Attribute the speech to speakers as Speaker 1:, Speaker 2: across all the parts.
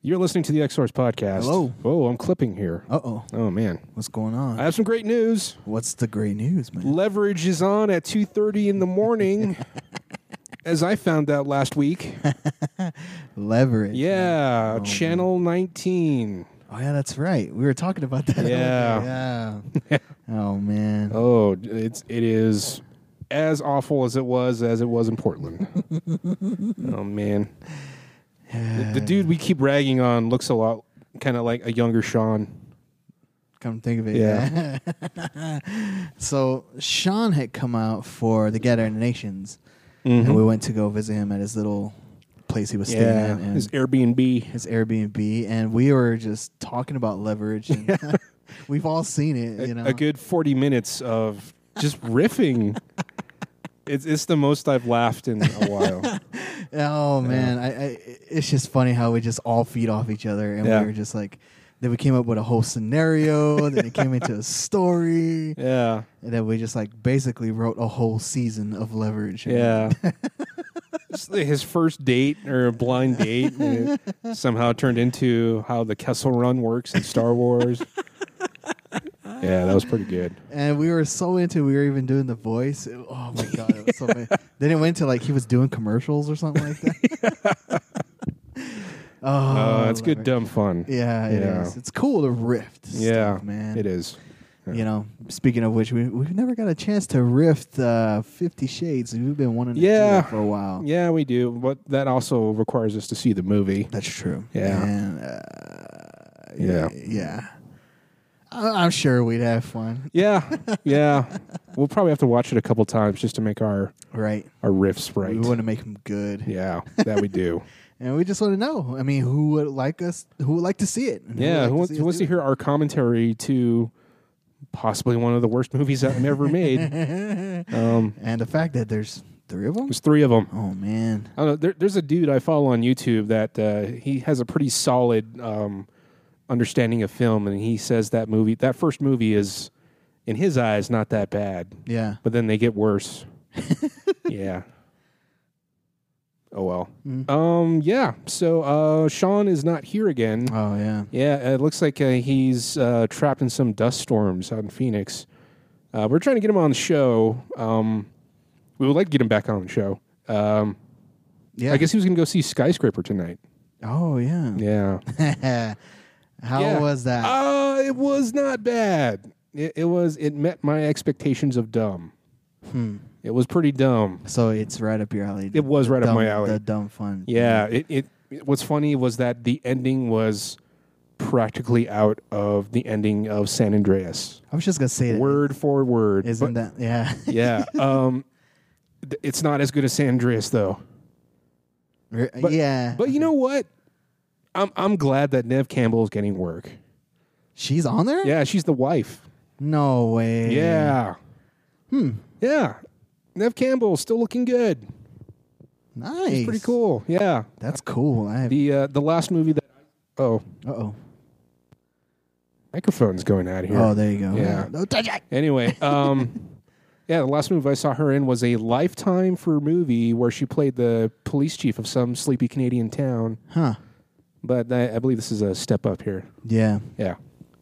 Speaker 1: You're listening to the X Source podcast.
Speaker 2: Hello.
Speaker 1: Oh, I'm clipping here.
Speaker 2: Uh oh.
Speaker 1: Oh man,
Speaker 2: What's going on?
Speaker 1: I have some great news.
Speaker 2: What's the great news, man?
Speaker 1: Leverage is on at 2:30 in the morning. As I found out last week,
Speaker 2: Leverage.
Speaker 1: yeah,
Speaker 2: Oh, man.
Speaker 1: Channel 19.
Speaker 2: Oh yeah, that's right. We were talking about that. earlier.
Speaker 1: Yeah.
Speaker 2: Yeah. oh man.
Speaker 1: Oh, it's it is as awful as it was as it was in Portland. oh man, the, the dude we keep ragging on looks a lot kind of like a younger Sean.
Speaker 2: Come think of it.
Speaker 1: Yeah.
Speaker 2: yeah. so Sean had come out for the Gathering Nations, and we went to go visit him at his little place he was staying
Speaker 1: Mm-hmm. Yeah,
Speaker 2: at. And
Speaker 1: his Airbnb.
Speaker 2: his Airbnb, and we were just talking about leverage. And we've all seen it, you know.
Speaker 1: a good 40 minutes of just riffing. It's, it's the most I've laughed in a while.
Speaker 2: Oh man, I, I it's just funny how we just all feed off each other, and
Speaker 1: Yeah.
Speaker 2: we were just like. Then we came up with a whole scenario. then it came into a story,
Speaker 1: Yeah.
Speaker 2: and then we just like basically wrote a whole season of leverage.
Speaker 1: Yeah. It's like His first date or a blind date and it somehow turned into how the Kessel Run works in Star Wars. Yeah, that was pretty good.
Speaker 2: and we were so into. it, We were even doing the voice. It- oh my god, it was so funny. Then it went to like he was doing commercials or something like that. oh,
Speaker 1: Uh, it's good,
Speaker 2: leverage.
Speaker 1: dumb fun.
Speaker 2: Yeah, it is.
Speaker 1: Yeah.
Speaker 2: It's cool to riff.
Speaker 1: Yeah,
Speaker 2: stuff, man.
Speaker 1: it is.
Speaker 2: You know, speaking of which, we we've never got a chance to riff uh, Fifty Shades. We've been wanting to do
Speaker 1: Yeah.
Speaker 2: that for a while.
Speaker 1: Yeah, we do. But that also requires us to see the movie.
Speaker 2: that's true.
Speaker 1: Yeah.
Speaker 2: and, uh,
Speaker 1: Yeah.
Speaker 2: yeah. I- I'm sure we'd have fun,
Speaker 1: Yeah, yeah. we'll probably have to watch it a couple times just to make our
Speaker 2: right?
Speaker 1: our riffs right.
Speaker 2: We want to make them good,
Speaker 1: Yeah, that we do.
Speaker 2: and we just want to know. I mean, who would like us? Who would like to see it? And
Speaker 1: yeah,
Speaker 2: would like
Speaker 1: who wants,
Speaker 2: see
Speaker 1: who
Speaker 2: us
Speaker 1: wants
Speaker 2: do
Speaker 1: to hear our commentary to possibly one of the worst movies I've ever made?
Speaker 2: it?
Speaker 1: Um,
Speaker 2: and the fact that there's three of them.
Speaker 1: there's three of them.
Speaker 2: Oh man,
Speaker 1: I don't know. There, there's a dude I follow on YouTube that uh, he has a pretty solid um, understanding of film, and he says that movie, that first movie, is in his eyes not that bad,
Speaker 2: yeah.
Speaker 1: but then they get worse. yeah. Oh well.
Speaker 2: Mm.
Speaker 1: Um. Yeah. So uh, Sean is not here again.
Speaker 2: Oh yeah.
Speaker 1: Yeah, it looks like uh, he's uh, trapped in some dust storms out in Phoenix. Uh, we're trying to get him on the show. Um, we would like to get him back on the show. Um,
Speaker 2: Yeah.
Speaker 1: I guess he was going to go see Skyscraper tonight.
Speaker 2: Oh yeah.
Speaker 1: Yeah.
Speaker 2: How
Speaker 1: Yeah.
Speaker 2: was that?
Speaker 1: Uh, it was not bad. It, it was. It met my expectations of dumb.
Speaker 2: Hmm.
Speaker 1: It was pretty dumb.
Speaker 2: So it's right up your alley.
Speaker 1: It was right
Speaker 2: dumb, Hmm.
Speaker 1: up my alley.
Speaker 2: The dumb fun.
Speaker 1: yeah. It, it. What's funny was that the ending was practically out of the ending of San Andreas,
Speaker 2: I was just gonna say that.
Speaker 1: word for word.
Speaker 2: Isn't that yeah?
Speaker 1: yeah. Um, th- it's not as good as San Andreas though. But-
Speaker 2: yeah.
Speaker 1: But you know what? I'm I'm glad that Nev Campbell is getting work.
Speaker 2: she's on there.
Speaker 1: Yeah, she's the wife.
Speaker 2: No way.
Speaker 1: Yeah. Hmm. Yeah. Nev Campbell still looking good.
Speaker 2: Nice.
Speaker 1: Pretty cool. Yeah.
Speaker 2: That's cool. I.
Speaker 1: The uh, the last movie that oh
Speaker 2: Uh oh.
Speaker 1: microphone's going out here.
Speaker 2: Oh, there you go.
Speaker 1: Yeah.
Speaker 2: No touch it.
Speaker 1: Anyway, um, yeah, the last movie I saw her in was a Lifetime for movie where she played the police chief of some sleepy Canadian town.
Speaker 2: Huh.
Speaker 1: But I, I believe this is a step up here.
Speaker 2: Yeah.
Speaker 1: Yeah.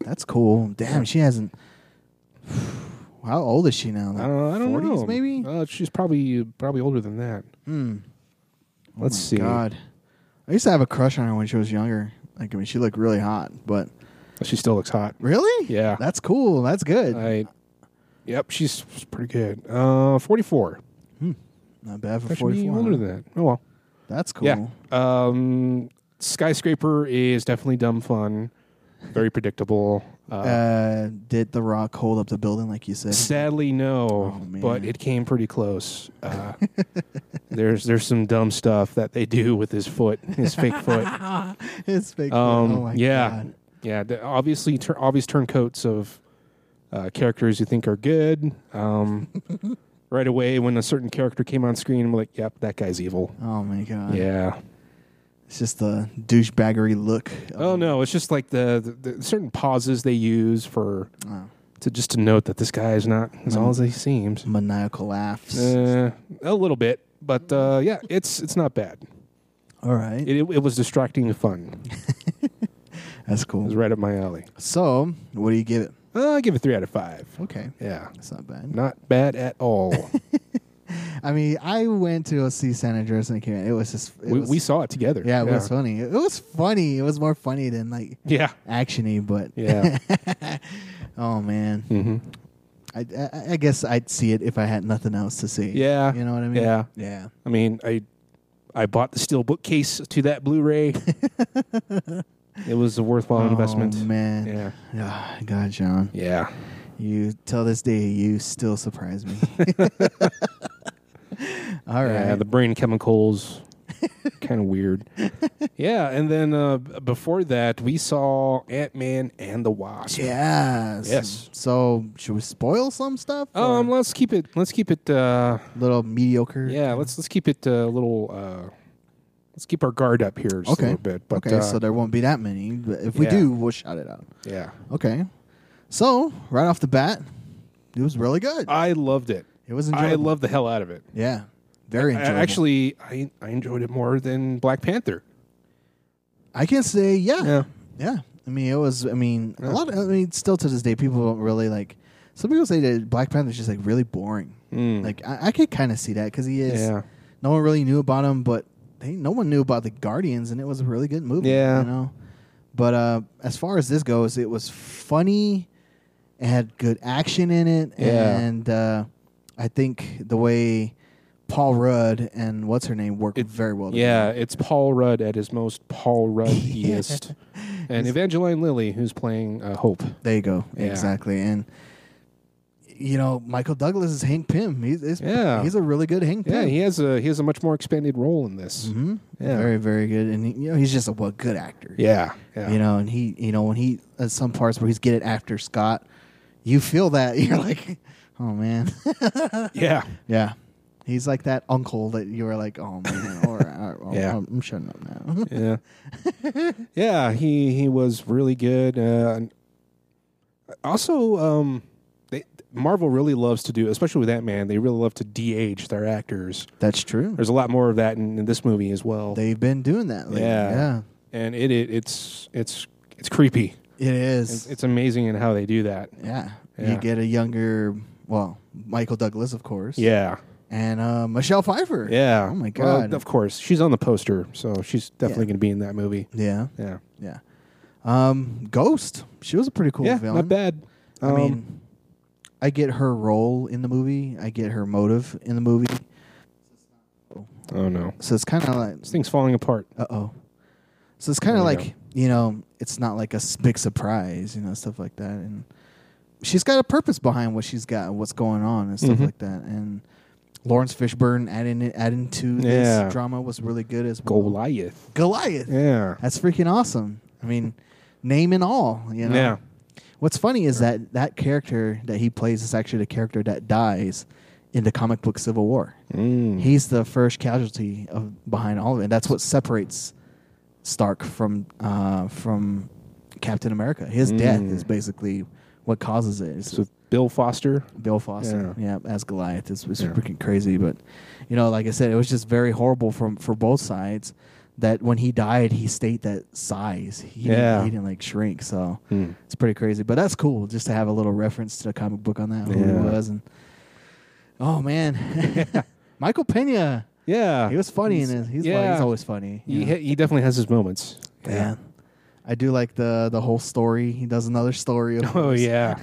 Speaker 2: That's cool. Damn, she hasn't. How old is she now? Like
Speaker 1: Uh, I don't
Speaker 2: 40s
Speaker 1: know.
Speaker 2: Maybe.
Speaker 1: Uh, she's probably probably older than that.
Speaker 2: Hmm. Oh
Speaker 1: Let's
Speaker 2: my
Speaker 1: see.
Speaker 2: God. I used to have a crush on her when she was younger. Like I mean, she looked really hot, but
Speaker 1: She still looks hot.
Speaker 2: really,
Speaker 1: Yeah.
Speaker 2: that's cool. That's good.
Speaker 1: I. Yep, she's she's pretty good. Uh, forty-four.
Speaker 2: Not bad for
Speaker 1: That should be
Speaker 2: 44.
Speaker 1: older than that. Oh well.
Speaker 2: That's cool.
Speaker 1: Yeah. Um, skyscraper is definitely dumb fun. Very predictable. Uh,
Speaker 2: Uh, did The Rock hold up the building like you said?
Speaker 1: sadly, no.
Speaker 2: Uh, Oh, man.
Speaker 1: but it came pretty close. Uh, there's there's some dumb stuff that they do with his foot, his fake foot.
Speaker 2: His fake
Speaker 1: Um,
Speaker 2: foot. Oh my
Speaker 1: yeah,
Speaker 2: God.
Speaker 1: yeah. the- obviously, tur obvious turncoats of uh, characters you think are good. Um, right away, when a certain character came on screen, I'm like, "Yep, that guy's evil."
Speaker 2: Oh my god.
Speaker 1: yeah.
Speaker 2: It's just the douchebaggery look. of-
Speaker 1: Oh no, it's just like the, the, the certain pauses they use for
Speaker 2: Oh.
Speaker 1: to just to note that this guy is not
Speaker 2: Mm.
Speaker 1: as all as he seems. Eh,
Speaker 2: maniacal laughs.
Speaker 1: Uh, a little bit, but uh, yeah, it's it's not bad.
Speaker 2: All right.
Speaker 1: It, it, it was distracting and fun.
Speaker 2: That's
Speaker 1: It was
Speaker 2: cool.
Speaker 1: right up my alley.
Speaker 2: So, what do you give it?
Speaker 1: Uh, I give it three out of five.
Speaker 2: Okay.
Speaker 1: Yeah,
Speaker 2: That's not bad.
Speaker 1: not bad at all.
Speaker 2: I mean, I went to go see San Andreas and it came in. It was just. It
Speaker 1: we,
Speaker 2: was,
Speaker 1: we saw it together.
Speaker 2: Yeah, it
Speaker 1: yeah.
Speaker 2: was funny. It was funny. It was more funny than like
Speaker 1: Yeah,
Speaker 2: actiony, but.
Speaker 1: yeah.
Speaker 2: oh, man.
Speaker 1: hmm
Speaker 2: I, I, I guess I'd see it if I had nothing else to see.
Speaker 1: Yeah.
Speaker 2: You know what I mean?
Speaker 1: Yeah.
Speaker 2: Yeah.
Speaker 1: I mean, I I bought the steel bookcase to that Blu-ray. it was a worthwhile investment.
Speaker 2: Oh, man.
Speaker 1: Yeah,
Speaker 2: Ah, God, John.
Speaker 1: yeah.
Speaker 2: You, till this day, you still surprise me. All right.
Speaker 1: Yeah, the brain chemicals. kind of weird. Yeah, and then uh, b- before that, we saw Ant Man and the Wasp.
Speaker 2: Yes.
Speaker 1: Yes.
Speaker 2: So should we spoil some stuff? or
Speaker 1: Um, let's keep it. Let's keep it. Uh,
Speaker 2: little mediocre.
Speaker 1: yeah, let's let's keep it uh, a little. Uh, let's keep our guard up here just
Speaker 2: Okay.
Speaker 1: a little bit. But
Speaker 2: okay,
Speaker 1: uh,
Speaker 2: so there won't be that many. But if we
Speaker 1: Yeah.
Speaker 2: do, we'll shout it out.
Speaker 1: yeah,
Speaker 2: Okay. So right off the bat, it was really good.
Speaker 1: I loved it.
Speaker 2: it was enjoyable.
Speaker 1: Uh, I loved the hell out of it.
Speaker 2: Yeah. Very
Speaker 1: I-
Speaker 2: enjoyable.
Speaker 1: Uh, actually, I I enjoyed it more than Black Panther.
Speaker 2: I can say yeah.
Speaker 1: Yeah.
Speaker 2: Yeah. I mean, it was. I mean,
Speaker 1: Yeah.
Speaker 2: a lot. Of, I mean, still to this day, people don't really like. Some people say that Black Panther's just like really boring.
Speaker 1: Mm.
Speaker 2: Like I, I could kind of see that because he is.
Speaker 1: yeah,
Speaker 2: no one really knew about him, but they, no one knew about the Guardians, and it was a really good movie.
Speaker 1: Yeah.
Speaker 2: you know. But uh, as far as this goes, it was funny. It had good action in it,
Speaker 1: Yeah.
Speaker 2: and uh, I think the way Paul Rudd and what's her name worked
Speaker 1: It-
Speaker 2: very well.
Speaker 1: yeah. It's Paul Rudd at his most Paul Ruddiest, and Evangeline Lilly, who's playing uh, Hope.
Speaker 2: There you go.
Speaker 1: Yeah.
Speaker 2: Exactly. And you know, Michael Douglas is Hank Pym. He's he's,
Speaker 1: Yeah.
Speaker 2: he's a really good Hank
Speaker 1: Yeah,
Speaker 2: Pym.
Speaker 1: he has a he has a much more expanded role in this.
Speaker 2: Mhm.
Speaker 1: Yeah.
Speaker 2: Very, very good. And he, you know, he's just a well, good actor.
Speaker 1: Yeah, yeah,
Speaker 2: You know, and he, you know, when he at some parts where he's getting after Scott, you feel that you're like, oh man,
Speaker 1: yeah.
Speaker 2: yeah. He's like that uncle that you were like, oh man, all right, all right,
Speaker 1: Yeah.
Speaker 2: I'm, I'm shutting up now.
Speaker 1: yeah, yeah. He he was really good. Uh, and also, um, they, Marvel really loves to do, especially with Ant Man. They really love to de-age their actors.
Speaker 2: That's true.
Speaker 1: There's a lot more of that in, in this movie as well,
Speaker 2: They've been doing that. Lately.
Speaker 1: Yeah. and it, it it's it's it's creepy.
Speaker 2: yeah, it
Speaker 1: It's,
Speaker 2: is.
Speaker 1: it's amazing in how they do that.
Speaker 2: yeah.
Speaker 1: Yeah.
Speaker 2: you get a younger, well, Michael Douglas, of course.
Speaker 1: Yeah,
Speaker 2: and uh, Michelle Pfeiffer.
Speaker 1: yeah.
Speaker 2: Oh my
Speaker 1: Well,
Speaker 2: god.
Speaker 1: of course, she's on the poster, so she's definitely
Speaker 2: Yeah.
Speaker 1: going to be in that movie.
Speaker 2: yeah,
Speaker 1: Yeah,
Speaker 2: yeah. Um, Ghost. She was a pretty cool
Speaker 1: yeah,
Speaker 2: villain.
Speaker 1: not bad.
Speaker 2: I
Speaker 1: Um,
Speaker 2: mean, I get her role in the movie. I get her motive in the movie.
Speaker 1: oh no,
Speaker 2: So it's kind of like,
Speaker 1: this thing's falling apart.
Speaker 2: uh oh. So it's kind of
Speaker 1: There we
Speaker 2: like you know, it's not like a s- big surprise, you know, stuff like that. And she's got a purpose behind what she's got, and what's going on, and stuff
Speaker 1: Mhm.
Speaker 2: like that. And Lawrence Fishburne adding it, adding to
Speaker 1: Yeah.
Speaker 2: this drama was really good as well.
Speaker 1: Goliath.
Speaker 2: Goliath.
Speaker 1: Yeah.
Speaker 2: That's freaking awesome. I mean, name and all, you know.
Speaker 1: Yeah.
Speaker 2: What's funny is that that character that he plays is actually the character that dies in the comic book Civil War.
Speaker 1: Mm.
Speaker 2: He's the first casualty of behind all of it. And that's what separates Stark from uh, from Captain America. His death
Speaker 1: Mm.
Speaker 2: is basically what causes it. It's
Speaker 1: It's with Bill Foster.
Speaker 2: Bill Foster, yeah, as Goliath. It's, it's
Speaker 1: Yeah.
Speaker 2: freaking crazy, but you know, like I said, it was just very horrible from for both sides. That when he died, he stayed that size. He
Speaker 1: Yeah.
Speaker 2: didn't, he didn't like shrink, so
Speaker 1: Mm.
Speaker 2: it's pretty crazy. But that's cool, just to have a little reference to the comic book on that who
Speaker 1: Yeah.
Speaker 2: it was. And oh man, Michael Pena,
Speaker 1: Yeah.
Speaker 2: he was funny
Speaker 1: He's-
Speaker 2: in this. He's,
Speaker 1: yeah.
Speaker 2: funny. he's always funny.
Speaker 1: He,
Speaker 2: you know?
Speaker 1: ha- he definitely has his moments.
Speaker 2: yeah. I do like the the whole story. He does another story. Of
Speaker 1: Oh
Speaker 2: his.
Speaker 1: yeah.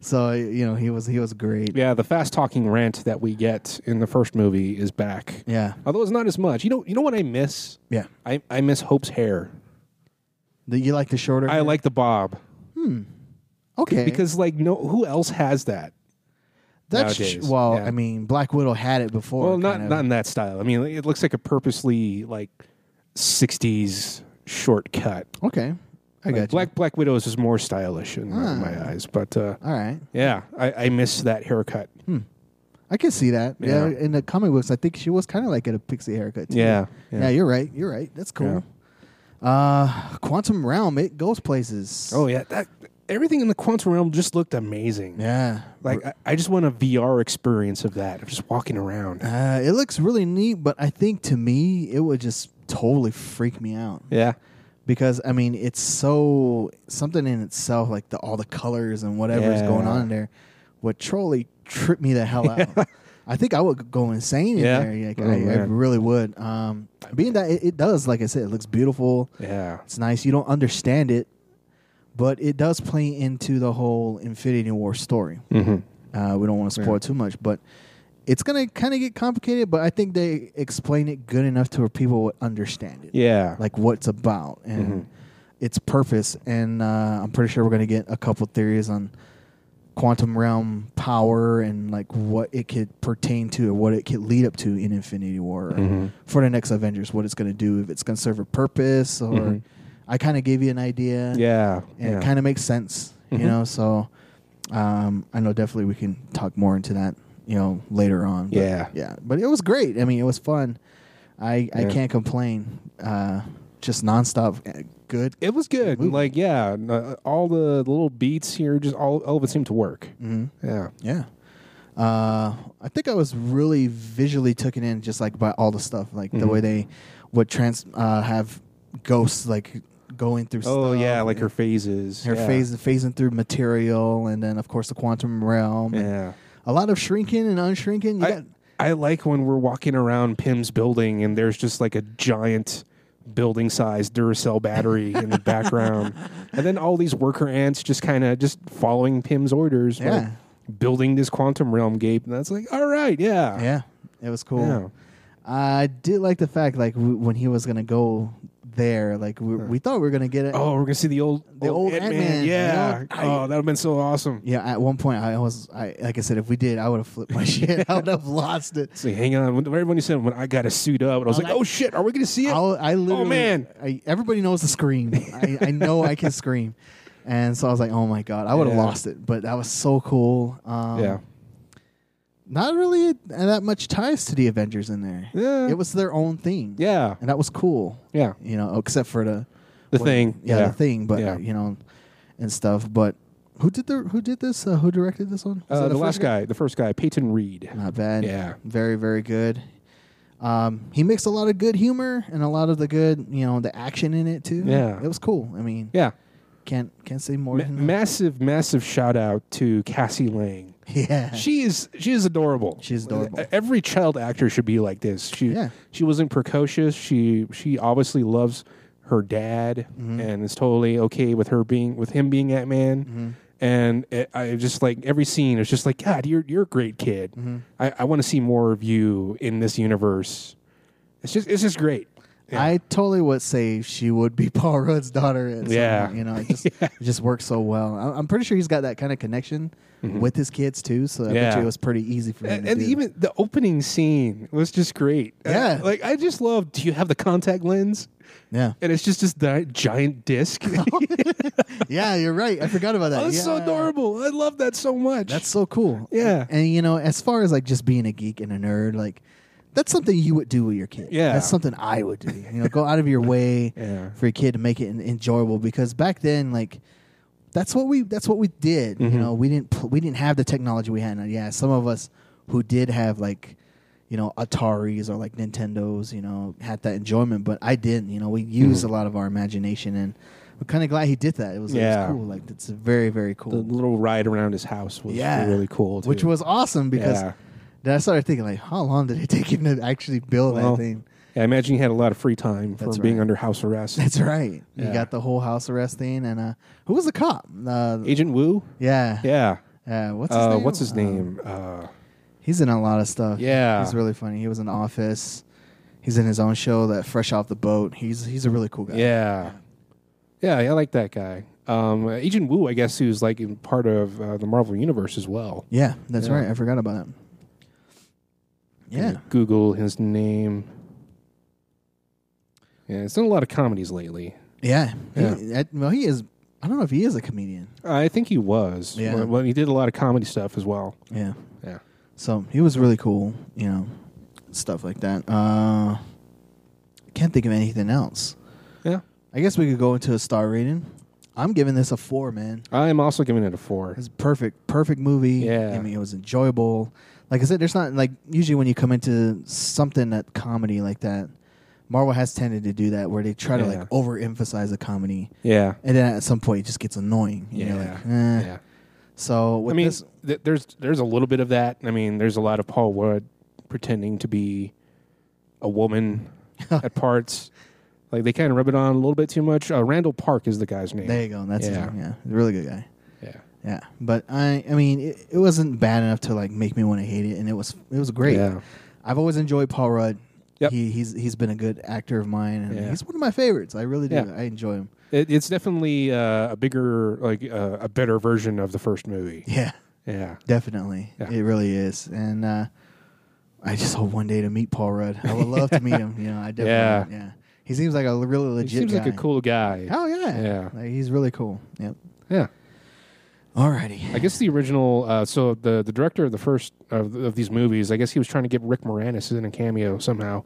Speaker 2: So you know he was he was great.
Speaker 1: yeah. The fast talking rant that we get in the first movie is back.
Speaker 2: Yeah.
Speaker 1: Although it's not as much. You know. You know what I miss?
Speaker 2: Yeah.
Speaker 1: I, I miss Hope's hair.
Speaker 2: Do you like the shorter?
Speaker 1: I like the bob
Speaker 2: okay
Speaker 1: because like no who else has that.
Speaker 2: that's
Speaker 1: nowadays,
Speaker 2: tr- well.
Speaker 1: yeah.
Speaker 2: I mean, Black Widow had it before.
Speaker 1: Well, not
Speaker 2: kind of.
Speaker 1: not in that style. I mean, it looks like a purposely like '60s shortcut.
Speaker 2: okay. I
Speaker 1: Like,
Speaker 2: got
Speaker 1: Black Black Widows is more stylish in my-
Speaker 2: Ah.
Speaker 1: my eyes, but uh,
Speaker 2: you. All right,
Speaker 1: yeah, I, I miss that haircut.
Speaker 2: Hmm. I can see that. Yeah.
Speaker 1: Yeah.
Speaker 2: in the comic books, I think she was kind of like at a pixie haircut. Too.
Speaker 1: Yeah,
Speaker 2: yeah,
Speaker 1: yeah.
Speaker 2: You're right. You're right. That's cool. Uh, Quantum Realm. It goes places.
Speaker 1: Oh yeah, that everything in the quantum realm just looked amazing.
Speaker 2: Yeah.
Speaker 1: Like I, I just want a VR experience of that. of just walking around.
Speaker 2: Uh, it looks really neat, but I think to me, it would just totally freak me out
Speaker 1: Yeah.
Speaker 2: because I mean, it's so something in itself, like the all the colors and whatever's going
Speaker 1: Yeah.
Speaker 2: on in there, would totally trip me the hell out. I think I would go insane in
Speaker 1: Yeah.
Speaker 2: there. Like,
Speaker 1: Oh,
Speaker 2: I, I
Speaker 1: man.
Speaker 2: really would. Um, being that it, it does, like I said, it looks beautiful.
Speaker 1: Yeah.
Speaker 2: It's nice. You don't understand it, but it does play into the whole Infinity War story.
Speaker 1: Mm-hmm.
Speaker 2: Uh, we don't want to spoil
Speaker 1: Yeah.
Speaker 2: too much, but it's gonna kind of get complicated. But I think they explain it good enough to where people would understand it,
Speaker 1: Yeah.
Speaker 2: like what's about and
Speaker 1: Mhm.
Speaker 2: its purpose. And uh, I'm pretty sure we're gonna get a couple theories on quantum realm power and like what it could pertain to or what it could lead up to in Infinity War or
Speaker 1: Mhm.
Speaker 2: for the next Avengers. What it's gonna do if it's gonna serve a purpose or
Speaker 1: Mhm.
Speaker 2: I kind of gave you an idea
Speaker 1: yeah.
Speaker 2: and
Speaker 1: yeah.
Speaker 2: it kind of makes sense,
Speaker 1: Mhm.
Speaker 2: you know. So um, I know definitely we can talk more into that, you know, later on. But,
Speaker 1: Yeah.
Speaker 2: yeah. But it was great. I mean, it was fun. I I
Speaker 1: Yeah.
Speaker 2: can't complain. Uh, just nonstop, uh, good.
Speaker 1: it was good.
Speaker 2: movie.
Speaker 1: Like yeah, n- uh, all the little beats here, just all, all of it seemed to work.
Speaker 2: Mhm.
Speaker 1: Yeah.
Speaker 2: Yeah. Uh, I think I was really visually taken in just like by all the stuff, like the
Speaker 1: Mhm.
Speaker 2: way they would trans uh, have ghosts like going through.
Speaker 1: Oh
Speaker 2: stuff
Speaker 1: yeah, like
Speaker 2: and
Speaker 1: her phases.
Speaker 2: her
Speaker 1: yeah.
Speaker 2: phase phasing through material, and then of course the quantum realm. and
Speaker 1: Yeah.
Speaker 2: a lot of shrinking and unshrinking. You
Speaker 1: I,
Speaker 2: got,
Speaker 1: I like when we're walking around Pim's building and there's just like a giant building sized Duracell battery in the background. And then all these worker ants just kind of just following Pim's orders. like,
Speaker 2: Yeah.
Speaker 1: building this quantum realm gate. And that's like, all right, yeah.
Speaker 2: yeah, it was cool.
Speaker 1: Yeah.
Speaker 2: I did like the fact, like w- when he was gonna go there, like we, we thought we were gonna get it.
Speaker 1: Oh, we're going to see the old,
Speaker 2: The old Ant-Man,
Speaker 1: Yeah.
Speaker 2: you know?
Speaker 1: oh, that would have been so awesome.
Speaker 2: Yeah, at one point I was, I like I said, if we did, I would have flipped my shit. I would have lost it.
Speaker 1: See, hang on. When, right when you said, when I got to suit up, and I was
Speaker 2: I'm
Speaker 1: like,
Speaker 2: like-
Speaker 1: oh shit, are we going to see it?
Speaker 2: I'll, I literally,
Speaker 1: Oh, man.
Speaker 2: I, everybody knows the scream. I, I know I can scream, and so I was like, oh my god, I would have
Speaker 1: Yeah.
Speaker 2: lost it. But that was so cool. Um,
Speaker 1: yeah.
Speaker 2: not really that much ties to the Avengers in there.
Speaker 1: Yeah.
Speaker 2: It was their own thing.
Speaker 1: Yeah.
Speaker 2: and that was cool.
Speaker 1: Yeah.
Speaker 2: you know, except for the
Speaker 1: The
Speaker 2: what-
Speaker 1: thing.
Speaker 2: yeah,
Speaker 1: Yeah.
Speaker 2: the thing, but
Speaker 1: Yeah.
Speaker 2: you know, and stuff. But who did the who did this? Uh, who directed this one? Was
Speaker 1: Uh,
Speaker 2: that
Speaker 1: the
Speaker 2: first
Speaker 1: last guy, the first guy, Peyton Reed.
Speaker 2: Not bad.
Speaker 1: Yeah.
Speaker 2: very very good. Um, he mixed a lot of good humor and a lot of the good, you know, the action in it too.
Speaker 1: Yeah.
Speaker 2: it was cool. I mean,
Speaker 1: Yeah.
Speaker 2: can't can't say more.
Speaker 1: Ma-
Speaker 2: than that.
Speaker 1: massive, massive shout out to Cassie Lang.
Speaker 2: yeah,
Speaker 1: She is she is adorable. E,
Speaker 2: She's adorable.
Speaker 1: Every child actor should be like this. She
Speaker 2: Yeah.
Speaker 1: she wasn't precocious. She she obviously loves her dad
Speaker 2: Mm-hmm.
Speaker 1: and is totally okay with her being with him being Ant Man.
Speaker 2: Mm-hmm.
Speaker 1: And it, I just like every scene is just like God, you're you're a great kid.
Speaker 2: Mm-hmm.
Speaker 1: I, I want to see more of you in this universe. It's just it's just great. Yeah.
Speaker 2: I totally would say she would be Paul Rudd's daughter. at some
Speaker 1: Yeah.
Speaker 2: point, you know, it just it just works so well. I- I'm pretty sure he's got that kind of connection with his kids too. So I bet
Speaker 1: Mm-hmm. Yeah.
Speaker 2: you it was pretty easy for him.
Speaker 1: and,
Speaker 2: to
Speaker 1: and
Speaker 2: do.
Speaker 1: even the opening scene was just great. Uh,
Speaker 2: Yeah.
Speaker 1: like I just love. Do you have the contact lens?
Speaker 2: yeah,
Speaker 1: And it's just this di- giant disc. oh,
Speaker 2: yeah, you're right. I forgot about that.
Speaker 1: it's so
Speaker 2: Yeah.
Speaker 1: adorable. I love that so much.
Speaker 2: That's so cool.
Speaker 1: Yeah.
Speaker 2: and, and, you know, as far as like just being a geek and a nerd, like that's something you would do with your kid.
Speaker 1: Yeah.
Speaker 2: that's something I would do. You know, go out of your way
Speaker 1: Yeah.
Speaker 2: for your kid to make it en- enjoyable because back then, like. That's what we. That's what we did.
Speaker 1: Mm-hmm.
Speaker 2: You know, we didn't. Pl- we didn't have the technology we had. Now, yeah, some of us who did have like, you know, Ataris or like Nintendos. You know, had that enjoyment, but I didn't. You know, we used
Speaker 1: Mm-hmm.
Speaker 2: a lot of our imagination, and we're kind of glad he did that. It was,
Speaker 1: Yeah.
Speaker 2: it was cool. Like, it's very, very cool
Speaker 1: the little ride around his house was really cool. Too.
Speaker 2: which was awesome because
Speaker 1: Yeah.
Speaker 2: then I started thinking like, how long did it take him to actually build
Speaker 1: Well,
Speaker 2: that thing?
Speaker 1: I imagine he had a lot of free time from
Speaker 2: That's
Speaker 1: being
Speaker 2: right.
Speaker 1: under house arrest.
Speaker 2: That's right.
Speaker 1: Yeah.
Speaker 2: You got the whole house arrest thing, and uh, who was the cop? Uh,
Speaker 1: Agent Wu.
Speaker 2: yeah,
Speaker 1: Yeah.
Speaker 2: Uh, what's his
Speaker 1: Uh,
Speaker 2: name?
Speaker 1: what's his
Speaker 2: Um,
Speaker 1: name? Uh,
Speaker 2: he's in a lot of stuff.
Speaker 1: Yeah.
Speaker 2: he's really funny. He was in The Office. He's in his own show that Fresh Off the Boat. He's he's a really cool guy.
Speaker 1: yeah. yeah. I like that guy. Um, Agent Wu, I guess, who's like in part of uh, the Marvel universe as well.
Speaker 2: yeah, that's
Speaker 1: Yeah.
Speaker 2: right. I forgot about him. Yeah,
Speaker 1: Google his name. Yeah, he's done a lot of comedies lately.
Speaker 2: yeah. He, I, well, he is. I don't know if he is a comedian.
Speaker 1: I think he was.
Speaker 2: Yeah.
Speaker 1: Well, well, he did a lot of comedy stuff as well.
Speaker 2: Yeah.
Speaker 1: Yeah.
Speaker 2: So he was really cool, you know, stuff like that. Uh, can't think of anything else.
Speaker 1: Yeah.
Speaker 2: I guess we could go into a star rating. I'm giving this a four, man.
Speaker 1: I am also giving it a four.
Speaker 2: It's perfect, perfect movie.
Speaker 1: Yeah.
Speaker 2: I mean, it was enjoyable. Like I said, there's not like usually when you come into something that comedy like that, Marvel has tended to do that where they try to
Speaker 1: Yeah.
Speaker 2: like overemphasize the comedy,
Speaker 1: Yeah.
Speaker 2: and then at some point it just gets annoying. You
Speaker 1: Yeah.
Speaker 2: know, like, eh.
Speaker 1: yeah.
Speaker 2: So with
Speaker 1: I mean,
Speaker 2: this,
Speaker 1: th- there's there's a little bit of that. I mean, there's a lot of Paul Rudd pretending to be a woman at parts. Like they kind of rub it on a little bit too much. Uh, Randall Park is the guy's name.
Speaker 2: there you go. That's
Speaker 1: Yeah.
Speaker 2: yeah, yeah, really good guy.
Speaker 1: yeah,
Speaker 2: Yeah, but I, I mean, it, it wasn't bad enough to like make me want to hate it, and it was, it was great.
Speaker 1: Yeah.
Speaker 2: I've always enjoyed Paul Rudd.
Speaker 1: Yep.
Speaker 2: He, he's he's been a good actor of mine, and
Speaker 1: Yeah.
Speaker 2: he's one of my favorites. I really do.
Speaker 1: Yeah.
Speaker 2: I enjoy him.
Speaker 1: It, it's definitely uh, a bigger, like uh, a better version of the first movie.
Speaker 2: Yeah,
Speaker 1: Yeah,
Speaker 2: definitely.
Speaker 1: Yeah.
Speaker 2: It really is, and uh, I just hope one day to meet Paul Rudd. I would love to meet him. You know, I definitely. Yeah. He seems like a really
Speaker 1: he
Speaker 2: legit.
Speaker 1: seems like a
Speaker 2: guy.
Speaker 1: cool guy.
Speaker 2: Oh yeah.
Speaker 1: Yeah.
Speaker 2: Like, he's really cool. Yep.
Speaker 1: Yeah,
Speaker 2: Alrighty.
Speaker 1: I guess the original. Uh, so the the director of the first of, of these movies, I guess he was trying to get Rick Moranis in a cameo somehow.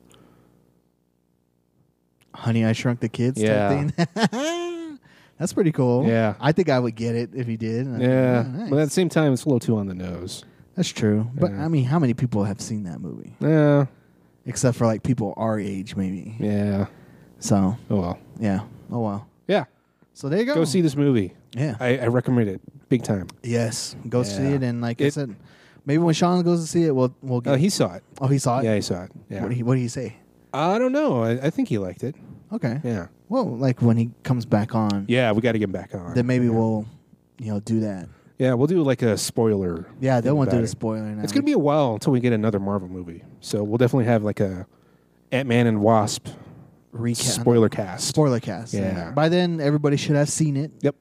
Speaker 2: Honey, I Shrunk the Kids
Speaker 1: Yeah.
Speaker 2: type thing. That's pretty cool.
Speaker 1: Yeah.
Speaker 2: I think I would get it if he did. I-
Speaker 1: Yeah,
Speaker 2: "Oh, nice.
Speaker 1: but at the same time, it's a little too on the nose.
Speaker 2: That's true. But
Speaker 1: Yeah.
Speaker 2: I mean, how many people have seen that movie?
Speaker 1: Yeah,
Speaker 2: Except for like people our age, maybe.
Speaker 1: yeah.
Speaker 2: So
Speaker 1: Oh well.
Speaker 2: yeah. Oh wow.
Speaker 1: Yeah,
Speaker 2: So there you go.
Speaker 1: go see this movie.
Speaker 2: Yeah.
Speaker 1: I, I recommend it big time.
Speaker 2: yes. Go see
Speaker 1: Yeah.
Speaker 2: it, and like I
Speaker 1: It-
Speaker 2: said, maybe when Sean goes to see it, we'll we'll get.
Speaker 1: Oh, he saw it.
Speaker 2: oh, he saw it.
Speaker 1: Yeah, he saw it. Yeah.
Speaker 2: What did he What did he say?
Speaker 1: I don't know. I, I think he liked it.
Speaker 2: Okay.
Speaker 1: Yeah.
Speaker 2: Well, like when he comes back on,
Speaker 1: Yeah, we got to get him back on.
Speaker 2: then maybe
Speaker 1: yeah.
Speaker 2: we'll, you know, do that.
Speaker 1: Yeah, we'll do like a spoiler.
Speaker 2: Yeah, they
Speaker 1: thing
Speaker 2: won't do
Speaker 1: about
Speaker 2: the
Speaker 1: it.
Speaker 2: spoiler now.
Speaker 1: It's gonna be a while until we get another Marvel movie, so we'll definitely have like a Ant Man and Wasp
Speaker 2: recap
Speaker 1: spoiler cast.
Speaker 2: spoiler cast.
Speaker 1: Yeah.
Speaker 2: By then, everybody should have seen it.
Speaker 1: Yep.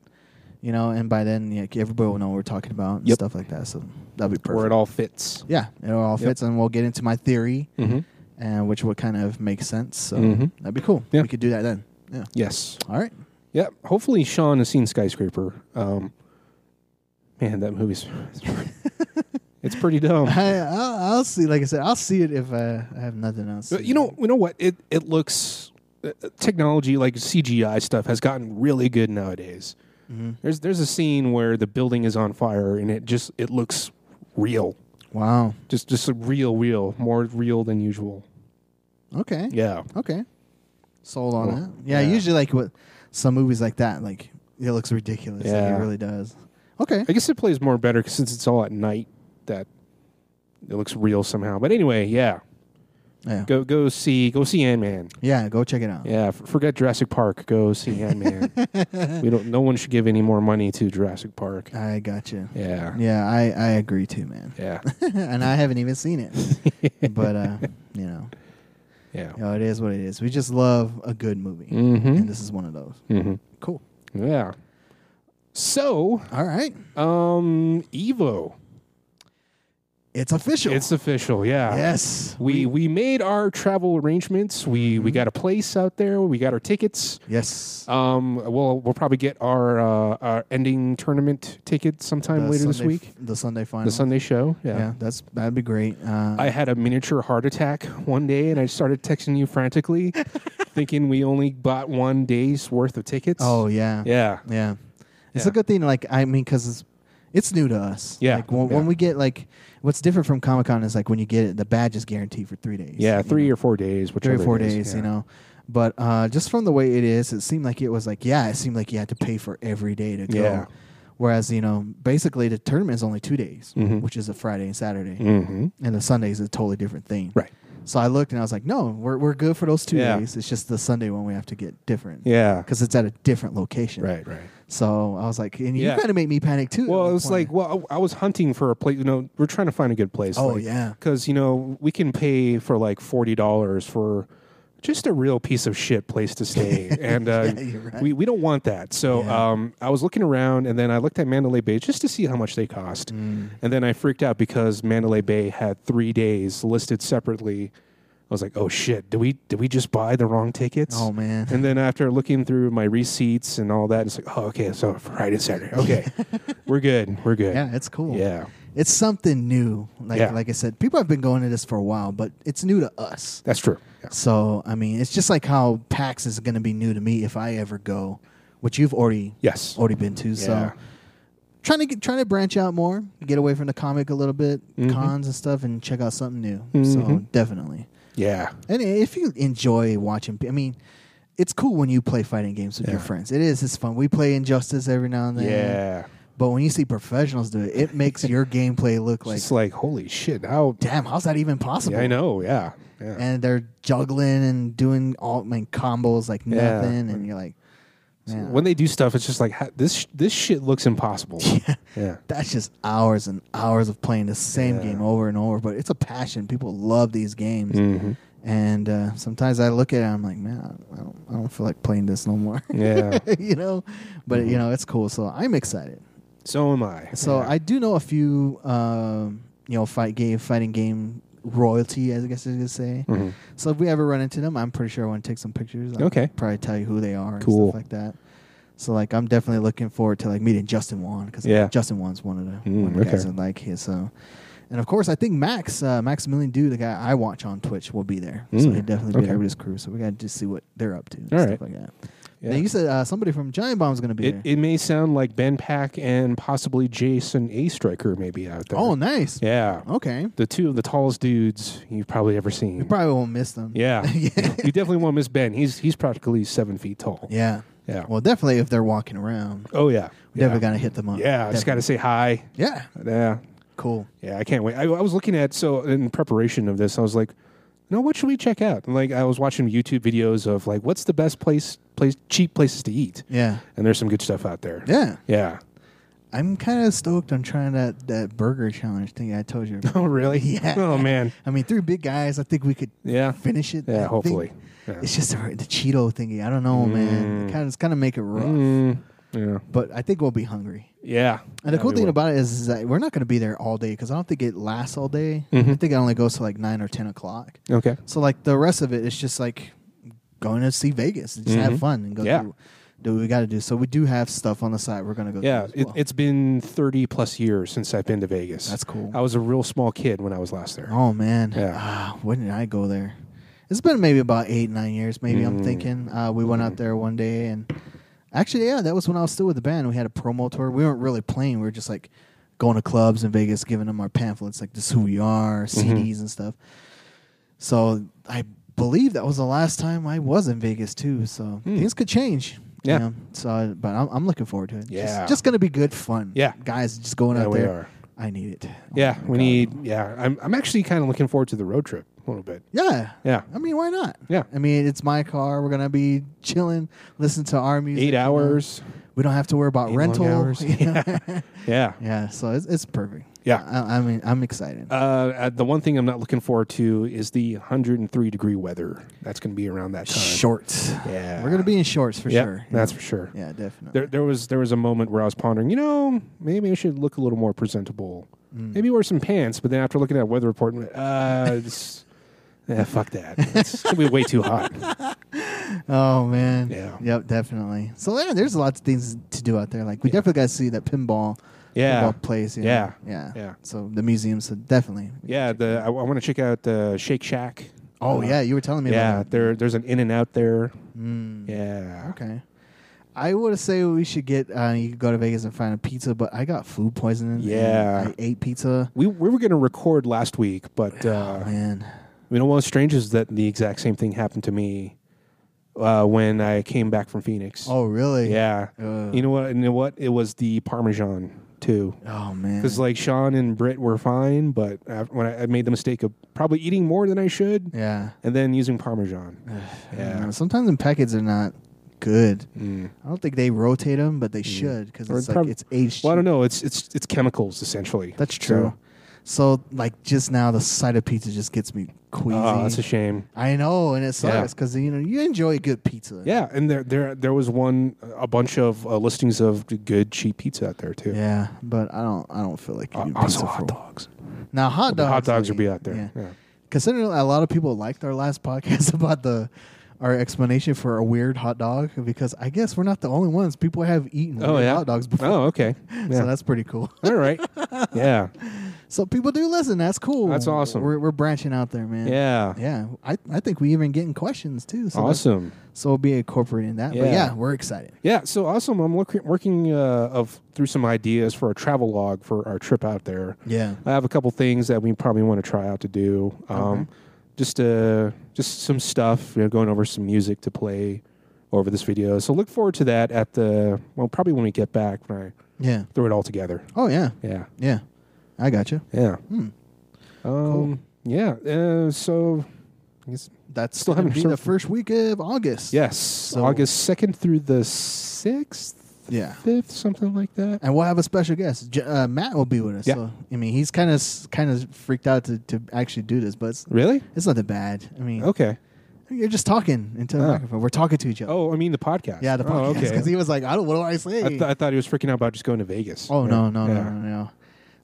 Speaker 2: You know, and by then, yeah, everybody will know what we're talking about and
Speaker 1: Yep.
Speaker 2: stuff like that. So that'd be perfect.
Speaker 1: Where it all fits.
Speaker 2: yeah, it all
Speaker 1: Yep.
Speaker 2: fits, and we'll get into my theory,
Speaker 1: Mm-hmm.
Speaker 2: and which would kind of make sense. So
Speaker 1: Mhm.
Speaker 2: that'd be cool.
Speaker 1: Yeah.
Speaker 2: We could do that then. Yeah.
Speaker 1: Yes.
Speaker 2: All right.
Speaker 1: Yeah. Hopefully, Sean has seen Skyscraper. Um, man, that movie's it's pretty dumb.
Speaker 2: I, I'll, I'll see. Like I said, I'll see it if uh, I have nothing else. to
Speaker 1: But you know, you know what? It it looks uh, uh, technology like CGI stuff has gotten really good nowadays.
Speaker 2: do. Mhm.
Speaker 1: There's there's a scene where the building is on fire and it just it looks real,
Speaker 2: Wow.
Speaker 1: just just a real real, more real than usual.
Speaker 2: Okay.
Speaker 1: Yeah,
Speaker 2: Okay. Sold on
Speaker 1: Cool.
Speaker 2: that. Yeah,
Speaker 1: Yeah.
Speaker 2: Usually, like with some movies like that, like it looks ridiculous. Like,
Speaker 1: Yeah.
Speaker 2: it really does. Okay.
Speaker 1: I guess it plays more better 'cause since it's all at night that it looks real somehow. But anyway, yeah,
Speaker 2: Yeah.
Speaker 1: go go see go see Ant Man.
Speaker 2: Yeah. Go check it out.
Speaker 1: Yeah, f- forget Jurassic Park. Go see Ant Man. we don't. No one should give any more money to Jurassic Park.
Speaker 2: I gotcha.
Speaker 1: Yeah,
Speaker 2: Yeah, I, I agree too, man.
Speaker 1: yeah,
Speaker 2: and I haven't even seen it, but uh, you know,
Speaker 1: yeah.
Speaker 2: you know, it is what it is. We just love a good movie,
Speaker 1: Mm-hmm.
Speaker 2: and this is one of those.
Speaker 1: Mm-hmm.
Speaker 2: Cool.
Speaker 1: Yeah. So,
Speaker 2: All right,
Speaker 1: um, Evo,
Speaker 2: it's official.
Speaker 1: it's official. Yeah.
Speaker 2: yes,
Speaker 1: We we made our travel arrangements. We
Speaker 2: Mm-hmm.
Speaker 1: we got a place out there. We got our tickets.
Speaker 2: yes.
Speaker 1: Um, we'll we'll probably get our uh, our ending tournament ticket sometime
Speaker 2: The
Speaker 1: later this
Speaker 2: Sunday
Speaker 1: week.
Speaker 2: f- the Sunday final.
Speaker 1: the Sunday show. Yeah.
Speaker 2: yeah. that's that'd be great. Uh,
Speaker 1: I had a miniature heart attack one day, and I started texting you frantically, thinking we only bought one day's worth of tickets.
Speaker 2: oh yeah,
Speaker 1: yeah,
Speaker 2: Yeah. It's
Speaker 1: Yeah.
Speaker 2: a good thing, like, I mean, because it's, it's new to us.
Speaker 1: Yeah.
Speaker 2: Like, when,
Speaker 1: Yeah.
Speaker 2: when we get, like, what's different from Comic Con is, like, when you get it, the badge is guaranteed for three days.
Speaker 1: yeah,
Speaker 2: you
Speaker 1: three
Speaker 2: know?
Speaker 1: or four days,
Speaker 2: three
Speaker 1: whichever
Speaker 2: or four
Speaker 1: it is.
Speaker 2: days, you
Speaker 1: Yeah.
Speaker 2: know. But uh, just from the way it is, it seemed like it was like, yeah, it seemed like you had to pay for every day to go.
Speaker 1: Yeah.
Speaker 2: Whereas, you know, basically the tournament is only two days,
Speaker 1: Mhm.
Speaker 2: which is a Friday and Saturday.
Speaker 1: Mm-hmm.
Speaker 2: And the Sunday is a totally different thing.
Speaker 1: Right.
Speaker 2: So I looked and I was like, no, we're, we're good for those two
Speaker 1: Yeah.
Speaker 2: days. It's just the Sunday one we have to get different.
Speaker 1: Yeah.
Speaker 2: Because it's at a different location.
Speaker 1: Right. Right.
Speaker 2: So I was like, and you
Speaker 1: Yeah.
Speaker 2: kind of made me panic too. at
Speaker 1: Well,
Speaker 2: one
Speaker 1: it was like,
Speaker 2: point.
Speaker 1: well, I I was hunting for a place. You know, we're trying to find a good place.
Speaker 2: oh yeah,
Speaker 1: because you know we can pay for like forty dollars for just a real piece of shit place to stay, and uh,
Speaker 2: Yeah, you're right.
Speaker 1: we we don't want that. So
Speaker 2: Yeah.
Speaker 1: um, I was looking around, and then I looked at Mandalay Bay just to see how much they cost,
Speaker 2: Mm.
Speaker 1: and then I freaked out because Mandalay Bay had three days listed separately. I was like, oh shit, did we did we just buy the wrong tickets?
Speaker 2: oh man,
Speaker 1: And then after looking through my receipts and all that, it's like, oh, okay, so Friday, Saturday, okay, we're good, we're good.
Speaker 2: yeah, it's cool.
Speaker 1: Yeah.
Speaker 2: it's something new. Like
Speaker 1: Yeah.
Speaker 2: like I said, people have been going to this for a while, but it's new to us.
Speaker 1: that's true. Yeah.
Speaker 2: So I mean, it's just like how PAX is going to be new to me if I ever go which you've already
Speaker 1: Yes.
Speaker 2: already been to.
Speaker 1: Yeah.
Speaker 2: So trying to get trying to branch out more, get away from the comic a little bit,
Speaker 1: Mhm.
Speaker 2: cons and stuff, and check out something new. So
Speaker 1: Mhm.
Speaker 2: definitely.
Speaker 1: Yeah.
Speaker 2: And if you enjoy watching, I mean, it's cool when you play fighting games with your
Speaker 1: Yeah.
Speaker 2: friends. It is. It's fun. We play Injustice every now and then.
Speaker 1: Yeah.
Speaker 2: But when you see professionals do it, it makes your gameplay look like,
Speaker 1: It's like, holy shit, how
Speaker 2: damn, how's that even possible?
Speaker 1: yeah, I know, yeah. Yeah.
Speaker 2: And they're juggling and doing all I mean, combos like
Speaker 1: Yeah.
Speaker 2: nothing, and you're like, man,
Speaker 1: When they do stuff, it's just like ha- this. sh- This shit looks impossible. Yeah,
Speaker 2: that's just hours and hours of playing the same
Speaker 1: Yeah.
Speaker 2: game over and over. But it's a passion. People love these games.
Speaker 1: Mhm.
Speaker 2: And uh, sometimes I look at it, I'm like, man, I don't, I don't feel like playing this no more.
Speaker 1: yeah. Mm-hmm.
Speaker 2: you know, but you know, it's cool. So I'm excited.
Speaker 1: so am I.
Speaker 2: So
Speaker 1: Yeah.
Speaker 2: I do know a few, um, you know, fight game, fighting game royalty, as I guess you could say.
Speaker 1: Mhm.
Speaker 2: So if we ever run into them, I'm pretty sure I want to take some pictures. I'll
Speaker 1: Okay.
Speaker 2: probably tell you who they are.
Speaker 1: Cool.
Speaker 2: and stuff like that. So like, I'm definitely looking forward to like meeting Justin Wan because
Speaker 1: Yeah.
Speaker 2: Justin Wan's one of the,
Speaker 1: Mm,
Speaker 2: one of the guys
Speaker 1: okay.
Speaker 2: I like here. So, and of course, I think Max uh, Maximilian Dew, the guy I watch on Twitch, will be there. So
Speaker 1: Mm,
Speaker 2: he'll definitely be
Speaker 1: okay.
Speaker 2: there with his crew. So we got to just see what they're up to. And
Speaker 1: All right.
Speaker 2: stuff like that.
Speaker 1: Yeah.
Speaker 2: Now you said uh, somebody from Giant Bomb's going to be
Speaker 1: it,
Speaker 2: there.
Speaker 1: it may sound like Ben Pack and possibly Jason A. Striker may be out there.
Speaker 2: oh, nice.
Speaker 1: yeah,
Speaker 2: Okay.
Speaker 1: the two of the tallest dudes you've probably ever seen.
Speaker 2: You probably won't miss them.
Speaker 1: yeah,
Speaker 2: yeah.
Speaker 1: you definitely won't miss Ben. He's he's practically seven feet tall.
Speaker 2: Yeah.
Speaker 1: Yeah.
Speaker 2: Well, definitely if they're walking around,
Speaker 1: Oh yeah.
Speaker 2: we
Speaker 1: yeah.
Speaker 2: definitely got to hit them up.
Speaker 1: yeah, I just got to say
Speaker 2: Definitely.
Speaker 1: hi.
Speaker 2: Yeah.
Speaker 1: Yeah,
Speaker 2: Cool.
Speaker 1: Yeah, I can't wait. I, I was looking at so in preparation of this, I was like, "No, what should we check out?" And like, I was watching YouTube videos of like, "What's the best place, place cheap places to eat?"
Speaker 2: Yeah.
Speaker 1: And there's some good stuff out there.
Speaker 2: Yeah.
Speaker 1: Yeah.
Speaker 2: I'm kind of stoked on trying that, that burger challenge thing I told you. about.
Speaker 1: Oh, really?
Speaker 2: Yeah.
Speaker 1: Oh man.
Speaker 2: I mean, three big guys, I think we could
Speaker 1: Yeah.
Speaker 2: finish it. I
Speaker 1: Yeah.
Speaker 2: think.
Speaker 1: hopefully. Yeah.
Speaker 2: It's just the, the Cheeto thingy. I don't know, man. It kind of, it's kind of make it rough.
Speaker 1: Mm, yeah.
Speaker 2: But I think we'll be hungry.
Speaker 1: Yeah.
Speaker 2: And the
Speaker 1: Yeah,
Speaker 2: cool
Speaker 1: we
Speaker 2: thing
Speaker 1: will.
Speaker 2: about it is, is that we're not going to be there all day because I don't think it lasts all day. I
Speaker 1: Mhm.
Speaker 2: think it only goes to like 9 or 10 o'clock.
Speaker 1: okay.
Speaker 2: So like the rest of it, it's just like going to see Vegas, and just
Speaker 1: Mhm.
Speaker 2: have fun and go
Speaker 1: Yeah.
Speaker 2: do, do what we got to do. So we do have stuff on the side. We're gonna go.
Speaker 1: Yeah,
Speaker 2: through as
Speaker 1: it,
Speaker 2: well.
Speaker 1: it's been 30 plus years since I've been to Vegas.
Speaker 2: that's cool.
Speaker 1: I was a real small kid when I was last there.
Speaker 2: Oh man,
Speaker 1: Yeah.
Speaker 2: ah, when did I go there? It's been maybe about eight nine years. Maybe I'm
Speaker 1: Mm.
Speaker 2: thinking uh, we went out there one day and actually yeah, that was when I was still with the band. We had a promo tour. We weren't really playing. We were just like going to clubs in Vegas, giving them our pamphlets like this is who we are,
Speaker 1: Mm-hmm.
Speaker 2: CDs and stuff. So I believe that was the last time I was in Vegas too. So things could change.
Speaker 1: Hmm.
Speaker 2: you
Speaker 1: Yeah.
Speaker 2: know. So, I- but I'm, I'm looking forward to it. Just-
Speaker 1: Yeah.
Speaker 2: Just, gonna be good fun.
Speaker 1: Yeah.
Speaker 2: Guys, just going
Speaker 1: Yeah,
Speaker 2: out
Speaker 1: we
Speaker 2: there.
Speaker 1: are.
Speaker 2: I need it. Oh
Speaker 1: Yeah,
Speaker 2: my
Speaker 1: we
Speaker 2: God.
Speaker 1: need. Yeah, I'm. I'm actually kind of looking forward to the road trip a little bit.
Speaker 2: Yeah.
Speaker 1: Yeah.
Speaker 2: I mean, why not?
Speaker 1: Yeah.
Speaker 2: I mean, it's my car. We're gonna be chilling, listen to our music. you
Speaker 1: Eight
Speaker 2: know.
Speaker 1: hours.
Speaker 2: We don't have to worry about
Speaker 1: Eight long
Speaker 2: rental.
Speaker 1: hours.
Speaker 2: Yeah.
Speaker 1: Yeah.
Speaker 2: yeah. So it's, it's perfect.
Speaker 1: Yeah.
Speaker 2: I, I mean, I'm excited.
Speaker 1: Uh, uh, the one thing I'm not looking forward to is the 103 degree weather. That's going to be around that time.
Speaker 2: shorts.
Speaker 1: Yeah,
Speaker 2: We're gonna be in shorts for
Speaker 1: Yep,
Speaker 2: sure.
Speaker 1: That's for sure.
Speaker 2: Yeah, definitely.
Speaker 1: There, there was there was a moment where I was pondering. You know, maybe I should look a little more presentable.
Speaker 2: Mm.
Speaker 1: Maybe wear some pants. But then after looking at weather report, I'm like, uh, it's, eh, fuck that. It's gonna be way too hot.
Speaker 2: Oh man.
Speaker 1: Yeah.
Speaker 2: Yep, definitely. So yeah, there's lots of things to do out there. Like we definitely got to see that pinball.
Speaker 1: Yeah.
Speaker 2: Pinball place. you know?
Speaker 1: Yeah.
Speaker 2: Yeah.
Speaker 1: Yeah.
Speaker 2: So the museum. So definitely.
Speaker 1: Yeah, the I, want to check out uh, Shake Shack.
Speaker 2: Oh
Speaker 1: Uh,
Speaker 2: yeah, you were telling me.
Speaker 1: yeah.
Speaker 2: About that.
Speaker 1: There, there's an in and out there.
Speaker 2: Mm.
Speaker 1: Yeah.
Speaker 2: Okay. I would say we should get. Uh, you could go to Vegas and find a pizza, but I got food poisoning. and
Speaker 1: Yeah.
Speaker 2: I ate pizza.
Speaker 1: We, we were going to record last week, but
Speaker 2: Oh
Speaker 1: uh,
Speaker 2: man.
Speaker 1: You know, what was strange is that the exact same thing happened to me uh, when I came back from Phoenix.
Speaker 2: Oh really? Uh.
Speaker 1: yeah.
Speaker 2: Ugh.
Speaker 1: you know what? You know what? It was the Parmesan too,
Speaker 2: Oh man.
Speaker 1: because like Sean and Britt were fine, but af when I, I made the mistake of probably eating more than I should,
Speaker 2: yeah.
Speaker 1: and then using Parmesan.
Speaker 2: I don't
Speaker 1: Yeah.
Speaker 2: know. Sometimes in packets are not good.
Speaker 1: Mm.
Speaker 2: I don't think they rotate them, but they should because
Speaker 1: Or
Speaker 2: it's
Speaker 1: prob-
Speaker 2: like it's aged.
Speaker 1: Well, I don't know. It's it's it's chemicals essentially.
Speaker 2: That's true. So, like just now, the sight of pizza just gets me
Speaker 1: So,
Speaker 2: queasy.
Speaker 1: oh, that's a shame.
Speaker 2: I know, and it
Speaker 1: Yeah.
Speaker 2: sucks because you know you enjoy good pizza.
Speaker 1: Yeah, and there there there was one a bunch of uh, listings of good cheap pizza out there too.
Speaker 2: Yeah, but I don't. I don't feel like
Speaker 1: Uh,
Speaker 2: eating
Speaker 1: also
Speaker 2: pizza for
Speaker 1: hot
Speaker 2: a while.
Speaker 1: dogs.
Speaker 2: Now hot dogs.
Speaker 1: hot dogs
Speaker 2: I
Speaker 1: will be
Speaker 2: mean,
Speaker 1: out there.
Speaker 2: yeah.
Speaker 1: Yeah.
Speaker 2: Considering a lot of people liked our last podcast about the our explanation for a weird hot dog because I guess we're not the only ones. People have eaten
Speaker 1: Oh
Speaker 2: weird
Speaker 1: yeah,
Speaker 2: hot dogs before.
Speaker 1: Oh okay,
Speaker 2: So
Speaker 1: yeah.
Speaker 2: that's pretty cool.
Speaker 1: all right. Yeah,
Speaker 2: so people do listen. That's cool.
Speaker 1: That's awesome.
Speaker 2: We're, we're branching out there, man.
Speaker 1: yeah,
Speaker 2: Yeah. I, I think we even getting questions too. So that's-
Speaker 1: awesome.
Speaker 2: So we'll be incorporating that. But
Speaker 1: Yeah.
Speaker 2: yeah, we're excited.
Speaker 1: Yeah, so awesome. I'm look, working uh, of through some ideas for a travel log for our trip out there.
Speaker 2: Yeah.
Speaker 1: I have a couple things that we probably want to try out to do. Um, Just uh, just some stuff, you know, going over some music to play over this video. So look forward to that at the well, probably when we get back when I
Speaker 2: Yeah.
Speaker 1: throw it all together.
Speaker 2: Oh yeah.
Speaker 1: Yeah,
Speaker 2: Yeah. I got you.
Speaker 1: yeah,
Speaker 2: Hmm.
Speaker 1: um, yeah. Uh, so I guess,
Speaker 2: That's
Speaker 1: Still
Speaker 2: still
Speaker 1: haven't
Speaker 2: gonna be
Speaker 1: served-
Speaker 2: the first week of August.
Speaker 1: yes,
Speaker 2: So-
Speaker 1: August second through the sixth,
Speaker 2: Yeah.
Speaker 1: fifth, something like that.
Speaker 2: And we'll have a special guest. J- uh, Matt will be with us.
Speaker 1: Yeah.
Speaker 2: So, I mean, he's kind of kind of freaked out to, to actually do this, but it's,
Speaker 1: Really?
Speaker 2: it's not that bad. I mean,
Speaker 1: Okay.
Speaker 2: you're just talking into the
Speaker 1: Oh.
Speaker 2: microphone. We're talking to each other.
Speaker 1: Oh, I mean the podcast.
Speaker 2: yeah, the
Speaker 1: Oh,
Speaker 2: podcast. Because he was like, I don't. What do I say?
Speaker 1: I, th- I thought he was freaking out about just going to Vegas.
Speaker 2: oh no,
Speaker 1: Yeah.
Speaker 2: no,
Speaker 1: Yeah.
Speaker 2: no, no, no.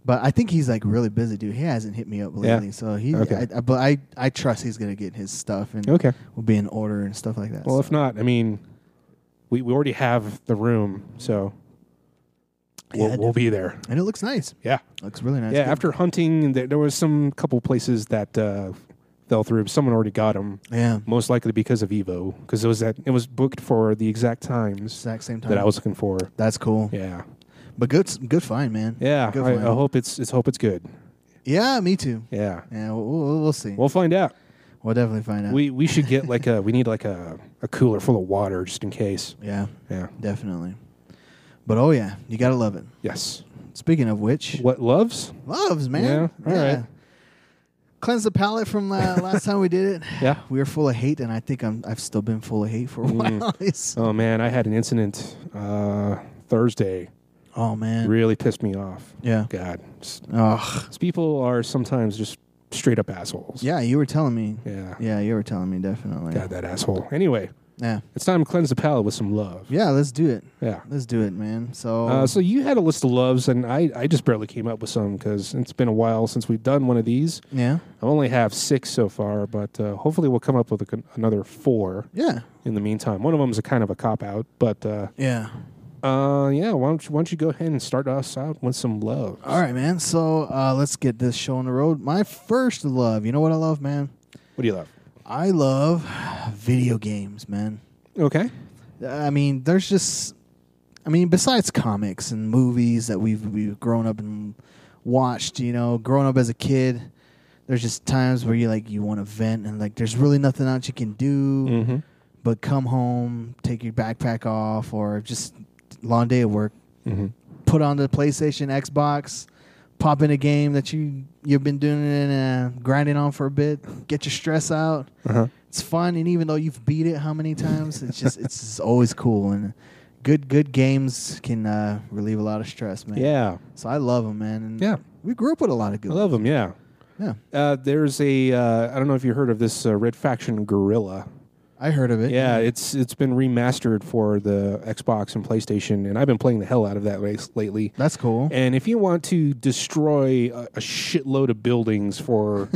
Speaker 2: But I think he's like really busy, dude. He hasn't hit me up
Speaker 1: Yeah.
Speaker 2: lately, so he.
Speaker 1: Okay.
Speaker 2: I, I- but I, I trust he's gonna get his stuff and
Speaker 1: Okay.
Speaker 2: will be in order and stuff like that.
Speaker 1: Well,
Speaker 2: so.
Speaker 1: if not, I mean, we, we already have the room, so we'll,
Speaker 2: Yeah,
Speaker 1: we'll be there.
Speaker 2: and it looks nice.
Speaker 1: Yeah.
Speaker 2: Looks really nice.
Speaker 1: yeah.
Speaker 2: Good.
Speaker 1: After hunting, there, there was some couple places that uh, fell through. Someone already got them,
Speaker 2: yeah,
Speaker 1: most likely because of Evo, because it was that it was booked for the exact times
Speaker 2: exact same time.
Speaker 1: that I was looking for.
Speaker 2: That's cool.
Speaker 1: Yeah.
Speaker 2: But good, s- good find, man.
Speaker 1: Yeah.
Speaker 2: good
Speaker 1: I, oh, I
Speaker 2: find.
Speaker 1: hope it's, it's hope it's good.
Speaker 2: Yeah, me too.
Speaker 1: Yeah.
Speaker 2: Yeah, we'll, we'll, we'll see.
Speaker 1: We'll find out.
Speaker 2: We'll definitely find out.
Speaker 1: We we should get like a we need like a, a cooler full of water just in case.
Speaker 2: yeah,
Speaker 1: Yeah.
Speaker 2: definitely. But oh yeah, you gotta love it.
Speaker 1: Yes.
Speaker 2: Speaking of which,
Speaker 1: What loves?
Speaker 2: loves man.
Speaker 1: Yeah, all right.
Speaker 2: Cleanse the palate from la- last time we did it.
Speaker 1: Yeah.
Speaker 2: we were full of hate, and I think I'm I've still been full of hate for a while. It's-
Speaker 1: Oh man, I had an incident uh, Thursday.
Speaker 2: oh man,
Speaker 1: Really pissed me off.
Speaker 2: yeah.
Speaker 1: God, S-
Speaker 2: Ugh.
Speaker 1: these people are sometimes just straight up assholes.
Speaker 2: Yeah, you were telling me.
Speaker 1: Yeah.
Speaker 2: Yeah, you were telling me definitely.
Speaker 1: God, that asshole. Anyway,
Speaker 2: Yeah,
Speaker 1: it's time to cleanse the palate with some love.
Speaker 2: yeah. Oh. Let's do it.
Speaker 1: Yeah.
Speaker 2: Let's do it, man. So,
Speaker 1: Uh, so you had a list of loves, and I, I just barely came up with some because it's been a while since we've done one of these.
Speaker 2: yeah,
Speaker 1: I only have six so far, but uh, hopefully we'll come up with a, con- another four
Speaker 2: yeah,
Speaker 1: in the meantime. One of them is a kind of a cop out, but uh,
Speaker 2: yeah.
Speaker 1: uh, yeah. Why don't, you, why don't you go ahead and start us out with some love?
Speaker 2: All right, man. So uh, let's get this show on the road. My first love. You know what I love, man?
Speaker 1: What do you love?
Speaker 2: I love video games, man.
Speaker 1: Okay.
Speaker 2: I mean, there's just, I mean, besides comics and movies that we've we've grown up and watched, you know, growing up as a kid, there's just times where you like you want to vent and like there's really nothing else you can do
Speaker 1: Mm-hmm.
Speaker 2: but come home, take your backpack off, or just long day at work,
Speaker 1: Mm-hmm.
Speaker 2: put on the PlayStation, Xbox, pop in a game that you you've been doing it and uh, grinding on for a bit, get your stress out.
Speaker 1: Uh-huh.
Speaker 2: It's fun, and even though you've beat it how many times, it's just it's just always cool and good good games can uh, relieve a lot of stress, man.
Speaker 1: Yeah.
Speaker 2: So I love them, man. And
Speaker 1: Yeah.
Speaker 2: we grew up with a lot of good.
Speaker 1: I love them. Yeah.
Speaker 2: yeah,
Speaker 1: Uh, there's a uh, I don't know if you heard of this uh, Red Faction Gorilla.
Speaker 2: I heard of it.
Speaker 1: Yeah, it's it's been remastered for the Xbox and PlayStation, and I've been playing the hell out of that race lately.
Speaker 2: that's cool.
Speaker 1: And if you want to destroy a, a shitload of buildings for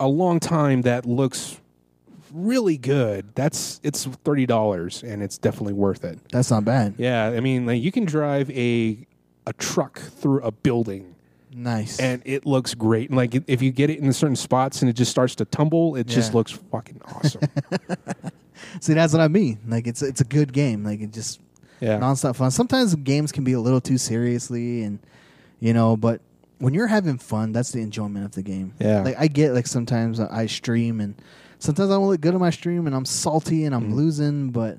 Speaker 1: a long time that looks really good, that's it's thirty dollars, and it's definitely worth it.
Speaker 2: That's not bad.
Speaker 1: Yeah, I mean, like you can drive a a truck through a building
Speaker 2: Nice.
Speaker 1: and it looks great. And like if- if you get it in certain spots and it just starts to tumble, it just
Speaker 2: Yeah.
Speaker 1: looks fucking awesome.
Speaker 2: See, that's what I mean. Like it's it's a good game. Like it just
Speaker 1: yeah.
Speaker 2: nonstop fun. Sometimes games can be a little too seriously, and you know, but when you're having fun, that's the enjoyment of the game.
Speaker 1: Yeah.
Speaker 2: like I get like sometimes I stream, and sometimes I don't look good on my stream, and I'm salty and I'm
Speaker 1: Mm-hmm.
Speaker 2: losing, but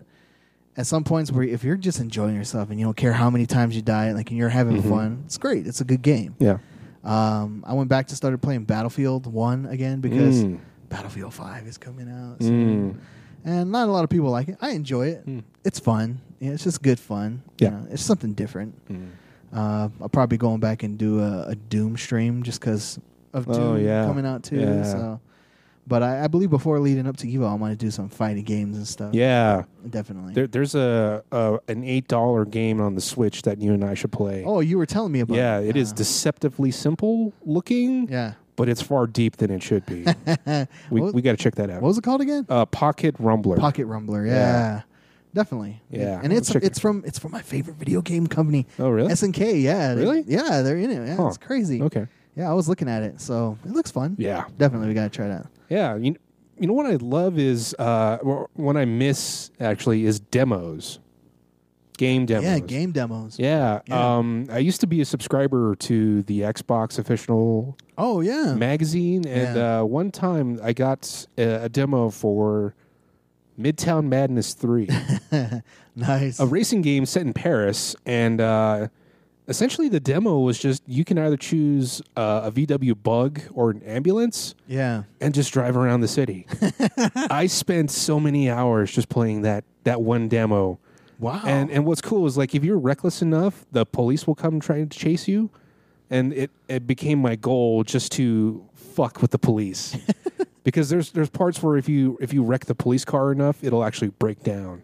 Speaker 2: at some points where if you're just enjoying yourself and you don't care how many times you die, like and you're having
Speaker 1: Mm-hmm.
Speaker 2: fun, it's great. It's a good game.
Speaker 1: yeah.
Speaker 2: Um, I went back to started playing Battlefield One again because
Speaker 1: Mm.
Speaker 2: Battlefield Five is coming out. soon
Speaker 1: Mm.
Speaker 2: and not a lot of people like it. I enjoy it. It's fun. Yeah, it's just good fun.
Speaker 1: Hmm. Yeah. Hmm.
Speaker 2: know, it's something different. Uh, I'll probably be going back and do a, a Doom stream just because of Doom
Speaker 1: Oh, yeah.
Speaker 2: coming out too.
Speaker 1: Yeah.
Speaker 2: So, but I, I believe before leading up to Evo, I want to do some fighting games and stuff.
Speaker 1: Yeah.
Speaker 2: definitely.
Speaker 1: There, there's a, a an eight dollar game on the Switch that you and I should play.
Speaker 2: oh, you were telling me about.
Speaker 1: yeah, it is
Speaker 2: Uh,
Speaker 1: deceptively simple looking,
Speaker 2: yeah,
Speaker 1: but it's far deep than it should be. we
Speaker 2: What-
Speaker 1: we got to check that out.
Speaker 2: What was it called again?
Speaker 1: uh, Pocket Rumbler.
Speaker 2: Pocket Rumbler. Yeah.
Speaker 1: Yeah.
Speaker 2: Definitely.
Speaker 1: Yeah.
Speaker 2: And it's
Speaker 1: Check it.
Speaker 2: it's from it's from my favorite video game company.
Speaker 1: Oh, really?
Speaker 2: SNK, yeah. They-
Speaker 1: Really?
Speaker 2: yeah, they're in it. Yeah,
Speaker 1: Huh.
Speaker 2: it's crazy.
Speaker 1: okay.
Speaker 2: Yeah, I was looking at it. So, it looks fun.
Speaker 1: Yeah.
Speaker 2: Definitely we got to try that.
Speaker 1: Yeah. You, you know what I love is uh, wh- what I miss actually is demos, game demos.
Speaker 2: Yeah, game demos.
Speaker 1: Yeah.
Speaker 2: Yeah.
Speaker 1: Um, I used to be a subscriber to the Xbox official
Speaker 2: Oh, yeah.
Speaker 1: magazine, and
Speaker 2: Yeah.
Speaker 1: uh, one time I got uh, a, a demo for Midtown Madness Three,
Speaker 2: nice.
Speaker 1: a racing game set in Paris, and uh, essentially the demo was just you can either choose uh, a VW Bug or an ambulance
Speaker 2: yeah.
Speaker 1: and just drive around the city. I spent so many hours just playing that that one demo.
Speaker 2: Wow.
Speaker 1: And and what's cool is like if you're reckless enough, the police will come try to chase you. And it, it became my goal just to fuck with the police. because there's there's parts where if you if you wreck the police car enough, it'll actually break down.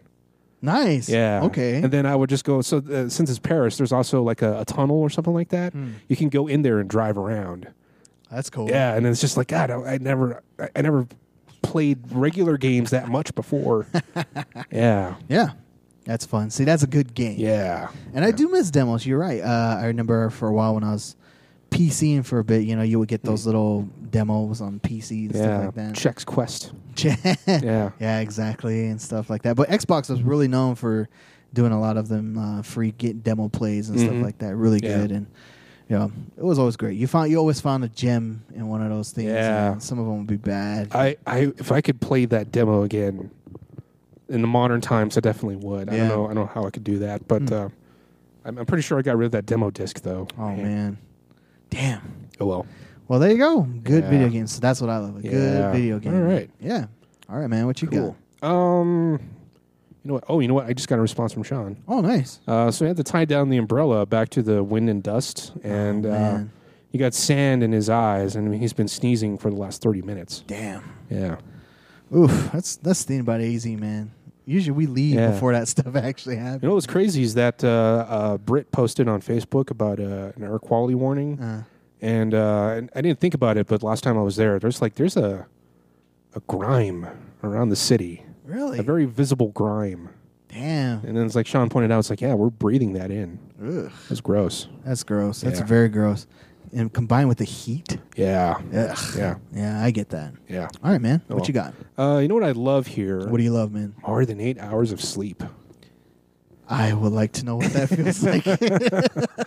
Speaker 2: nice.
Speaker 1: Yeah.
Speaker 2: Okay.
Speaker 1: And then I would just go so uh, since it's Paris, there's also like a, a tunnel or something like that.
Speaker 2: Hmm.
Speaker 1: You can go in there and drive around.
Speaker 2: That's cool.
Speaker 1: Yeah, and it's just like God, I, I never, I, I never played regular games that much before. yeah,
Speaker 2: Yeah. That's fun. See, that's a good game.
Speaker 1: yeah,
Speaker 2: And I do miss demos. You're right. Uh, I remember for a while when I was PCing for a bit, you know, you would get those little demos on PC and
Speaker 1: yeah.
Speaker 2: stuff like that.
Speaker 1: Checks Quest. Yeah.
Speaker 2: yeah, exactly, and stuff like that. But Xbox was really known for doing a lot of them uh, free get demo plays and
Speaker 1: Mhm.
Speaker 2: stuff like that. Really
Speaker 1: Yeah.
Speaker 2: good, and you know, it was always great. You found you always found a gem in one of those things.
Speaker 1: Yeah.
Speaker 2: and some of them would be bad.
Speaker 1: I, I, if I could play that demo again in the modern times, I definitely would. I don't
Speaker 2: Yeah. Hmm.
Speaker 1: know, I don't know how I could do that, but uh, I'm, I'm pretty sure I got rid of that demo disc though.
Speaker 2: oh man, damn.
Speaker 1: Oh well.
Speaker 2: Well, there you go. Good
Speaker 1: Yeah.
Speaker 2: video games. So that's what I love. A
Speaker 1: Yeah.
Speaker 2: good video game.
Speaker 1: All right.
Speaker 2: Yeah. All right, man. What you got?
Speaker 1: Um, you know what? Oh, you know what? I just got a response from Sean.
Speaker 2: Oh, nice.
Speaker 1: Uh, so he had to tie down the umbrella back to the wind and dust, and uh,
Speaker 2: Oh, man.
Speaker 1: he got sand in his eyes, and he's been sneezing for the last thirty minutes.
Speaker 2: Damn.
Speaker 1: Yeah,
Speaker 2: Oof. That's that's thinking about easy, man. Usually we leave
Speaker 1: Yeah.
Speaker 2: before that stuff actually happens.
Speaker 1: you know what's crazy is that uh, uh, Britt posted on Facebook about uh, an air quality warning,
Speaker 2: Uh,
Speaker 1: and, uh, and I didn't think about it, but last time I was there, there's like there's a a grime around the city,
Speaker 2: really?
Speaker 1: a very visible grime,
Speaker 2: Damn.
Speaker 1: and then it's like Sean pointed out, it's like yeah, we're breathing that in.
Speaker 2: Ugh.
Speaker 1: That's gross.
Speaker 2: That's gross. That's
Speaker 1: Yeah.
Speaker 2: very gross. And combined with the heat.
Speaker 1: Yeah,
Speaker 2: Ugh.
Speaker 1: yeah,
Speaker 2: Yeah, I get that.
Speaker 1: yeah.
Speaker 2: All right, man.
Speaker 1: Oh,
Speaker 2: What you got?
Speaker 1: Uh, you know what I love here?
Speaker 2: What do you love, man?
Speaker 1: more than eight hours of sleep.
Speaker 2: I would like to know what that feels like.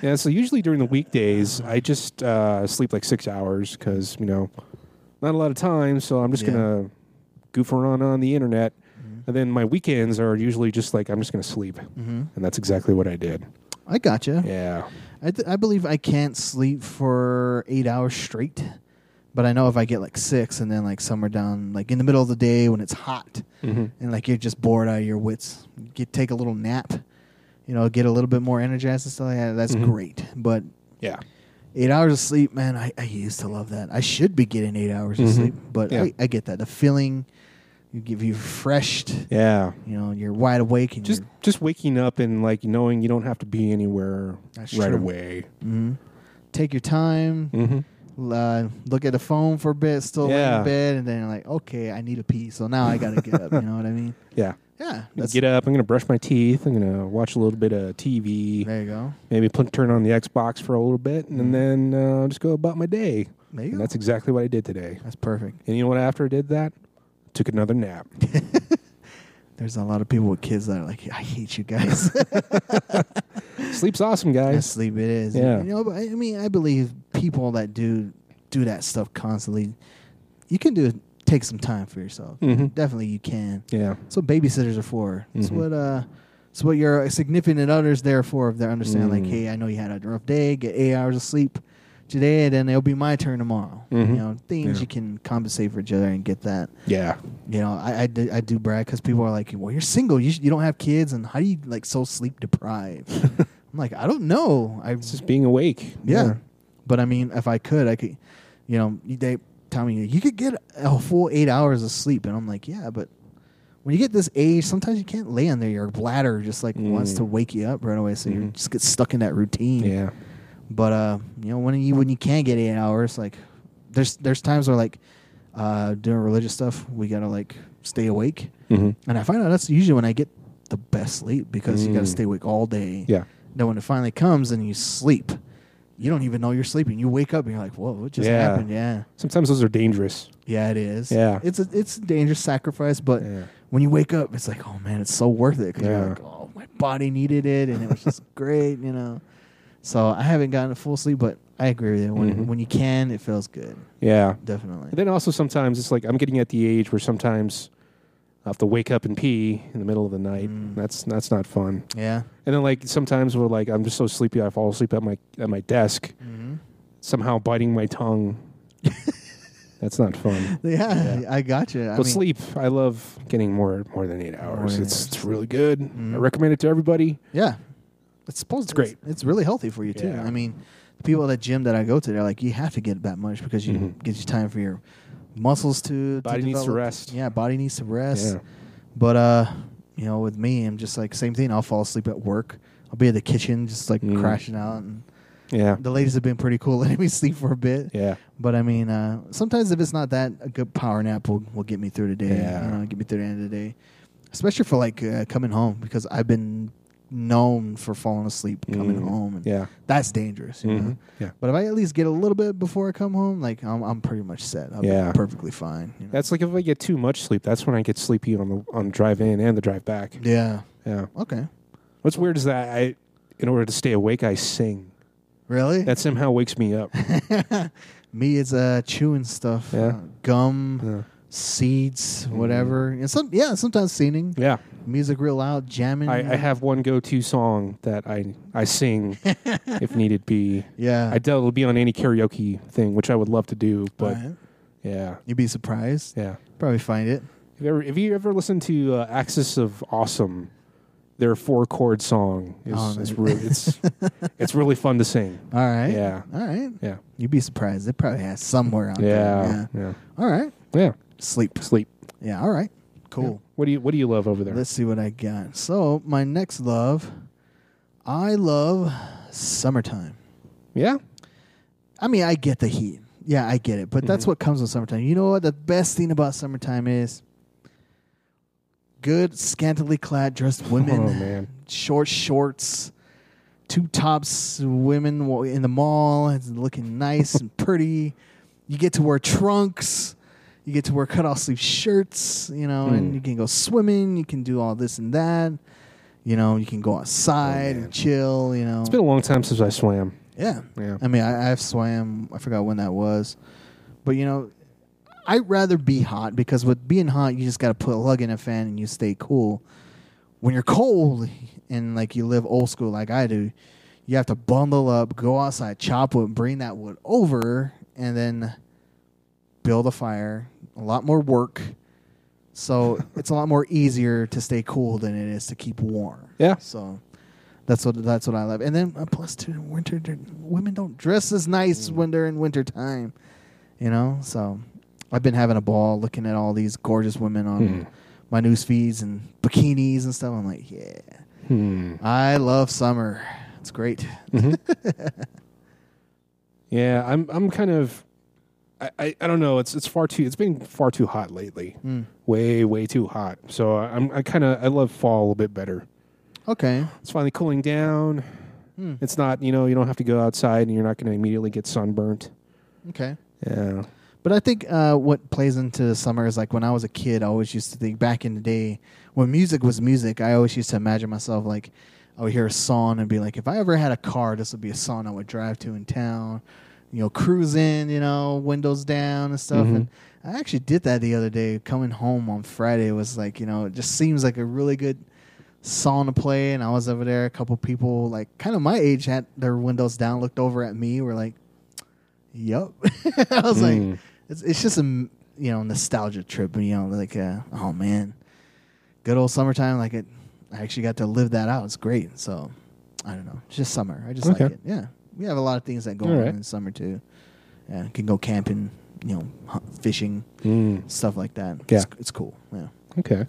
Speaker 1: Yeah, so usually during the weekdays, I just uh, sleep like six hours because you know, not a lot of time. So I'm just
Speaker 2: Yeah. Mm-hmm.
Speaker 1: gonna goof around on the internet, and then my weekends are usually just like I'm just gonna sleep,
Speaker 2: Mm-hmm.
Speaker 1: and that's exactly what I did.
Speaker 2: I gotcha.
Speaker 1: Yeah,
Speaker 2: I, th- I believe I can't sleep for eight hours straight, but I know if I get like six and then like somewhere down, like in the middle of the day when it's hot
Speaker 1: Mm-hmm.
Speaker 2: and like you're just bored out of your wits, get take a little nap, you know, get a little bit more energized and stuff like that. That's
Speaker 1: Mm-hmm.
Speaker 2: great. But
Speaker 1: yeah,
Speaker 2: eight hours of sleep, man, I, I used to love that. I should be getting eight hours
Speaker 1: Mhm.
Speaker 2: of sleep, but
Speaker 1: Yeah.
Speaker 2: I, I get that. The feeling, you give you refreshed,
Speaker 1: yeah.
Speaker 2: you know, you're wide awake and
Speaker 1: Just
Speaker 2: you're-
Speaker 1: just waking up and like knowing you don't have to be anywhere
Speaker 2: That's
Speaker 1: right
Speaker 2: true.
Speaker 1: away.
Speaker 2: Mhm. take your time.
Speaker 1: Mm-hmm.
Speaker 2: uh, look at the phone for a bit, still laying
Speaker 1: Yeah.
Speaker 2: in bed, and then like, okay, I need a pee, so now I gotta get up. You know what I mean?
Speaker 1: Yeah,
Speaker 2: Yeah,
Speaker 1: get up. I'm gonna brush my teeth. I'm gonna watch a little bit of TV.
Speaker 2: There you go.
Speaker 1: maybe pl- turn on the Xbox for a little bit,
Speaker 2: Mm-hmm.
Speaker 1: and then uh, just go about my day.
Speaker 2: There you
Speaker 1: And
Speaker 2: go.
Speaker 1: that's exactly what I did today.
Speaker 2: That's perfect.
Speaker 1: And you know what? After I did that, took another nap.
Speaker 2: There's a lot of people with kids that are like, I hate you guys.
Speaker 1: Sleep's awesome,
Speaker 2: I
Speaker 1: guys.
Speaker 2: sleep it is.
Speaker 1: Yeah.
Speaker 2: You know, but I I mean, I believe people that do do that stuff constantly. You can do take some time for yourself.
Speaker 1: Mhm.
Speaker 2: Definitely, you can.
Speaker 1: Yeah,
Speaker 2: That's what babysitters are for. It's
Speaker 1: Mhm.
Speaker 2: what uh, it's what your significant other's there for. If they understand, like,
Speaker 1: Mm.
Speaker 2: hey, I know you had a rough day, get eight hours of sleep today, and then it'll be my turn tomorrow.
Speaker 1: Mhm.
Speaker 2: You know, things
Speaker 1: Yeah.
Speaker 2: you can compensate for each other and get that.
Speaker 1: yeah,
Speaker 2: You know, I I do, I do brag because people are like, well, you're single, you sh- you don't have kids, and how do you like so sleep deprived? I'm like, I don't know. I
Speaker 1: it's just being awake.
Speaker 2: yeah. But I mean, if I could, I could, you know, you- they tell me you could get a full eight hours of sleep, and I'm like, yeah, but when you get this age, sometimes you can't lay on there. Your bladder just like wants
Speaker 1: Mm.
Speaker 2: to wake you up right away, so you
Speaker 1: Mhm.
Speaker 2: Mm-hmm. just get stuck in that routine.
Speaker 1: yeah,
Speaker 2: But uh, you know, when you when you can get eight hours, like there's there's times where like uh, doing religious stuff, we gotta like stay awake.
Speaker 1: Mhm.
Speaker 2: And I find out that's usually when I get the best sleep because you gotta
Speaker 1: Mm.
Speaker 2: stay awake all day.
Speaker 1: Yeah.
Speaker 2: Then when it finally comes and you sleep, you don't even know you're sleeping. You wake up and you're like, "Whoa, what just
Speaker 1: Yeah.
Speaker 2: happened?" Yeah,
Speaker 1: Sometimes those are dangerous.
Speaker 2: yeah, it is.
Speaker 1: Yeah.
Speaker 2: it's a it's a dangerous sacrifice, but
Speaker 1: Yeah.
Speaker 2: when you wake up, it's like, "Oh man, it's so worth it." Cause
Speaker 1: Yeah.
Speaker 2: you're like, "Oh, my body needed it, and it was just great," you know. So I haven't gotten a full sleep, but I agree with you. When
Speaker 1: Mhm.
Speaker 2: when you can, it feels good,
Speaker 1: Yeah.
Speaker 2: definitely.
Speaker 1: And then also sometimes it's like I'm getting at the age where sometimes I have to wake up and pee in the middle of the night.
Speaker 2: Mm.
Speaker 1: That's that's not fun.
Speaker 2: Yeah.
Speaker 1: And then like sometimes we're like I'm just so sleepy I fall asleep at my at my desk
Speaker 2: Mm-hmm.
Speaker 1: somehow biting my tongue. that's not fun.
Speaker 2: Yeah, I got you. I
Speaker 1: but
Speaker 2: mean,
Speaker 1: sleep, I love getting more more than eight hours.
Speaker 2: than
Speaker 1: it's
Speaker 2: eight
Speaker 1: it's really good.
Speaker 2: Mhm.
Speaker 1: I recommend it to everybody.
Speaker 2: Yeah, it's supposed it's
Speaker 1: great.
Speaker 2: It's, really healthy for you too.
Speaker 1: Yeah.
Speaker 2: I mean, the people at the gym that I go to, they're like, you have to get that much because you
Speaker 1: Mhm.
Speaker 2: gives you time for your muscles to
Speaker 1: Body
Speaker 2: to
Speaker 1: needs to
Speaker 2: develop.
Speaker 1: rest.
Speaker 2: Yeah, body needs to rest.
Speaker 1: Yeah.
Speaker 2: But uh, you know, with me, I'm just like same thing. I'll fall asleep at work. I'll be in the kitchen, just like
Speaker 1: Mm.
Speaker 2: crashing out. And
Speaker 1: Yeah.
Speaker 2: the ladies have been pretty cool, letting me sleep for a bit.
Speaker 1: Yeah.
Speaker 2: But I mean, uh, sometimes if it's not that, a good power nap will, will get me through the day.
Speaker 1: Yeah.
Speaker 2: You know, get me through the end of the day. Especially for like uh, coming home because I've been known for falling asleep coming
Speaker 1: Mm.
Speaker 2: home. And
Speaker 1: Yeah.
Speaker 2: That's dangerous. You know?
Speaker 1: Mhm. Yeah.
Speaker 2: But if I at least get a little bit before I come home, like I'm, I'm pretty much set. I'll
Speaker 1: Yeah.
Speaker 2: be perfectly fine. you know?
Speaker 1: That's like if I get too much sleep, that's when I get sleepy on the on drive in and the drive back.
Speaker 2: yeah.
Speaker 1: Yeah.
Speaker 2: Okay.
Speaker 1: What's weird is that I, in order to stay awake, I sing.
Speaker 2: Really?
Speaker 1: That somehow wakes me up.
Speaker 2: me is uh, chewing stuff,
Speaker 1: Yeah.
Speaker 2: uh, gum,
Speaker 1: Yeah. Mm-hmm.
Speaker 2: seeds, whatever. And some yeah, sometimes singing,
Speaker 1: Yeah,
Speaker 2: music real loud, jamming.
Speaker 1: I, I have one go-to song that I I sing if needed be.
Speaker 2: yeah.
Speaker 1: I doubt it'll be on any karaoke thing, which I would love to do. But
Speaker 2: Alright.
Speaker 1: yeah,
Speaker 2: You'd be surprised.
Speaker 1: yeah.
Speaker 2: Probably find it.
Speaker 1: Have you ever have you ever listened to uh, Axis of Awesome? Their four chord song is
Speaker 2: Oh,
Speaker 1: it's,
Speaker 2: nice.
Speaker 1: re- it's it's really fun to sing.
Speaker 2: All right.
Speaker 1: Yeah.
Speaker 2: All right.
Speaker 1: Yeah,
Speaker 2: You'd be surprised. It probably has somewhere out
Speaker 1: yeah,
Speaker 2: there.
Speaker 1: yeah,
Speaker 2: Yeah. All right.
Speaker 1: yeah.
Speaker 2: Sleep.
Speaker 1: Sleep.
Speaker 2: Yeah. All right. Cool.
Speaker 1: What do you What do you love over there?
Speaker 2: Let's see what I got. So my next love, I love summertime.
Speaker 1: Yeah,
Speaker 2: I mean, I get the heat. Yeah, I get it. But that's
Speaker 1: Mm-hmm.
Speaker 2: what comes with summertime. You know what? The best thing about summertime is good, scantily clad, dressed women,
Speaker 1: Oh, man.
Speaker 2: short shorts, two tops, women wa- in the mall, it's looking nice and pretty. You get to wear trunks. You get to wear cut off sleeve shirts, you know, and
Speaker 1: Mm.
Speaker 2: you can go swimming. You can do all this and that. You know, you can go outside
Speaker 1: Oh, man.
Speaker 2: and chill, you know.
Speaker 1: it's been a long time since I swam.
Speaker 2: Yeah.
Speaker 1: Yeah.
Speaker 2: I mean, I, I've swam. I forgot when that was, but you know, I'd rather be hot because with being hot, you just got to put a lug in a fan and you stay cool. When you're cold and like you live old school like I do, you have to bundle up, go outside, chop wood, bring that wood over, and then build a fire. A lot more work. So it's a lot more easier to stay cool than it is to keep warm.
Speaker 1: Yeah.
Speaker 2: So that's what that's what I love. And then uh, plus two in winter they're- women don't dress as nice when they're in winter time. You know? So I've been having a ball looking at all these gorgeous women on
Speaker 1: Mhm.
Speaker 2: my news feeds and bikinis and stuff. I'm like, yeah.
Speaker 1: Hmm.
Speaker 2: I love summer. It's great.
Speaker 1: Yeah, I'm I'm kind of I, I, I don't know, it's it's far too it's been far too hot lately.
Speaker 2: Mm.
Speaker 1: Way, way too hot. So I- I'm I kinda I love fall a little bit better.
Speaker 2: Okay.
Speaker 1: It's finally cooling down.
Speaker 2: Hmm.
Speaker 1: It's not you know, you don't have to go outside and you're not gonna immediately get sunburnt.
Speaker 2: Okay.
Speaker 1: Yeah.
Speaker 2: But I think uh, what plays into the summer is like when I was a kid, I always used to think back in the day when music was music, I always used to imagine myself like I would hear a song and be like, if I ever had a car, this would be a song I would drive to in town, you know, cruising, you know, windows down and stuff.
Speaker 1: Mhm.
Speaker 2: And I actually did that the other day. Coming home on Friday was like, you know, it just seems like a really good song to play. And I was over there, a couple people like kind of my age had their windows down, looked over at me, were like, Yup. I was
Speaker 1: Mm.
Speaker 2: like, it's, it's just a m- you know nostalgia trip. You know, like uh, oh man, good old summertime. Like it, I actually got to live that out. It's great. So I don't know. It's just summer. I just like
Speaker 1: Okay.
Speaker 2: it. Yeah, we have a lot of things that go
Speaker 1: All
Speaker 2: on
Speaker 1: right.
Speaker 2: in the summer too. Yeah, you can go camping. You know, hu- fishing
Speaker 1: Mm.
Speaker 2: stuff like that.
Speaker 1: Yeah.
Speaker 2: It's, it's cool. Yeah.
Speaker 1: Okay.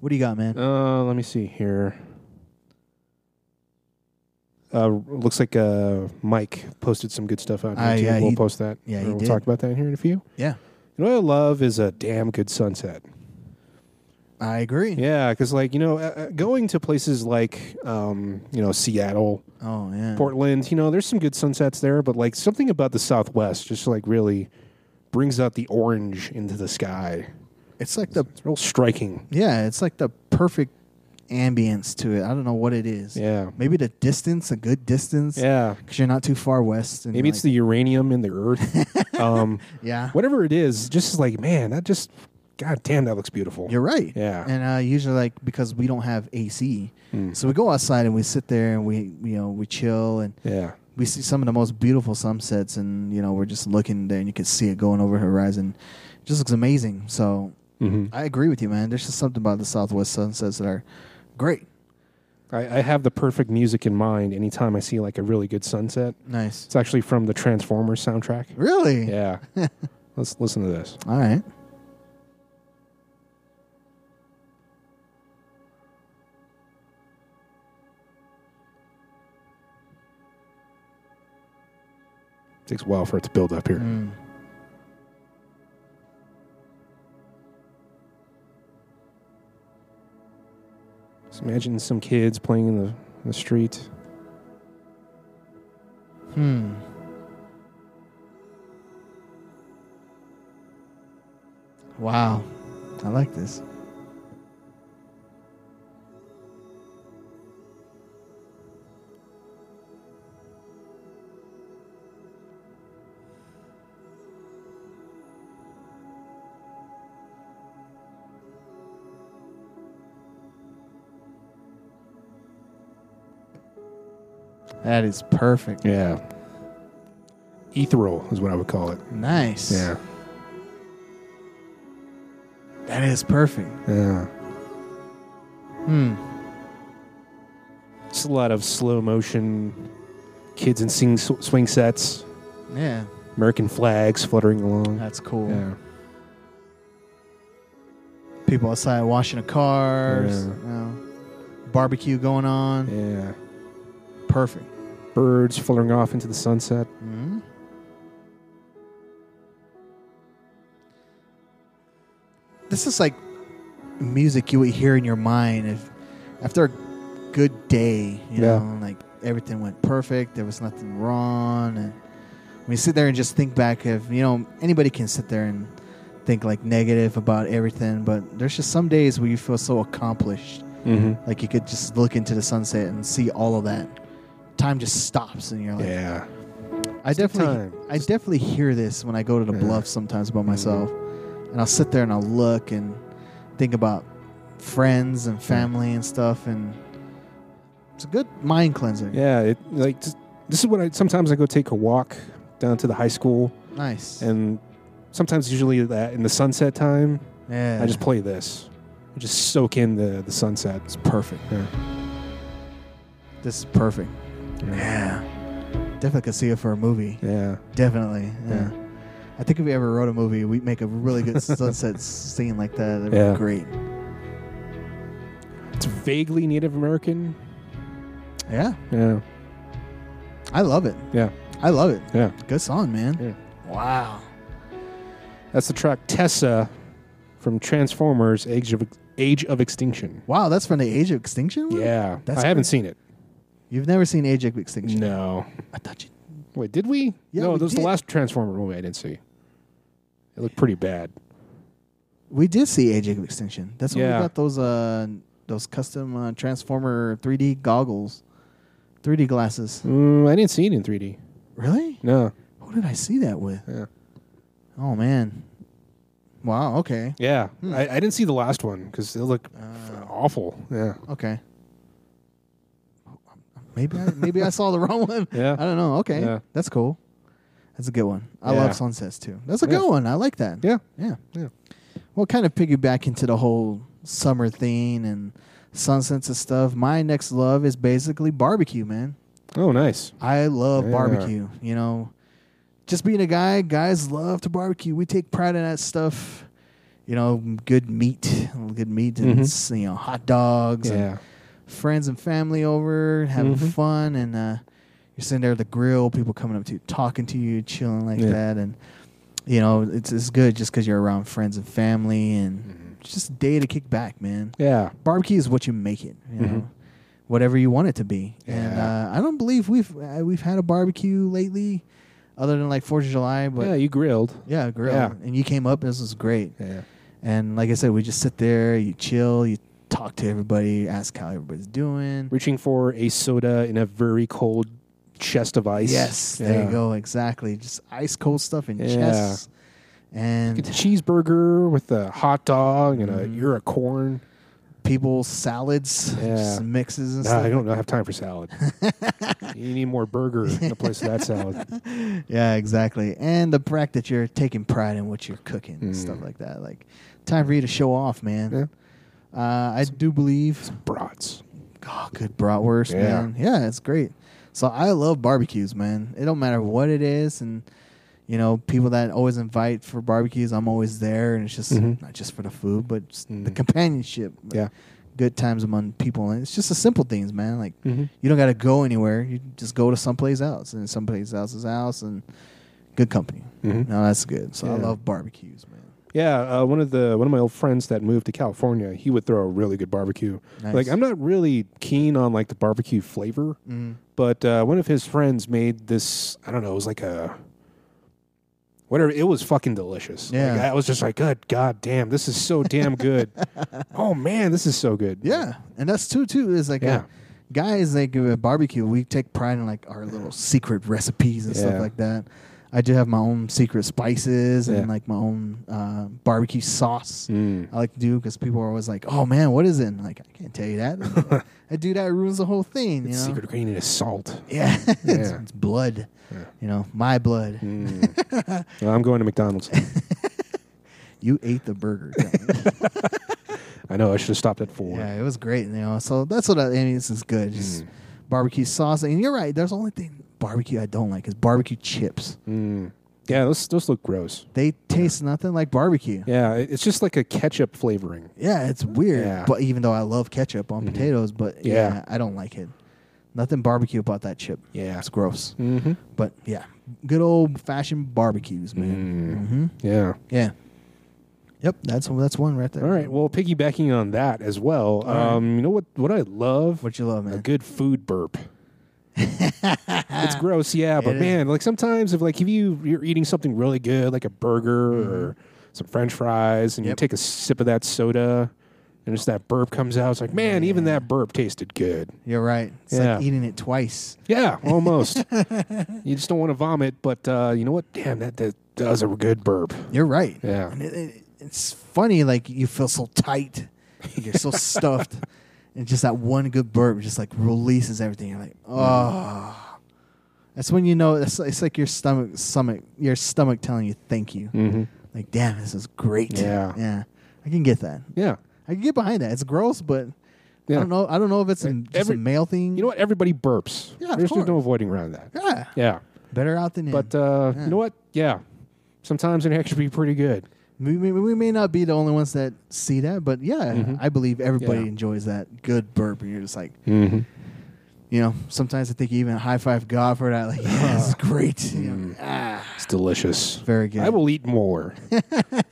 Speaker 2: What do you got, man?
Speaker 1: Uh let me see here. Uh, looks like uh, Mike posted some good stuff on
Speaker 2: Ah,
Speaker 1: YouTube.
Speaker 2: yeah,
Speaker 1: we'll
Speaker 2: he-
Speaker 1: post that.
Speaker 2: yeah,
Speaker 1: Or
Speaker 2: he
Speaker 1: we'll
Speaker 2: did.
Speaker 1: talk about that here in a few.
Speaker 2: Yeah,
Speaker 1: You know what I love is a damn good sunset.
Speaker 2: I agree.
Speaker 1: Yeah, because like you know, uh, uh, going to places like um, you know Seattle,
Speaker 2: Oh yeah.
Speaker 1: Portland, you know, there's some good sunsets there, but like something about the Southwest just like really brings out the orange into the sky.
Speaker 2: It's like the
Speaker 1: It's real striking.
Speaker 2: yeah, it's like the perfect ambience to it. I don't know what it is.
Speaker 1: Yeah,
Speaker 2: Maybe the distance, a good distance.
Speaker 1: yeah.
Speaker 2: Because you're not too far west. And
Speaker 1: Maybe it's the uranium in the earth. um,
Speaker 2: the yeah.
Speaker 1: whatever it is, just like man, that just god damn, that looks beautiful.
Speaker 2: You're right.
Speaker 1: Yeah.
Speaker 2: And uh, usually, like because we don't have AC,
Speaker 1: Mm.
Speaker 2: so we go outside and we sit there and we you know we chill and
Speaker 1: yeah,
Speaker 2: we see some of the most beautiful sunsets and you know we're just looking there and you can see it going over the horizon. It just looks amazing. So
Speaker 1: hmm
Speaker 2: I agree with you, man. There's just something about the Southwest sunsets that are great.
Speaker 1: I, I have the perfect music in mind anytime I see like a really good sunset.
Speaker 2: Nice.
Speaker 1: It's actually from the Transformers soundtrack.
Speaker 2: Really?
Speaker 1: Yeah, let's listen to this.
Speaker 2: All right.
Speaker 1: takes a while for it to build up here.
Speaker 2: Mm.
Speaker 1: Just imagine some kids playing in the, the street.
Speaker 2: Hmm. Wow. I like this. That is perfect.
Speaker 1: Yeah. Ethereal is what I would call it.
Speaker 2: Nice.
Speaker 1: Yeah.
Speaker 2: That is perfect.
Speaker 1: Yeah.
Speaker 2: Hmm.
Speaker 1: It's a lot of slow motion kids in sing, sw- swing sets,
Speaker 2: Yeah.
Speaker 1: American flags fluttering along.
Speaker 2: That's cool.
Speaker 1: Yeah.
Speaker 2: People outside washing the
Speaker 1: Yeah.
Speaker 2: cars. you know, barbecue going on.
Speaker 1: Yeah.
Speaker 2: Perfect.
Speaker 1: Birds fluttering off into the sunset.
Speaker 2: hmm This is like music you would hear in your mind if after a good day, you
Speaker 1: Yeah.
Speaker 2: know, like everything went perfect, there was nothing wrong and when you sit there and just think back if you know, anybody can sit there and think like negative about everything, but there's just some days where you feel so accomplished.
Speaker 1: Mm-hmm.
Speaker 2: Like you could just look into the sunset and see all of that. Time just stops and you're like,
Speaker 1: Yeah.
Speaker 2: I
Speaker 1: Just take
Speaker 2: definitely,
Speaker 1: time.
Speaker 2: I definitely hear this when I go to the
Speaker 1: Yeah. Mm-hmm.
Speaker 2: bluff sometimes by myself, and I'll sit there and I'll look and think about friends and family and stuff, and it's a good mind cleanser.
Speaker 1: Yeah. It, like, just, this is what I sometimes I go take a walk down to the high school,
Speaker 2: Nice.
Speaker 1: and sometimes, usually, that in the sunset time,
Speaker 2: yeah,
Speaker 1: I just play this. I just soak in the, the sunset.
Speaker 2: it's perfect.
Speaker 1: Yeah.
Speaker 2: This is perfect.
Speaker 1: Yeah.
Speaker 2: Yeah, definitely could see it for a movie.
Speaker 1: Yeah.
Speaker 2: Definitely.
Speaker 1: Yeah.
Speaker 2: Yeah. I think if we ever wrote a movie, we'd make a really good sunset scene like that. That'd
Speaker 1: Yeah.
Speaker 2: be great.
Speaker 1: It's vaguely Native American.
Speaker 2: Yeah,
Speaker 1: Yeah.
Speaker 2: I love it.
Speaker 1: Yeah.
Speaker 2: I love it.
Speaker 1: Yeah.
Speaker 2: Good song, man.
Speaker 1: Yeah.
Speaker 2: Wow.
Speaker 1: That's the track Tessa from Transformers Age of Age of Extinction.
Speaker 2: Wow, that's from the Age of Extinction. one?
Speaker 1: Yeah.
Speaker 2: That's
Speaker 1: I haven't
Speaker 2: great.
Speaker 1: seen it.
Speaker 2: You've never seen Age of Extinction?
Speaker 1: No.
Speaker 2: I thought you.
Speaker 1: Wait, did we?
Speaker 2: Yeah,
Speaker 1: no,
Speaker 2: we
Speaker 1: that was
Speaker 2: did.
Speaker 1: the last Transformer movie I didn't see. It looked pretty bad.
Speaker 2: We did see Age of Extinction. That's when
Speaker 1: Yeah.
Speaker 2: we got those uh those custom uh, Transformer 3D goggles, 3D glasses.
Speaker 1: Mm, I didn't see it in 3D.
Speaker 2: Really?
Speaker 1: No.
Speaker 2: Who did I see that with?
Speaker 1: Yeah.
Speaker 2: Oh man. Wow. Okay.
Speaker 1: Yeah.
Speaker 2: Hmm.
Speaker 1: I, I didn't see the last one because it looked
Speaker 2: Uh,
Speaker 1: awful. Yeah.
Speaker 2: okay. Maybe I, maybe I saw the wrong one. I
Speaker 1: Yeah.
Speaker 2: don't know. Okay.
Speaker 1: Yeah.
Speaker 2: That's cool. That's a good one. I
Speaker 1: Yeah.
Speaker 2: love sunsets too. That's a
Speaker 1: Yeah.
Speaker 2: good one. I like that.
Speaker 1: Yeah.
Speaker 2: Yeah.
Speaker 1: Yeah.
Speaker 2: Well, kind of piggyback into the whole summer thing and sunsets and stuff. My next love is basically barbecue, man.
Speaker 1: Oh, nice.
Speaker 2: I love
Speaker 1: Yeah.
Speaker 2: barbecue. You know, just being a guy, guys love to barbecue. We take pride in that stuff. You know, good meat, good meat, and
Speaker 1: Mhm.
Speaker 2: s- you know, hot dogs and
Speaker 1: Yeah.
Speaker 2: friends and family over, having
Speaker 1: Mm-hmm.
Speaker 2: fun, and uh, you're sitting there at the grill, people coming up to you, talking to you, chilling like
Speaker 1: Yeah.
Speaker 2: that, and you know it's it's good just because you're around friends and family, and
Speaker 1: Mm-hmm.
Speaker 2: it's just a day to kick back, man.
Speaker 1: Yeah.
Speaker 2: Barbecue is what you make it, you
Speaker 1: Mhm.
Speaker 2: know, whatever you want it to be. And
Speaker 1: Yeah.
Speaker 2: uh, I don't believe we've uh, we've had a barbecue lately, other than like Fourth of July, but
Speaker 1: yeah,
Speaker 2: yeah,
Speaker 1: you grilled.
Speaker 2: grill.
Speaker 1: Yeah.
Speaker 2: And you came up, this was great.
Speaker 1: Yeah.
Speaker 2: And like I said, we just sit there, you chill, you talk to everybody, ask how everybody's doing.
Speaker 1: Reaching for a soda in a very cold chest of ice.
Speaker 2: Yes,
Speaker 1: Yeah.
Speaker 2: there you go. Exactly, just ice cold stuff in
Speaker 1: Yeah.
Speaker 2: chests,
Speaker 1: Like a
Speaker 2: and
Speaker 1: cheeseburger with a hot dog and a
Speaker 2: Mhm.
Speaker 1: ear of corn.
Speaker 2: people's salads,
Speaker 1: Yeah.
Speaker 2: just mixes and
Speaker 1: Nah,
Speaker 2: stuff.
Speaker 1: I don't have time for salad. you need more burger in the place of that salad.
Speaker 2: Yeah, exactly. And the fact that you're taking pride in what you're cooking and stuff
Speaker 1: Mm.
Speaker 2: like that. Like, time for you to show off, man. Uh, I do believe.
Speaker 1: Brats.
Speaker 2: Oh, good bratwurst,
Speaker 1: Yeah.
Speaker 2: man. Yeah, it's great. So I love barbecues, man. It don't matter what it is, and you know, people that always invite for barbecues, I'm always there, and it's just
Speaker 1: Mhm.
Speaker 2: not just for the food, but just the
Speaker 1: Mm.
Speaker 2: companionship.
Speaker 1: Yeah.
Speaker 2: good times among people, and it's just the simple things, man. Like
Speaker 1: Mm-hmm.
Speaker 2: you don't got to go anywhere; you just go to someplace else, and someplace else's house, and good company.
Speaker 1: Mhm.
Speaker 2: No, that's good. So I
Speaker 1: Yeah.
Speaker 2: love barbecues, man.
Speaker 1: Yeah, uh, one of the one of my old friends that moved to California, he would throw a really good barbecue.
Speaker 2: Nice.
Speaker 1: Like I'm not really keen on like the barbecue flavor,
Speaker 2: Mm.
Speaker 1: but uh, one of his friends made this. I don't know. It was like a whatever. It was fucking delicious. Like,
Speaker 2: Yeah.
Speaker 1: I was just like, good god damn, this is so damn good. oh man, this is so good.
Speaker 2: Yeah, and that's too too. Is like
Speaker 1: Yeah.
Speaker 2: uh, guys like uh, barbecue. We take pride in like our little secret recipes and stuff
Speaker 1: Yeah.
Speaker 2: like that. I do have my own secret spices
Speaker 1: Yeah.
Speaker 2: and like my own uh, barbecue sauce.
Speaker 1: Mm.
Speaker 2: I like to do because people are always like, "Oh man, what is it?" And, like I can't tell you that. I do that it ruins the whole thing. You know?
Speaker 1: Secret ingredient is salt.
Speaker 2: Yeah, it's,
Speaker 1: Yeah.
Speaker 2: it's blood.
Speaker 1: Yeah.
Speaker 2: You know, my blood.
Speaker 1: Mm. I'm going to McDonald's.
Speaker 2: You ate the burger. Johnny.
Speaker 1: I know I should have stopped at four.
Speaker 2: Yeah, it was great. You know, so that's what I, I mean. This is good. Just
Speaker 1: Mm.
Speaker 2: barbecue sauce, and you're right. There's only thing barbecue I don't like is barbecue chips.
Speaker 1: Mm. Yeah, those those look gross.
Speaker 2: They taste nothing like barbecue. Yeah,
Speaker 1: Yeah, it- it's just like a ketchup flavoring.
Speaker 2: it's weird.
Speaker 1: Yeah. Mm-hmm.
Speaker 2: But even though I love ketchup on potatoes, but yeah.
Speaker 1: Yeah.
Speaker 2: I don't like it. Nothing barbecue about that chip.
Speaker 1: Yeah.
Speaker 2: it's gross.
Speaker 1: Mm-hmm.
Speaker 2: But yeah, good old fashioned barbecues, man.
Speaker 1: Mm.
Speaker 2: hmm
Speaker 1: Yeah.
Speaker 2: Yeah. Yep, that's that's one right there.
Speaker 1: All right. Well, piggybacking on that as well.
Speaker 2: right.
Speaker 1: Um, You know what? What I love
Speaker 2: what you love,
Speaker 1: a
Speaker 2: man.
Speaker 1: good food burp. it's gross, yeah, but
Speaker 2: It is.
Speaker 1: man, like sometimes if like if you you're eating something really good, like a burger or some French fries, and you
Speaker 2: Mm-hmm. Yep.
Speaker 1: take a sip of that soda, and just that burp comes out. It's like, man, even that burp tasted good.
Speaker 2: You're right. It's
Speaker 1: Yeah.
Speaker 2: like eating it twice.
Speaker 1: Yeah, almost. you just don't want to vomit, but uh, you know what? Damn, that that does a good burp.
Speaker 2: You're right.
Speaker 1: Yeah.
Speaker 2: And it, it, it's funny, like you feel so tight, and you're so stuffed, and just that one good burp just like releases everything. You're like, oh, that's when you know it's, it's like your stomach, stomach, your stomach telling you thank you.
Speaker 1: Mm-hmm.
Speaker 2: Like, damn, this is great.
Speaker 1: Yeah.
Speaker 2: yeah, I can get that.
Speaker 1: Yeah.
Speaker 2: I can get behind that. It's gross, but
Speaker 1: Yeah.
Speaker 2: I don't know. I don't know if it's an, just
Speaker 1: Every-
Speaker 2: a male thing.
Speaker 1: You know what? Everybody burps.
Speaker 2: Yeah, of
Speaker 1: There's just no
Speaker 2: course.
Speaker 1: avoiding around that.
Speaker 2: Yeah,
Speaker 1: Yeah.
Speaker 2: better out than in.
Speaker 1: But uh,
Speaker 2: Yeah.
Speaker 1: you know what? Yeah. Sometimes it actually be pretty good.
Speaker 2: We may, we may not be the only ones that see that, but yeah, I believe everybody
Speaker 1: Mm-hmm. Yeah.
Speaker 2: enjoys that good burp. And you're just like,
Speaker 1: Mm-hmm.
Speaker 2: you know, sometimes I think you even high five God for that. Like, yeah, this is great. You know, ah,
Speaker 1: It's delicious.
Speaker 2: very good.
Speaker 1: Mm-hmm. I will eat more.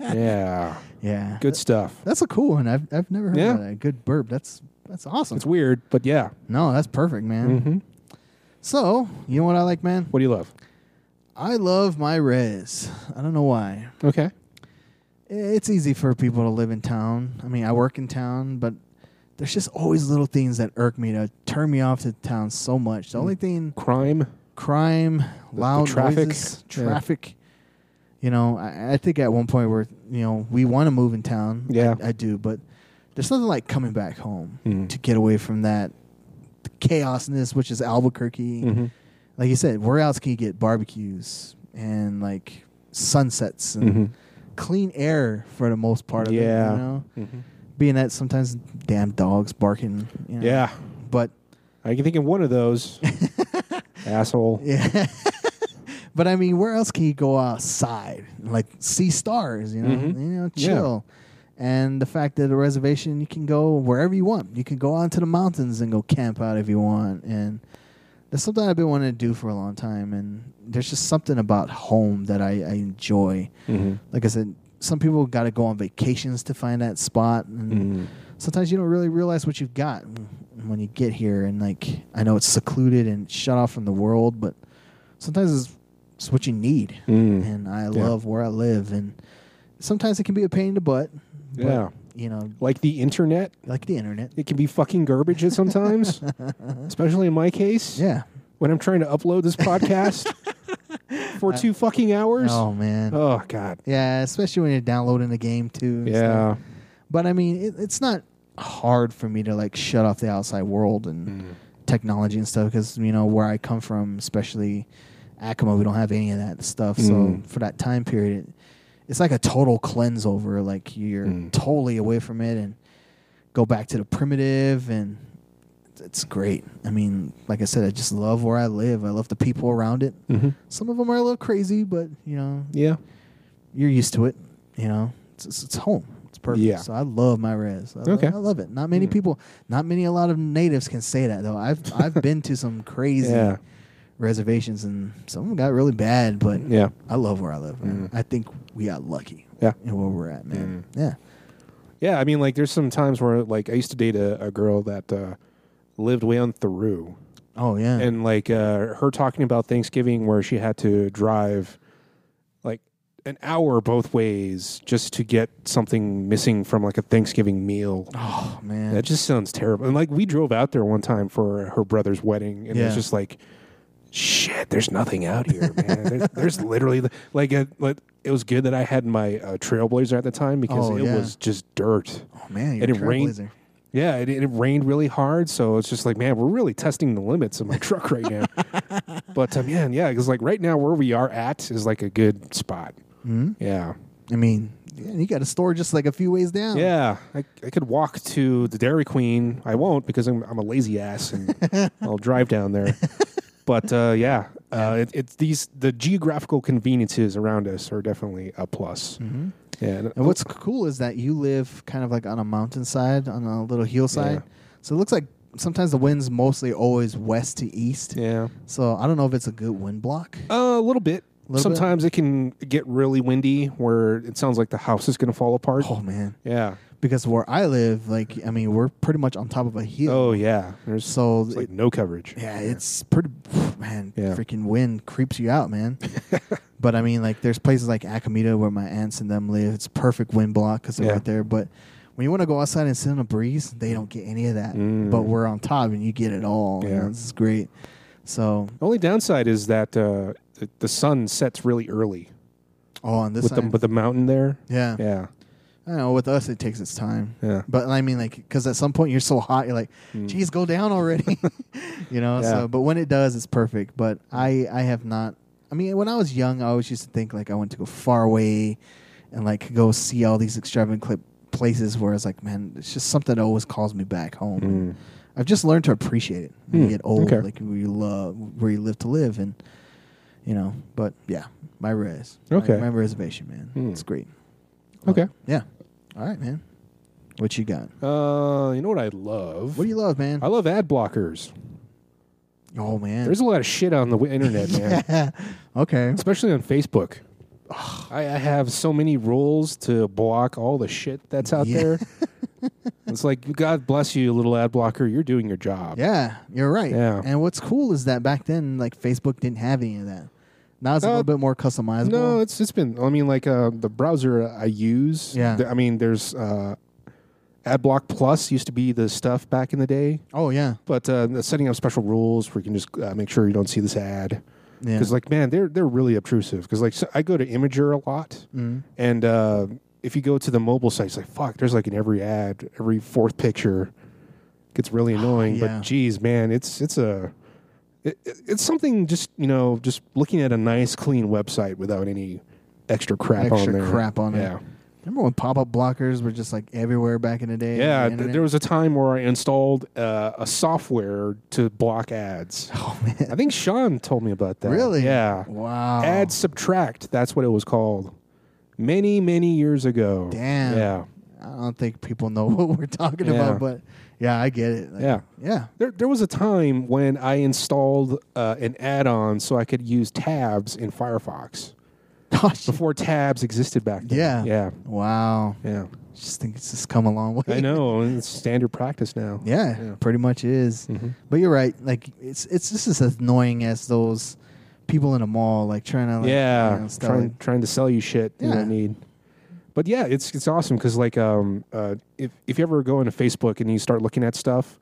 Speaker 1: yeah.
Speaker 2: Yeah,
Speaker 1: Good stuff.
Speaker 2: That's a cool one. I've I've never heard
Speaker 1: Yeah.
Speaker 2: of that. Good burp. That's that's awesome.
Speaker 1: It's weird, but yeah.
Speaker 2: no, that's perfect, man.
Speaker 1: Mm-hmm.
Speaker 2: So you know what I like, man?
Speaker 1: What do you love?
Speaker 2: I love my res. I don't know why.
Speaker 1: Okay.
Speaker 2: It's easy for people to live in town. I mean, I work in town, but there's just always little things that irk me to turn me off to town so much.
Speaker 1: Mm.
Speaker 2: The only thing,
Speaker 1: Crime.
Speaker 2: crime, loud
Speaker 1: traffic.
Speaker 2: noises,
Speaker 1: Yeah.
Speaker 2: traffic. You know, I, I think at one point we're, you know, we want to move in town.
Speaker 1: Yeah.
Speaker 2: I, I do, but there's nothing like coming back home
Speaker 1: Mhm.
Speaker 2: to get away from that chaosness, which is Albuquerque
Speaker 1: Mm-hmm.
Speaker 2: like you said, where else can you get barbecues and like sunsets and
Speaker 1: Mhm.
Speaker 2: clean air for the most part of it?
Speaker 1: Yeah.
Speaker 2: You know,
Speaker 1: Mm-hmm.
Speaker 2: being that sometimes damn dogs barking. You know?
Speaker 1: Yeah.
Speaker 2: but
Speaker 1: I can think of one of those. Asshole.
Speaker 2: yeah, but I mean, where else can you go outside? Like see stars, you know,
Speaker 1: Mhm.
Speaker 2: you know,
Speaker 1: Yeah.
Speaker 2: chill. and the fact that a reservation you can go wherever you want. You can go out into the mountains and go camp out if you want, and that's something I've been wanting to do for a long time. And there's just something about home that I, I enjoy.
Speaker 1: Mm-hmm.
Speaker 2: Like I said, some people got to go on vacations to find that spot, and
Speaker 1: Mm-hmm.
Speaker 2: sometimes you don't really realize what you've got when you get here. And like I know it's secluded and shut off from the world, but sometimes it's, it's what you need.
Speaker 1: Mm.
Speaker 2: And I
Speaker 1: Yeah.
Speaker 2: love where I live, and sometimes it can be a pain in the butt. but,
Speaker 1: Yeah.
Speaker 2: you know,
Speaker 1: Like the internet,
Speaker 2: like the internet.
Speaker 1: it can be fucking garbage at sometimes, especially in my case.
Speaker 2: Yeah.
Speaker 1: When I'm trying to upload this podcast for two fucking hours.
Speaker 2: Oh man.
Speaker 1: Oh god.
Speaker 2: Yeah, especially when you're downloading the game too. and stuff.
Speaker 1: Yeah.
Speaker 2: But I mean, it, it's not hard for me to like shut off the outside world
Speaker 1: Mm-hmm.
Speaker 2: and technology and stuff because you know where I come from, especially Acoma, we don't have any of that stuff.
Speaker 1: Mm.
Speaker 2: So for that time period, it, it's like a total cleanse over. Like you're
Speaker 1: Mm.
Speaker 2: totally away from it and go back to the primitive and. it's- It's great. I mean, like I said, I just love where I live. I love the people around it.
Speaker 1: Mm-hmm.
Speaker 2: Some of them are a little crazy, but you know,
Speaker 1: Yeah.
Speaker 2: you're used to it. You know, it's, it's, it's home. It's perfect.
Speaker 1: Yeah.
Speaker 2: So I love my res. I, lo-
Speaker 1: Okay.
Speaker 2: I love it. Not many people, not many, a lot of natives can say that though. I've I've been to some crazy
Speaker 1: Yeah.
Speaker 2: reservations and some of them got really bad, but
Speaker 1: Yeah. Mm-hmm.
Speaker 2: I love where I live. Man. I think we got lucky.
Speaker 1: Yeah. Mm-hmm.
Speaker 2: And where we're at, man. Yeah.
Speaker 1: Yeah, I mean, like, there's some times where, like, I used to date a, a girl that uh, lived way on Thoreau,
Speaker 2: Oh yeah.
Speaker 1: and like uh, her talking about Thanksgiving where she had to drive like an hour both ways just to get something missing from like a Thanksgiving meal.
Speaker 2: oh man.
Speaker 1: That just sounds terrible. And like, we drove out there one time for her brother's wedding, and it was
Speaker 2: Yeah.
Speaker 1: just like, shit, there's nothing out here, man. there's, there's literally the- like, uh, like, it was good that I had my uh, Trailblazer at the time because
Speaker 2: Oh,
Speaker 1: it
Speaker 2: yeah.
Speaker 1: was just dirt.
Speaker 2: oh man. You're
Speaker 1: and
Speaker 2: a
Speaker 1: it rained-
Speaker 2: trailblazer.
Speaker 1: Yeah, it, it rained really hard, so it's just like, man, we're really testing the limits of my truck right now. but um, man, yeah, because like right now where we are at is like a good spot.
Speaker 2: Mhm.
Speaker 1: Yeah,
Speaker 2: I mean, yeah, you got a store just like a few ways down.
Speaker 1: yeah, I, I could walk to the Dairy Queen. I won't because I'm, I'm a lazy ass, and I'll drive down there. But uh, yeah, uh, it, it's these the geographical conveniences around us are definitely a plus. Mm-hmm. Yeah, and-
Speaker 2: And what's cool is that you live kind of like on a mountainside, on a little hillside. So it looks like sometimes the wind's mostly always west to east.
Speaker 1: yeah,
Speaker 2: So I don't know if it's a good wind block.
Speaker 1: Uh, a little bit.
Speaker 2: Little
Speaker 1: Sometimes it can get really windy where it sounds like the house is going to fall apart.
Speaker 2: Oh man,
Speaker 1: Yeah.
Speaker 2: because where I live, like I mean, we're pretty much on top of a hill.
Speaker 1: Oh yeah. There's
Speaker 2: so
Speaker 1: it's like
Speaker 2: it-
Speaker 1: no coverage.
Speaker 2: yeah, it's pretty. Man,
Speaker 1: Yeah.
Speaker 2: freaking wind creeps you out, man. but I mean, like there's places like Akamita where my aunts and them live. It's perfect wind block because they're
Speaker 1: Yeah.
Speaker 2: right there. But when you want to go outside and sit in a breeze, they don't get any of that.
Speaker 1: Mm.
Speaker 2: But we're on top and you get it all. you
Speaker 1: Yeah.
Speaker 2: know, this is great. So
Speaker 1: The only downside is that uh, the, the sun sets really early
Speaker 2: oh, on this
Speaker 1: with the,
Speaker 2: side,
Speaker 1: with the mountain there.
Speaker 2: yeah.
Speaker 1: Yeah.
Speaker 2: I know with us it takes its time.
Speaker 1: Yeah.
Speaker 2: But I mean, like, because at some point you're so hot, you're like, "Geez, go down already," you know.
Speaker 1: Mm. Yeah. Mm.
Speaker 2: So, but when it does, it's perfect. But I, I have not. I mean, when I was young, I always used to think like I want to go far away, and like go see all these extravagant clip places. Where it's like, man, it's just something that always calls me back home. And I've just learned to appreciate it. When
Speaker 1: Mm.
Speaker 2: You get old,
Speaker 1: Okay.
Speaker 2: like where you love, where you live to live, and you know. But yeah, my res,
Speaker 1: Okay.
Speaker 2: my, my reservation, man,
Speaker 1: Mm.
Speaker 2: it's great.
Speaker 1: Okay.
Speaker 2: Yeah. All right, man. What you got?
Speaker 1: Uh, you know what I love?
Speaker 2: What do you love, man?
Speaker 1: I love ad blockers.
Speaker 2: Oh man.
Speaker 1: There's a lot of shit on the w- internet, man.
Speaker 2: okay.
Speaker 1: Especially on Facebook. I, I have so many rules to block all the shit that's out
Speaker 2: Yeah.
Speaker 1: there. it's like God bless you, little ad blocker. You're doing your job.
Speaker 2: Yeah, you're right.
Speaker 1: Yeah.
Speaker 2: And what's cool is that back then, like Facebook didn't have any of that. Now it's a
Speaker 1: Uh,
Speaker 2: little bit more customizable.
Speaker 1: No, it's it's been. I mean, like uh, the browser I use.
Speaker 2: Yeah.
Speaker 1: th- I mean, there's uh, AdBlock Plus used to be the stuff back in the day,
Speaker 2: oh yeah.
Speaker 1: but uh, the setting up special rules where you can just uh, make sure you don't see this ad.
Speaker 2: Yeah.
Speaker 1: Because like, man, they're they're really obtrusive. Because like, so I go to Imager a lot,
Speaker 2: Mm.
Speaker 1: and uh, if you go to the mobile site, it's like fuck. There's like in every ad, every fourth picture, gets really annoying.
Speaker 2: Ah, Yeah.
Speaker 1: But geez, man, it's it's a it, it- it's something just you know just looking at a nice clean website without any extra crap on
Speaker 2: Extra
Speaker 1: there.
Speaker 2: crap on
Speaker 1: yeah.
Speaker 2: it. Remember when pop-up blockers were just like everywhere back in the day?
Speaker 1: Yeah,
Speaker 2: on the
Speaker 1: th-
Speaker 2: internet?
Speaker 1: there was a time where I installed uh, a software to block ads.
Speaker 2: Oh man.
Speaker 1: I think Sean told me about that.
Speaker 2: Really?
Speaker 1: Yeah.
Speaker 2: Wow.
Speaker 1: Add subtract. That's what it was called. Many many years ago.
Speaker 2: Damn.
Speaker 1: Yeah.
Speaker 2: I don't think people know what we're talking
Speaker 1: Yeah.
Speaker 2: about, but yeah, I get it. Like,
Speaker 1: Yeah.
Speaker 2: yeah,
Speaker 1: There, there was a time when I installed uh, an add-on so I could use tabs in Firefox
Speaker 2: gosh,
Speaker 1: before tabs existed back then.
Speaker 2: Yeah.
Speaker 1: yeah,
Speaker 2: wow.
Speaker 1: yeah.
Speaker 2: Just think it's just come a long way.
Speaker 1: I know and it's standard practice now.
Speaker 2: Yeah,
Speaker 1: Yeah. Mm-hmm.
Speaker 2: pretty much is. But you're right. Like it's it's just as annoying as those people in a mall like trying to like,
Speaker 1: yeah,
Speaker 2: you know, sell
Speaker 1: trying trying to sell you shit you
Speaker 2: Yeah.
Speaker 1: don't need. But yeah, it's it's awesome because like um uh if if you ever go into Facebook and you start looking at stuff,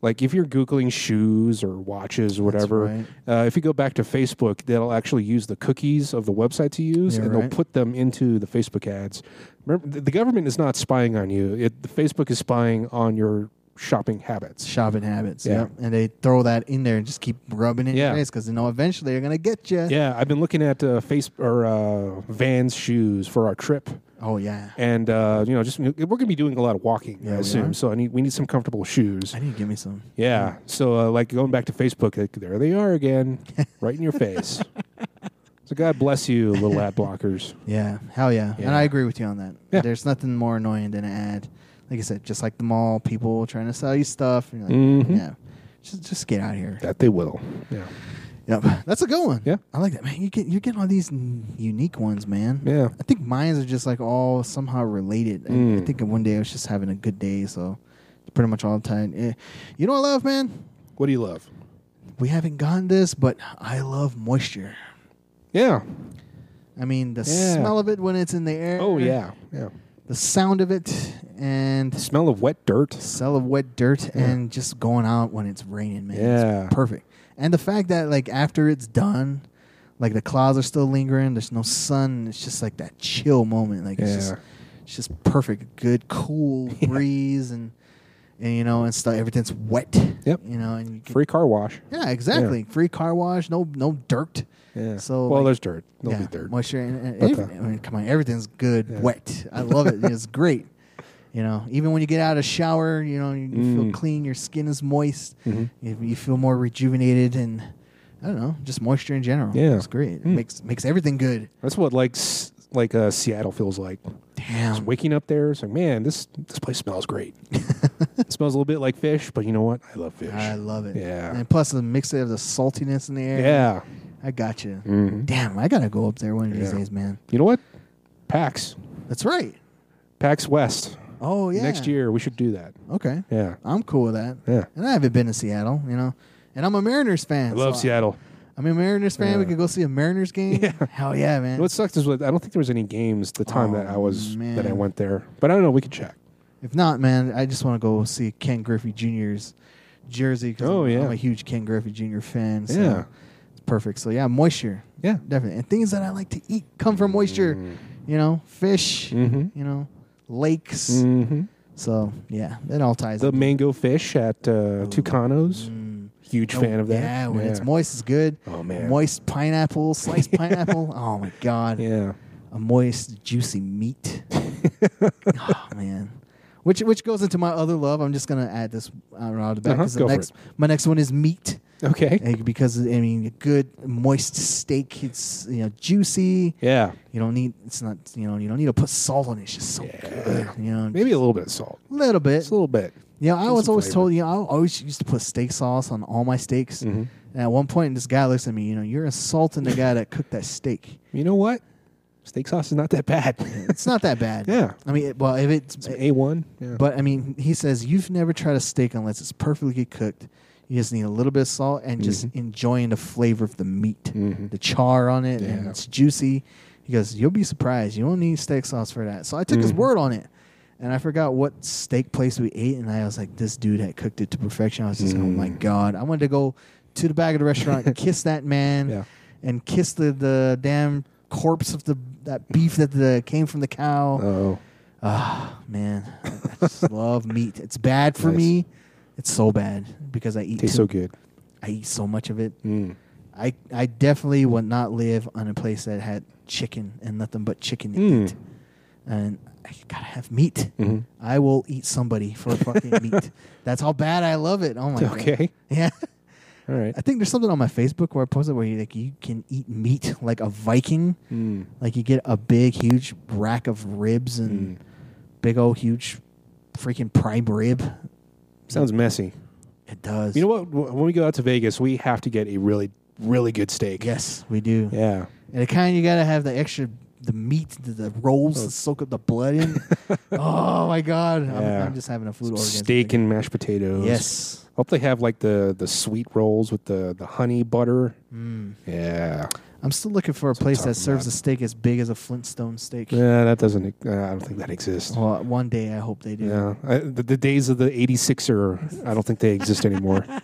Speaker 1: like if you're googling shoes or watches or whatever,
Speaker 2: right.
Speaker 1: uh, if you go back to Facebook, they'll actually use the cookies of the website to use,
Speaker 2: Yeah,
Speaker 1: and
Speaker 2: right.
Speaker 1: they'll put them into the Facebook ads. Remember, the- the government is not spying on you. It, the Facebook is spying on your shopping habits.
Speaker 2: shopping habits.
Speaker 1: Yeah.
Speaker 2: Yep. And they throw that in there and just keep rubbing it in
Speaker 1: Yeah.
Speaker 2: your face because they know eventually they're gonna get you.
Speaker 1: Yeah, I've been looking at uh, face or uh, Vans shoes for our trip.
Speaker 2: Oh yeah.
Speaker 1: and uh, you know, just we're going to be doing a lot of walking,
Speaker 2: Yeah,
Speaker 1: I
Speaker 2: we
Speaker 1: assume.
Speaker 2: are.
Speaker 1: So I need we need some comfortable shoes.
Speaker 2: I need to give me some.
Speaker 1: Yeah. So uh, like going back to Facebook, like, there they are again, right in your face. So God bless you, little ad blockers.
Speaker 2: Yeah, hell yeah.
Speaker 1: Yeah.
Speaker 2: And I agree with you on that.
Speaker 1: Yeah.
Speaker 2: There's nothing more annoying than an ad. Like I said, just like the mall, people trying to sell you stuff. And you're like,
Speaker 1: Mhm.
Speaker 2: Yeah, just just get out of here.
Speaker 1: That they will. Yeah.
Speaker 2: Yep, that's a good one.
Speaker 1: Yeah.
Speaker 2: I like that, man. You get you're getting all these n- unique ones, man.
Speaker 1: Yeah.
Speaker 2: I think mines are just like all somehow related. I- I,
Speaker 1: Mm.
Speaker 2: think one day I was just having a good day, so it's pretty much all the time. Eh, You know what I love, man?
Speaker 1: What do you love?
Speaker 2: We haven't gotten this, but I love moisture.
Speaker 1: Yeah.
Speaker 2: I mean, the
Speaker 1: Yeah.
Speaker 2: smell of it when it's in the air.
Speaker 1: Oh yeah. Yeah.
Speaker 2: The sound of it, and
Speaker 1: Smell of wet dirt.
Speaker 2: smell of wet dirt, and just going out when it's raining, man. It's
Speaker 1: Yeah.
Speaker 2: perfect. And the fact that like after it's done, like the clouds are still lingering. There's no sun. It's just like that chill moment. Like it's just
Speaker 1: Yeah.
Speaker 2: it's just perfect. Good cool breeze and and you know and stuff. Everything's wet.
Speaker 1: Yep.
Speaker 2: You know and you can,
Speaker 1: Free car wash.
Speaker 2: yeah exactly free car wash. No no dirt.
Speaker 1: Yeah.
Speaker 2: So,
Speaker 1: well,
Speaker 2: like-
Speaker 1: there's dirt. There'll
Speaker 2: yeah,
Speaker 1: be dirt.
Speaker 2: moisture and, and
Speaker 1: But,
Speaker 2: every-
Speaker 1: uh,
Speaker 2: I mean, come on everything's good
Speaker 1: Yeah.
Speaker 2: wet. I love it. It's great. You know, even when you get out of shower, you know you feel
Speaker 1: Mm.
Speaker 2: clean. Your skin is moist.
Speaker 1: Mhm.
Speaker 2: You, you feel more rejuvenated and. I don't know, just moisture in general.
Speaker 1: Yeah.
Speaker 2: it's great. It
Speaker 1: Mm.
Speaker 2: makes makes everything good.
Speaker 1: That's what like s- like uh, Seattle feels like.
Speaker 2: Damn,
Speaker 1: Just waking up there, it's like, man, this this place smells great. it smells a little bit like fish, but you know what? I love fish.
Speaker 2: I love it.
Speaker 1: Yeah.
Speaker 2: And plus the mix of the saltiness in the air.
Speaker 1: yeah.
Speaker 2: I got you.
Speaker 1: Mhm.
Speaker 2: Damn, I gotta go up there one of these
Speaker 1: Yeah.
Speaker 2: days, man.
Speaker 1: You know what? PAX.
Speaker 2: That's right.
Speaker 1: PAX West.
Speaker 2: Oh yeah.
Speaker 1: Next year, we should do that.
Speaker 2: Okay.
Speaker 1: Yeah.
Speaker 2: I'm cool with that.
Speaker 1: Yeah.
Speaker 2: And I haven't been to Seattle, you know. And I'm a Mariners
Speaker 1: I
Speaker 2: fan.
Speaker 1: love
Speaker 2: so
Speaker 1: Seattle.
Speaker 2: I'm a Mariners fan. We
Speaker 1: Yeah.
Speaker 2: could go see a Mariners game.
Speaker 1: Yeah.
Speaker 2: Hell yeah, man.
Speaker 1: What sucked is what, I don't think there was any games the time
Speaker 2: Oh,
Speaker 1: that I was that I
Speaker 2: man.
Speaker 1: went there. But I don't know. We could check.
Speaker 2: if not, man, I just want to go see Ken Griffey Jr.'s jersey because
Speaker 1: Oh,
Speaker 2: I'm,
Speaker 1: yeah.
Speaker 2: I'm a huge Ken Griffey Jr. fan. So
Speaker 1: Yeah.
Speaker 2: It's perfect. So yeah, moisture.
Speaker 1: Yeah. Mm.
Speaker 2: Definitely. And things that I like to eat come from moisture. You know, fish,
Speaker 1: Mhm.
Speaker 2: you know, lakes.
Speaker 1: hmm
Speaker 2: So yeah, it all ties
Speaker 1: The
Speaker 2: in.
Speaker 1: mango fish at uh, Tucano's. Huge
Speaker 2: No,
Speaker 1: fan of that.
Speaker 2: Oh. Mm. Yeah, when it's moist, it's good.
Speaker 1: Oh, man.
Speaker 2: moist pineapple, sliced pineapple. Oh my god,
Speaker 1: Yeah.
Speaker 2: a moist, juicy meat. oh man, which which goes into my other love. I'm just gonna add this uh, around the back
Speaker 1: Uh-huh,
Speaker 2: because
Speaker 1: go
Speaker 2: the
Speaker 1: for
Speaker 2: next
Speaker 1: it.
Speaker 2: my next one is meat
Speaker 1: Okay.
Speaker 2: Eh, because I mean a good moist steak. It's you know juicy.
Speaker 1: Yeah.
Speaker 2: You don't need it's not you know you don't need to put salt on it. It's just so good. You know,
Speaker 1: Maybe a little bit of salt.
Speaker 2: a little bit.
Speaker 1: Just a little bit.
Speaker 2: Yeah, I
Speaker 1: Just
Speaker 2: was
Speaker 1: some
Speaker 2: always
Speaker 1: flavor.
Speaker 2: told, you know, I always used to put steak sauce on all my steaks.
Speaker 1: Mm-hmm.
Speaker 2: And at one point, this guy looks at me, you know, you're insulting the guy that cooked that steak.
Speaker 1: You know what? Steak sauce is not that bad.
Speaker 2: It's not that bad.
Speaker 1: Yeah.
Speaker 2: I mean, it, well, if it's,
Speaker 1: A one. Yeah.
Speaker 2: but I mean, he says, you've never tried a steak unless it's perfectly cooked. You just need a little bit of salt and just
Speaker 1: Mm-hmm.
Speaker 2: enjoying the flavor of the meat, the char on it, and
Speaker 1: Yeah.
Speaker 2: it's juicy. He goes, you'll be surprised. You don't need steak sauce for that. So I took
Speaker 1: Mm-hmm.
Speaker 2: his word on it. And I forgot what steak place we ate, and I was like, this dude had cooked it to perfection. I was just, oh my
Speaker 1: Mm.
Speaker 2: god! I wanted to go to the back of the restaurant, and kiss that man,
Speaker 1: Yeah.
Speaker 2: and kiss the, the damn corpse of the that beef that the, came from the cow.
Speaker 1: oh.
Speaker 2: Ah, man, I I just love meat. It's bad for
Speaker 1: Nice.
Speaker 2: me. It's so bad because I eat
Speaker 1: Tastes
Speaker 2: too-
Speaker 1: so good.
Speaker 2: I eat so much of it.
Speaker 1: Mm.
Speaker 2: I I definitely would not live on a place that had chicken and nothing but chicken to
Speaker 1: Mm.
Speaker 2: eat. And I gotta have meat.
Speaker 1: Mhm.
Speaker 2: I will eat somebody for fucking meat. That's how bad I love it. Oh my god.
Speaker 1: Okay.
Speaker 2: Yeah.
Speaker 1: All right.
Speaker 2: I think there's something on my Facebook where I posted where you like you can eat meat like a Viking.
Speaker 1: Mm.
Speaker 2: Like you get a big, huge rack of ribs and big old huge freaking prime rib.
Speaker 1: Sounds messy.
Speaker 2: It does.
Speaker 1: You know what? W- When we go out to Vegas, we have to get a really, really good steak.
Speaker 2: Yes, we do.
Speaker 1: Yeah.
Speaker 2: And it kind of you gotta have the extra the meat, the, the rolls
Speaker 1: Oh.
Speaker 2: to soak up the blood in. oh my god,
Speaker 1: Yeah.
Speaker 2: I'm, I'm just having a food orgasm.
Speaker 1: Steak and mashed potatoes.
Speaker 2: yes,
Speaker 1: Hope they have like the the sweet rolls with the the honey butter. Yeah.
Speaker 2: Mm. I'm still looking for a place that serves a steak as big as a Flintstone steak.
Speaker 1: Yeah, that doesn't. Uh, I don't think that exists.
Speaker 2: Well, one day I hope they do.
Speaker 1: Yeah, I, the, the days of the '86er, I don't think they exist anymore.
Speaker 2: Uh,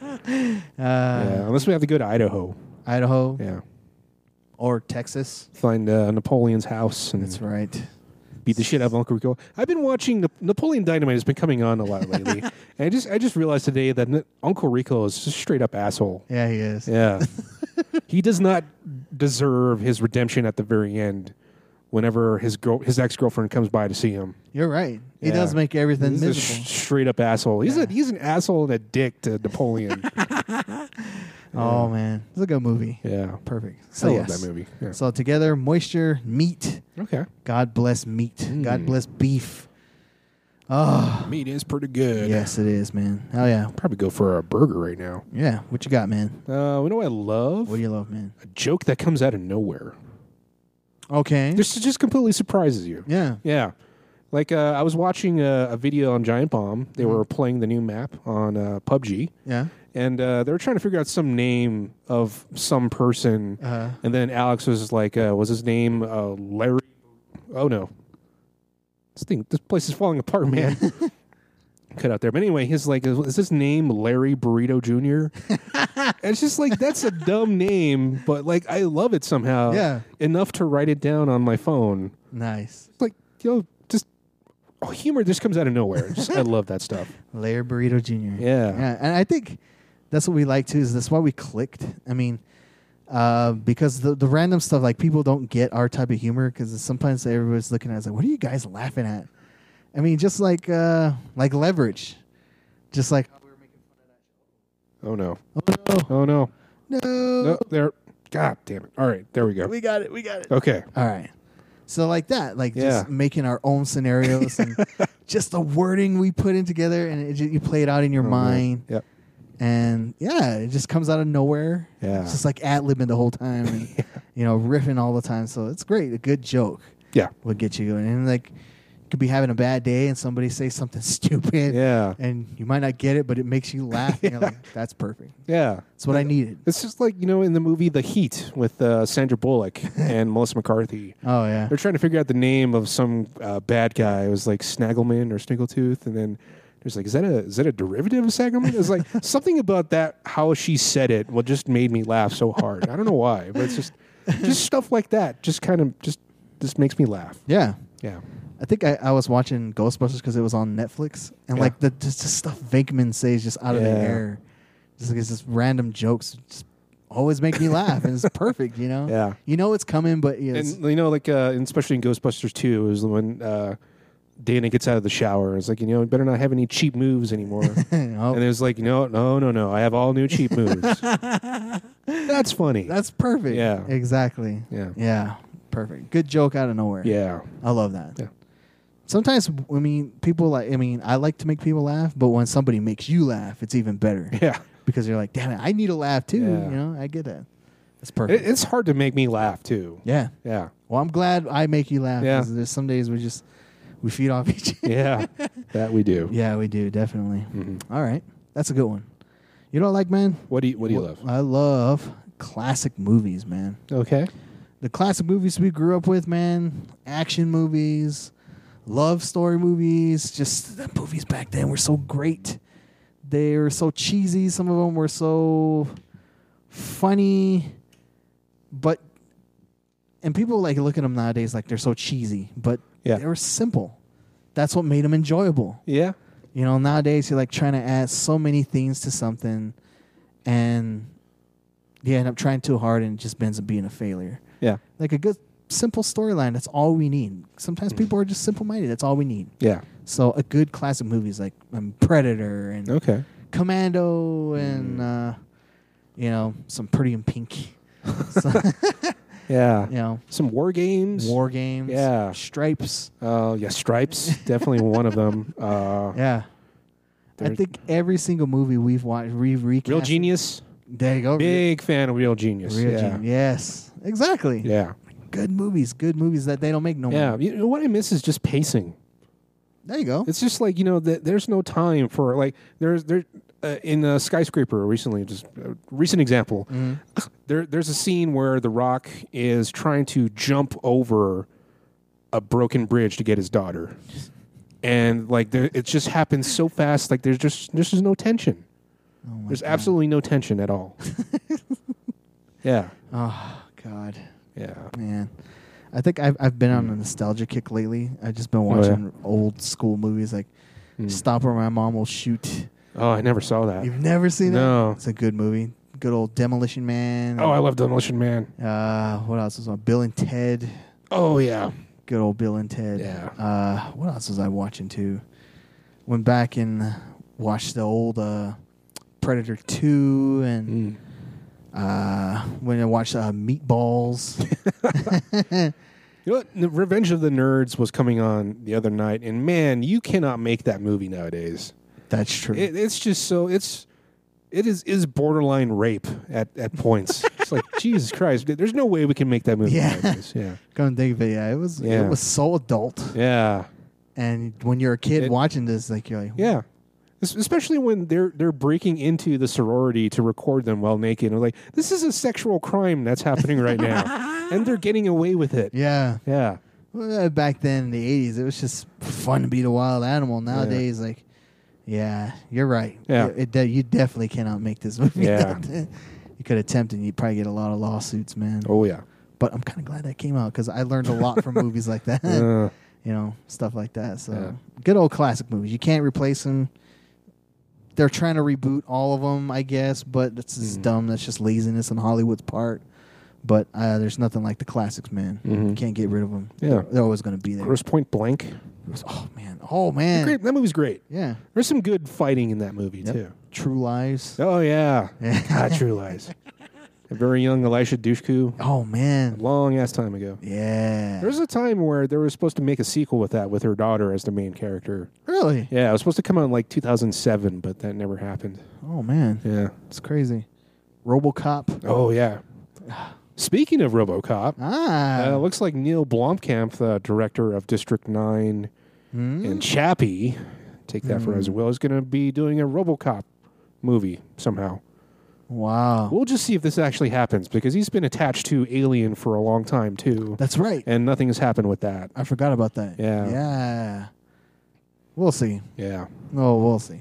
Speaker 1: yeah, unless we have to go to Idaho.
Speaker 2: Idaho
Speaker 1: Yeah,
Speaker 2: or Texas.
Speaker 1: find uh, Napoleon's house and
Speaker 2: That's right.
Speaker 1: beat the shit out of Uncle Rico. I've been watching Nap- Napoleon Dynamite has been coming on a lot lately, and I just I just realized today that N- Uncle Rico is just straight up asshole.
Speaker 2: Yeah, he is.
Speaker 1: Yeah, he does not deserve his redemption at the very end. Whenever his girl, his ex girlfriend comes by to see him,
Speaker 2: You're right. He
Speaker 1: Yeah.
Speaker 2: does make everything
Speaker 1: he's a
Speaker 2: miserable.
Speaker 1: sh- straight up asshole. He's a he's an asshole and a dick to Napoleon.
Speaker 2: Oh man, it's a good movie.
Speaker 1: yeah,
Speaker 2: Perfect.
Speaker 1: I
Speaker 2: So
Speaker 1: love
Speaker 2: yes.
Speaker 1: that movie. Yeah.
Speaker 2: So together, moisture, meat.
Speaker 1: Okay.
Speaker 2: God bless meat.
Speaker 1: Mm.
Speaker 2: God bless beef. Oh,
Speaker 1: Meat is pretty good.
Speaker 2: yes, it is, man. Hell yeah.
Speaker 1: Probably go for a burger right now.
Speaker 2: Yeah. What you got, man?
Speaker 1: Uh, you know what I love?
Speaker 2: What do you love, man?
Speaker 1: a joke that comes out of nowhere.
Speaker 2: Okay.
Speaker 1: This just completely surprises you.
Speaker 2: Yeah.
Speaker 1: Yeah. Like, uh, I was watching a, a video on Giant Bomb. They were playing the new map on uh, PUBG,
Speaker 2: Yeah.
Speaker 1: and uh, they were trying to figure out some name of some person.
Speaker 2: Uh,
Speaker 1: And then Alex was like, uh, was his name uh, Larry? Oh, no. This thing, this place is falling apart, man. Cut out there. But anyway, he's like, is his name Larry Burrito Jr.? And it's just like, that's a dumb name, but like, I love it somehow.
Speaker 2: Yeah.
Speaker 1: Enough to write it down on my phone.
Speaker 2: nice.
Speaker 1: Like, yo, just oh, humor just comes out of nowhere. Just, I love that stuff.
Speaker 2: Layer Burrito Jr.
Speaker 1: Yeah.
Speaker 2: Yeah. And I think that's what we like too. Is that's why we clicked. I mean, uh, because the the random stuff like people don't get our type of humor because sometimes everybody's looking at us like, what are you guys laughing at? I mean, just like uh, like leverage, just like
Speaker 1: Oh, no.
Speaker 2: oh
Speaker 1: Oh, no.
Speaker 2: no,
Speaker 1: No, Oh, there. God damn it. All right. There we go.
Speaker 2: we got it, we got it.
Speaker 1: Okay.
Speaker 2: All right. So like that, like just
Speaker 1: Yeah.
Speaker 2: making our own scenarios and just the wording we put in together, and it, ju- you play it out in
Speaker 1: Oh,
Speaker 2: your mind,
Speaker 1: Yep.
Speaker 2: and yeah, it just comes out of nowhere.
Speaker 1: Yeah.
Speaker 2: it's just like ad libbing the whole time, and, you know, riffing all the time. So it's great. A good joke
Speaker 1: Yeah.
Speaker 2: would get you, and like you could be having a bad day, and somebody say something stupid,
Speaker 1: Yeah.
Speaker 2: and you might not get it, but it makes you laugh. and you're like, that's perfect.
Speaker 1: Yeah.
Speaker 2: That's what I needed.
Speaker 1: It's just like, you know, in the movie The Heat with uh, Sandra Bullock and Melissa McCarthy.
Speaker 2: Oh yeah,
Speaker 1: They're trying to figure out the name of some uh, bad guy. It was like Snaggleman or Snaggletooth. And then there's like, is that a is that a derivative of Snaggleman? It's like something about that, how she said it, what just made me laugh so hard. I don't know why, but it's just just stuff like that. Just kind of just just makes me laugh.
Speaker 2: yeah.
Speaker 1: Yeah.
Speaker 2: I think I, I was watching Ghostbusters because it was on Netflix, and
Speaker 1: Yeah.
Speaker 2: like the just, just stuff Venkman says just out of the
Speaker 1: Yeah.
Speaker 2: air, just like it's just random jokes, just always make me laugh, and it's perfect, you know.
Speaker 1: Yeah.
Speaker 2: you know it's coming, but yeah, it's,
Speaker 1: And you know, like uh, and especially in Ghostbusters Two, it was when uh, Dana gets out of the shower. It's like you know, you better not have any cheap moves anymore.
Speaker 2: Oh.
Speaker 1: And it was like, no, no, no, no, I have all new cheap moves. That's funny.
Speaker 2: that's perfect.
Speaker 1: Yeah.
Speaker 2: exactly.
Speaker 1: yeah,
Speaker 2: Yeah, perfect. Good joke out of nowhere.
Speaker 1: yeah,
Speaker 2: I love that.
Speaker 1: Yeah.
Speaker 2: Sometimes I mean people like I mean I like to make people laugh, but when somebody makes you laugh, it's even better
Speaker 1: yeah.
Speaker 2: because you're like, damn it, I need a laugh too.
Speaker 1: Yeah.
Speaker 2: You know, I get that. That's
Speaker 1: It,
Speaker 2: perfect.
Speaker 1: it's hard to make me laugh too.
Speaker 2: yeah.
Speaker 1: Yeah,
Speaker 2: Well, I'm glad I make you laugh.
Speaker 1: Yeah.
Speaker 2: 'cause There's some days we just we feed off each. other.
Speaker 1: yeah, that we do.
Speaker 2: yeah, we do definitely. All right, that's a good one. You know what I like, man?
Speaker 1: What do you Mm-hmm. What do you love?
Speaker 2: I love classic movies, man.
Speaker 1: Okay.
Speaker 2: The classic movies we grew up with, man. Action movies, love story movies. Just the movies back then were so great. They were so cheesy. Some of them were so funny, but and people like look at them nowadays like they're so cheesy, but
Speaker 1: Yeah.
Speaker 2: they were simple. That's what made them enjoyable.
Speaker 1: Yeah.
Speaker 2: You know, nowadays you're like trying to add so many things to something, and you end up trying too hard, and it just ends up being a failure.
Speaker 1: Yeah.
Speaker 2: Like a good simple storyline, that's all we need. Sometimes
Speaker 1: Hmm.
Speaker 2: people are just simple minded. That's all we need.
Speaker 1: Yeah.
Speaker 2: So a good classic movies like um, Predator and
Speaker 1: Okay. Hmm.
Speaker 2: Commando and uh, you know some Pretty in Pink. So-
Speaker 1: Yeah.
Speaker 2: you know,
Speaker 1: Some war games.
Speaker 2: war games.
Speaker 1: Yeah.
Speaker 2: Stripes.
Speaker 1: Uh, yeah, Stripes. definitely one of them. Uh,
Speaker 2: Yeah. I
Speaker 1: There's-
Speaker 2: think every single movie we've watched, we've recast.
Speaker 1: Real Genius.
Speaker 2: There you go.
Speaker 1: Big fan of Real Genius.
Speaker 2: Real
Speaker 1: yeah.
Speaker 2: Genius. Yes. Exactly.
Speaker 1: Yeah.
Speaker 2: Good movies. Good movies that they don't make no
Speaker 1: Yeah.
Speaker 2: more.
Speaker 1: You know what I miss is just pacing.
Speaker 2: There you go.
Speaker 1: It's just like you know that there's no time for like there's there uh, in uh, skyscraper recently just a recent example.
Speaker 2: Mm-hmm.
Speaker 1: There there's a scene where The Rock is trying to jump over a broken bridge to get his daughter, and like there, it just happens so fast. Like there's just there's just no
Speaker 2: Oh
Speaker 1: tension. there's absolutely no tension at all. yeah,
Speaker 2: Oh God,
Speaker 1: yeah.
Speaker 2: man. I think I've I've been on a nostalgia kick lately. I've just been
Speaker 1: Oh, yeah. Hmm.
Speaker 2: watching old school movies like Stop or My Mom Will Shoot.
Speaker 1: Oh, I never saw that.
Speaker 2: You've never seen
Speaker 1: No.
Speaker 2: it? It's a good movie. Good old Demolition Man.
Speaker 1: Oh, I love Demolition Man.
Speaker 2: Uh, what else was on? Bill and Ted.
Speaker 1: Oh yeah,
Speaker 2: Good old Bill and Ted.
Speaker 1: Yeah.
Speaker 2: Uh, what else was I watching too? Went back and watched the old uh, Predator Two, and
Speaker 1: Hmm.
Speaker 2: uh, when I watched uh, Meatballs.
Speaker 1: You know what? The Revenge of the Nerds was coming on the other night, and man, you cannot make that movie nowadays.
Speaker 2: That's true.
Speaker 1: It, it's just so it's it is is borderline rape at at points. it's like Jesus Christ, there's no way we can make that movie
Speaker 2: Yeah.
Speaker 1: nowadays. Yeah,
Speaker 2: Come to think of it, yeah, it was
Speaker 1: Yeah.
Speaker 2: it was so adult.
Speaker 1: yeah,
Speaker 2: And when you're a kid
Speaker 1: It-
Speaker 2: watching this, like you're like,
Speaker 1: yeah. Es- Especially when they're they're breaking into the sorority to record them while naked. I'm like, this is a sexual crime that's happening right now, and they're getting away with it.
Speaker 2: yeah.
Speaker 1: Yeah,
Speaker 2: Well, uh, Back then in the '80s, it was just fun to be the wild animal. Nowadays, like, yeah, you're right.
Speaker 1: Yeah.
Speaker 2: it, it de- you definitely cannot make this movie.
Speaker 1: Yeah.
Speaker 2: you could attempt, and you'd probably get a lot of lawsuits, man.
Speaker 1: oh yeah.
Speaker 2: But I'm kind of glad that came out because I learned a lot from movies like that.
Speaker 1: Uh,
Speaker 2: you know, stuff like that. So
Speaker 1: Yeah.
Speaker 2: good old classic movies. You can't replace them. They're trying to reboot all of them, I guess, but that's
Speaker 1: Mm-hmm.
Speaker 2: just dumb. That's just laziness on Hollywood's part. But uh, there's nothing like the classics, man. You can't get rid of them.
Speaker 1: Mm-hmm. Yeah.
Speaker 2: they're, they're always going to be there.
Speaker 1: Gross Point Blank.
Speaker 2: Oh man, oh man,
Speaker 1: Great, that movie's great.
Speaker 2: yeah.
Speaker 1: There's some good fighting in that movie
Speaker 2: Yep.
Speaker 1: too.
Speaker 2: True Lies.
Speaker 1: Oh yeah,
Speaker 2: Yeah.
Speaker 1: God, True Lies. A very young Elisha Dushku,
Speaker 2: Oh man,
Speaker 1: long ass time ago.
Speaker 2: yeah.
Speaker 1: There was a time where they were supposed to make a sequel with that, with her daughter as the main character.
Speaker 2: really?
Speaker 1: Yeah, it was supposed to come out in like 2007, but that never happened.
Speaker 2: Oh man,
Speaker 1: Yeah.
Speaker 2: it's crazy. RoboCop.
Speaker 1: Oh yeah. Speaking of RoboCop,
Speaker 2: Ah,
Speaker 1: uh, looks like Neil Blomkamp, the director of District Nine
Speaker 2: Hmm?
Speaker 1: and Chappie, take that for as it will, is going to be doing a RoboCop movie somehow.
Speaker 2: wow.
Speaker 1: We'll just see if this actually happens because he's been attached to Alien for a long time too,
Speaker 2: That's right.
Speaker 1: and nothing has happened with that.
Speaker 2: I forgot about that.
Speaker 1: Yeah.
Speaker 2: Yeah. We'll see.
Speaker 1: Yeah,
Speaker 2: No, we'll see.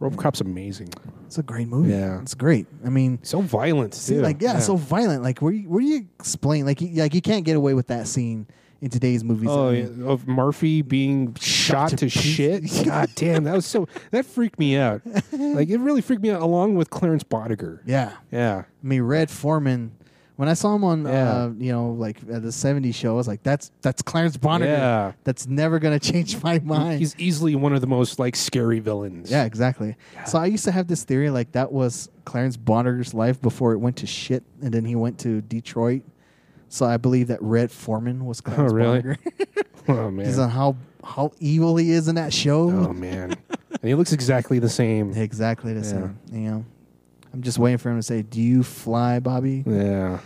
Speaker 1: RoboCop's amazing.
Speaker 2: It's a great movie.
Speaker 1: Yeah.
Speaker 2: It's great. I mean,
Speaker 1: So violent
Speaker 2: see,
Speaker 1: too.
Speaker 2: like yeah, so violent. Like where you, where do you explain like you, like you can't get away with that scene in today's movies.
Speaker 1: Oh,
Speaker 2: I
Speaker 1: yeah,
Speaker 2: mean,
Speaker 1: of Murphy being shot to, shit. God damn, that was so. That freaked me out. Like it really freaked me out, along with Clarence Bodiger.
Speaker 2: yeah.
Speaker 1: Yeah,
Speaker 2: I mean, Red Foreman when I saw him on
Speaker 1: Yeah.
Speaker 2: uh, you know, like at the 70s show, I was like that's that's Clarence Bonner.
Speaker 1: Yeah.
Speaker 2: That's never going to change my mind.
Speaker 1: he's easily one of the most like scary villains.
Speaker 2: yeah, exactly. So I used to have this theory like that was Clarence Bonner's life before it went to shit, and then he went to Detroit. So I believe that Red Foreman was Clarence
Speaker 1: really?
Speaker 2: Bonner.
Speaker 1: Oh man.
Speaker 2: He's on how how evil he is in that show.
Speaker 1: oh man. and he looks exactly the same.
Speaker 2: Exactly the same. You know, I'm just waiting for him to say, "Do you fly,
Speaker 1: Mm.
Speaker 2: Bobby?"
Speaker 1: Yeah.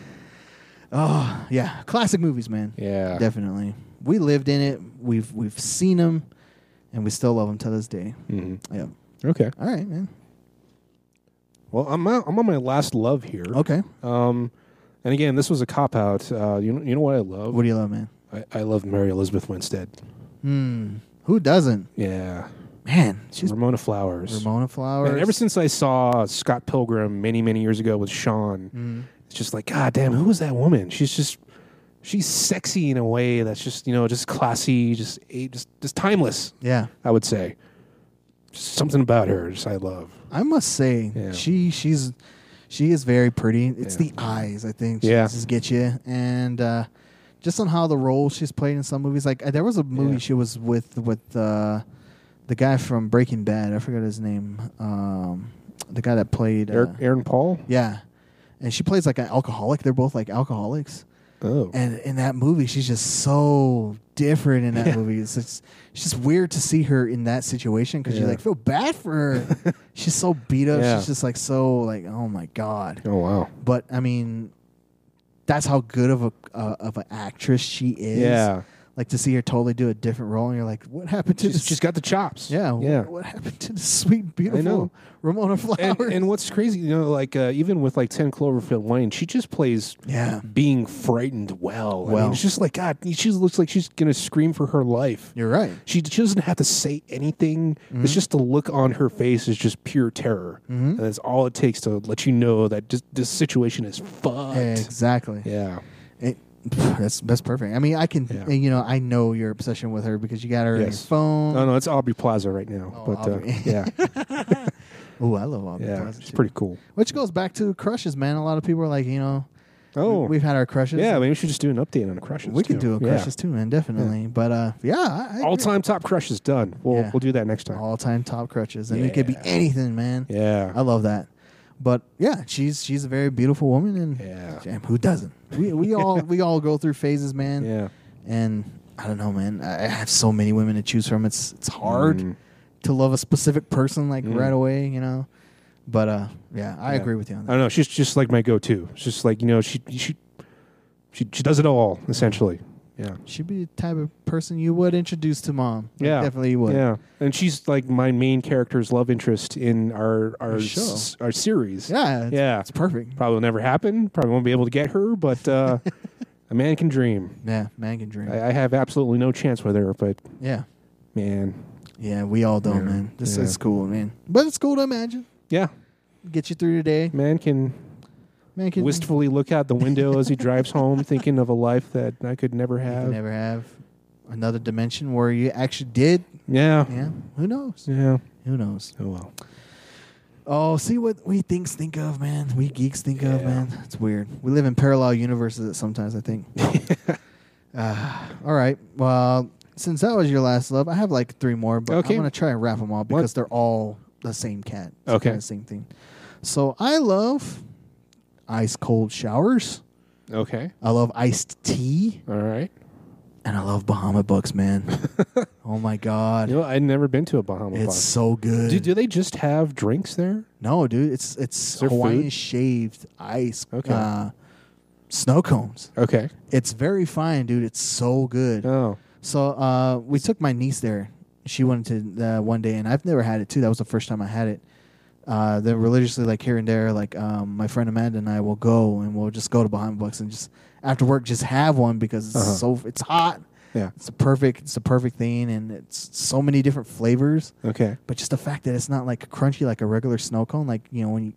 Speaker 2: Oh yeah, classic movies, man.
Speaker 1: Yeah.
Speaker 2: Definitely. We lived in it. We've we've seen them, and we still love them to this day.
Speaker 1: Mhm.
Speaker 2: Yeah.
Speaker 1: Okay.
Speaker 2: All right, man.
Speaker 1: Well, I'm out, I'm on my last love here.
Speaker 2: Okay.
Speaker 1: Um, and again, this was a cop out. Uh, you know, you know what I love?
Speaker 2: What do you love, man?
Speaker 1: I, I love Mary Elizabeth Winstead.
Speaker 2: Hmm. Who doesn't?
Speaker 1: Yeah,
Speaker 2: Man, she's
Speaker 1: Ramona Flowers.
Speaker 2: Ramona Flowers.
Speaker 1: Man, ever since I saw Scott Pilgrim many many years ago with Sean,
Speaker 2: Mm.
Speaker 1: it's just like God damn, who is that woman? She's just she's sexy in a way that's just you know just classy, just a- just just timeless.
Speaker 2: yeah,
Speaker 1: I would say just something about her. Just I love.
Speaker 2: I must say
Speaker 1: Yeah.
Speaker 2: she she's she is very pretty. It's the eyes, I think. She
Speaker 1: Yeah.
Speaker 2: just get you, and uh, just on how the role she's played in some movies. Like uh, there was a movie
Speaker 1: Yeah.
Speaker 2: she was with with uh, the guy from Breaking Bad. I forgot his name. Um, the guy that played uh,
Speaker 1: Eric, Aaron Paul.
Speaker 2: Yeah, and she plays like an alcoholic. They're both like alcoholics,
Speaker 1: Oh.
Speaker 2: And in that movie, she's just so different in that movie. It's just, it's just weird to see her in that situation because you
Speaker 1: Yeah.
Speaker 2: like feel bad for her. she's so beat up.
Speaker 1: Yeah.
Speaker 2: She's just like so like oh my god.
Speaker 1: Oh wow.
Speaker 2: But I mean, that's how good of a uh, of an actress she is.
Speaker 1: Yeah.
Speaker 2: Like to see her totally do a different role, and you're like, what happened to
Speaker 1: She's,
Speaker 2: this?
Speaker 1: she's got the chops.
Speaker 2: yeah, wh-
Speaker 1: Yeah.
Speaker 2: What, happened to the sweet beautiful
Speaker 1: know.
Speaker 2: Ramona Flowers?
Speaker 1: And, and what's crazy, you know, like uh, even with like Ten Cloverfield Lane, she just plays
Speaker 2: yeah,
Speaker 1: being frightened well. I
Speaker 2: Well.
Speaker 1: mean, it's just like God. She looks like she's gonna scream for her life.
Speaker 2: you're right.
Speaker 1: She, she doesn't have to say anything.
Speaker 2: Mm-hmm.
Speaker 1: It's just the look on her face is just pure terror, and that's all it takes to let you know that just, this situation is fucked.
Speaker 2: Exactly.
Speaker 1: Yeah,
Speaker 2: It, that's that's perfect. I mean, I can
Speaker 1: Yeah.
Speaker 2: you know I know your obsession with her because you got her on your
Speaker 1: Yes.
Speaker 2: phone.
Speaker 1: no, no, it's Aubrey Plaza right now,
Speaker 2: Oh,
Speaker 1: but uh,
Speaker 2: Aubrey.
Speaker 1: yeah,
Speaker 2: Oh, I love Aubrey
Speaker 1: yeah,
Speaker 2: Plaza
Speaker 1: it's
Speaker 2: too.
Speaker 1: pretty cool.
Speaker 2: Which goes back to crushes, man. A lot of people are like, you know,
Speaker 1: Oh,
Speaker 2: we, have had our crushes.
Speaker 1: yeah, maybe we should just do an update on the crushes.
Speaker 2: we can
Speaker 1: too.
Speaker 2: do a
Speaker 1: Yeah.
Speaker 2: crushes too, man. Definitely. But uh, yeah, I, I
Speaker 1: All
Speaker 2: agree.
Speaker 1: time top crushes done. We'll
Speaker 2: Yeah.
Speaker 1: we'll do that next time.
Speaker 2: all-time top crushes, and it could be
Speaker 1: Yeah.
Speaker 2: anything, man.
Speaker 1: Yeah.
Speaker 2: I love that. But yeah, she's she's a very beautiful woman, and
Speaker 1: Yeah.
Speaker 2: damn, who doesn't? We we all we all go through phases, man.
Speaker 1: yeah.
Speaker 2: and I don't know, man. I I have so many women to choose from. It's it's hard
Speaker 1: Mm.
Speaker 2: to love a specific person like
Speaker 1: Mm.
Speaker 2: right away, you know. But uh, yeah, I
Speaker 1: Yeah.
Speaker 2: agree with you on
Speaker 1: I
Speaker 2: that.
Speaker 1: don't know. She's just like my go to. It's just like, you know, she she she she does it all, essentially. Yeah.
Speaker 2: She'd be the type of person you would introduce to mom. Like,
Speaker 1: Yeah.
Speaker 2: definitely you would.
Speaker 1: Yeah. And she's like my main character's love interest in our our
Speaker 2: Your show.
Speaker 1: s- our series.
Speaker 2: yeah, it's,
Speaker 1: Yeah.
Speaker 2: it's perfect.
Speaker 1: Probably will never happen. Probably won't be able to get her, but uh a man can dream.
Speaker 2: Yeah, man can dream.
Speaker 1: I, I have absolutely no chance with her, but
Speaker 2: yeah,
Speaker 1: man.
Speaker 2: yeah, we all don't,
Speaker 1: Yeah.
Speaker 2: man. This
Speaker 1: Yeah.
Speaker 2: is cool, man. But it's cool to imagine.
Speaker 1: Yeah.
Speaker 2: Get you through your day,
Speaker 1: Man can
Speaker 2: man. Can
Speaker 1: wistfully look out the window as he drives home thinking of a life that I could never
Speaker 2: you
Speaker 1: have.
Speaker 2: can never have another dimension where you actually did.
Speaker 1: Yeah.
Speaker 2: Yeah, who knows?
Speaker 1: Yeah.
Speaker 2: Who knows?
Speaker 1: Oh well.
Speaker 2: Oh, see what we thinks think of, man. We geeks think of,
Speaker 1: Yeah.
Speaker 2: man. It's weird. We live in parallel universes sometimes, I think. uh, all right. Well, since that was your last love, I have like three more, but
Speaker 1: Okay.
Speaker 2: I'm going to try and wrap them all because they're all the same cat. It's
Speaker 1: Okay.
Speaker 2: kinda the same thing. So I love ice cold showers.
Speaker 1: Okay.
Speaker 2: I love iced tea.
Speaker 1: All right.
Speaker 2: And I love Bahama Bucks, man. oh, my God.
Speaker 1: You know, I'd never been to a Bahama
Speaker 2: It's
Speaker 1: Box.
Speaker 2: so good.
Speaker 1: Do, do they just have drinks there?
Speaker 2: No, dude, it's it's
Speaker 1: there
Speaker 2: Hawaiian
Speaker 1: food?
Speaker 2: shaved ice
Speaker 1: Okay.
Speaker 2: uh, snow cones.
Speaker 1: Okay.
Speaker 2: It's very fine, dude. It's so good.
Speaker 1: Oh.
Speaker 2: So uh, we took my niece there. She went to uh, one day, and I've never had it too. That was the first time I had it. Uh, then religiously, like here and there, like um, my friend Amanda and I will go, and we'll just go to Bahama Bucks and just after work just have one because it's
Speaker 1: Uh-huh.
Speaker 2: so it's hot.
Speaker 1: Yeah.
Speaker 2: It's the perfect. It's the perfect thing, and it's so many different flavors.
Speaker 1: Okay.
Speaker 2: But just the fact that it's not like crunchy like a regular snow cone, like you know when you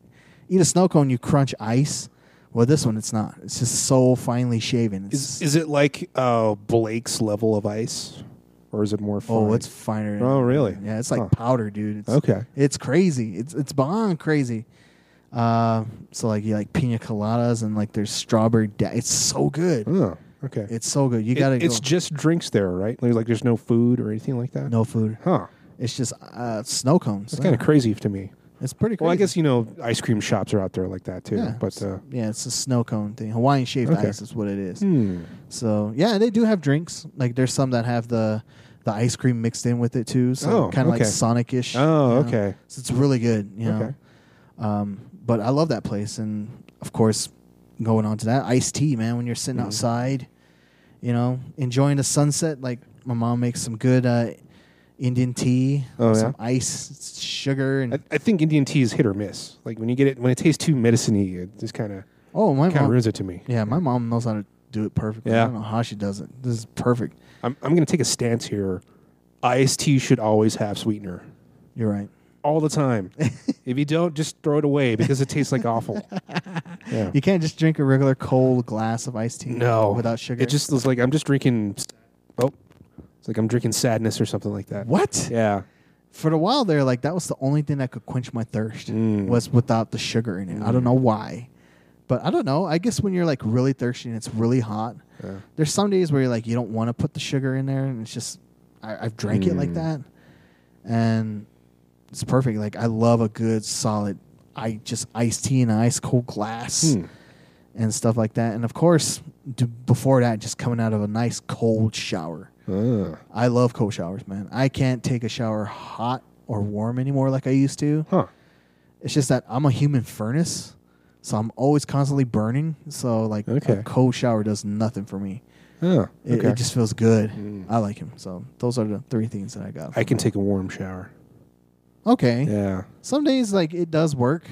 Speaker 2: eat a snow cone, you crunch ice. Well, this one it's not. It's just so finely shaven. It's,
Speaker 1: Is is it like uh, Blake's level of ice, or is it more? Fine?
Speaker 2: oh, it's finer. than-
Speaker 1: Oh, really?
Speaker 2: Yeah, it's like
Speaker 1: Huh.
Speaker 2: powder, dude. It's,
Speaker 1: okay.
Speaker 2: It's crazy. It's it's beyond crazy. Uh, so like you like pina coladas and like there's strawberry. Da- it's so good.
Speaker 1: Oh, okay.
Speaker 2: It's so good. You
Speaker 1: It-
Speaker 2: gotta.
Speaker 1: it's
Speaker 2: go.
Speaker 1: just drinks there, right? Like, like there's no food or anything like that.
Speaker 2: no food.
Speaker 1: Huh.
Speaker 2: It's just uh, snow cones.
Speaker 1: That's kind of crazy to me.
Speaker 2: It's pretty. Crazy.
Speaker 1: Well, I guess you know ice cream shops are out there like that too.
Speaker 2: Yeah.
Speaker 1: But uh,
Speaker 2: yeah, it's a snow cone thing. Hawaiian shaved
Speaker 1: Okay.
Speaker 2: ice is what it is.
Speaker 1: hmm.
Speaker 2: So yeah, they do have drinks. Like there's some that have the the ice cream mixed in with it too. So
Speaker 1: Oh,
Speaker 2: kind of
Speaker 1: okay.
Speaker 2: like Sonic ish.
Speaker 1: Oh, okay.
Speaker 2: So it's really good. You know.
Speaker 1: Okay.
Speaker 2: Um, but I love that place, and of course, going on to that iced tea, man. When you're sitting
Speaker 1: Mhm.
Speaker 2: outside, you know, enjoying the sunset. Like my mom makes some good uh, Indian tea.
Speaker 1: Oh,
Speaker 2: with
Speaker 1: yeah?
Speaker 2: Some ice, sugar, and
Speaker 1: I, I think Indian tea is hit or miss. Like when you get it, when it tastes too medicine-y, it just kind of
Speaker 2: oh my
Speaker 1: kind of
Speaker 2: mom.
Speaker 1: ruins it to me.
Speaker 2: Yeah, my mom knows how to do it perfectly.
Speaker 1: Yeah.
Speaker 2: I don't know how she does it. This is perfect.
Speaker 1: I'm, I'm going to take a stance here. Iced tea should always have sweetener
Speaker 2: You're right.
Speaker 1: all the time. if you don't, just throw it away because it tastes like awful. Yeah.
Speaker 2: You can't just drink a regular cold glass of iced tea.
Speaker 1: No,
Speaker 2: without sugar.
Speaker 1: It just looks like I'm just drinking. Oh, it's like I'm drinking sadness or something like that.
Speaker 2: what
Speaker 1: Yeah.
Speaker 2: for a while there, like that was the only thing that could quench my thirst
Speaker 1: Mm.
Speaker 2: was without the sugar in it. I don't know why, but I don't know. I guess when you're like really thirsty and it's really hot,
Speaker 1: Yeah.
Speaker 2: there's some days where you're like you don't want to put the sugar in there, and it's just I, I've drank it like
Speaker 1: Mm.
Speaker 2: that, and it's perfect. Like I love a good solid. I just iced tea in an ice cold glass.
Speaker 1: Hmm.
Speaker 2: and stuff like that. And of course, d- before that, just coming out of a nice cold shower.
Speaker 1: Uh,
Speaker 2: I love cold showers, man. I can't take a shower hot or warm anymore like I used to.
Speaker 1: huh.
Speaker 2: It's just that I'm a human furnace, so I'm always constantly burning. So like
Speaker 1: Okay.
Speaker 2: a cold shower does nothing for me.
Speaker 1: Oh,
Speaker 2: It,
Speaker 1: okay. Mm.
Speaker 2: it just feels good. I like him. So those are the three things that I got.
Speaker 1: I can take a warm shower.
Speaker 2: okay.
Speaker 1: Yeah.
Speaker 2: Some days like it does work,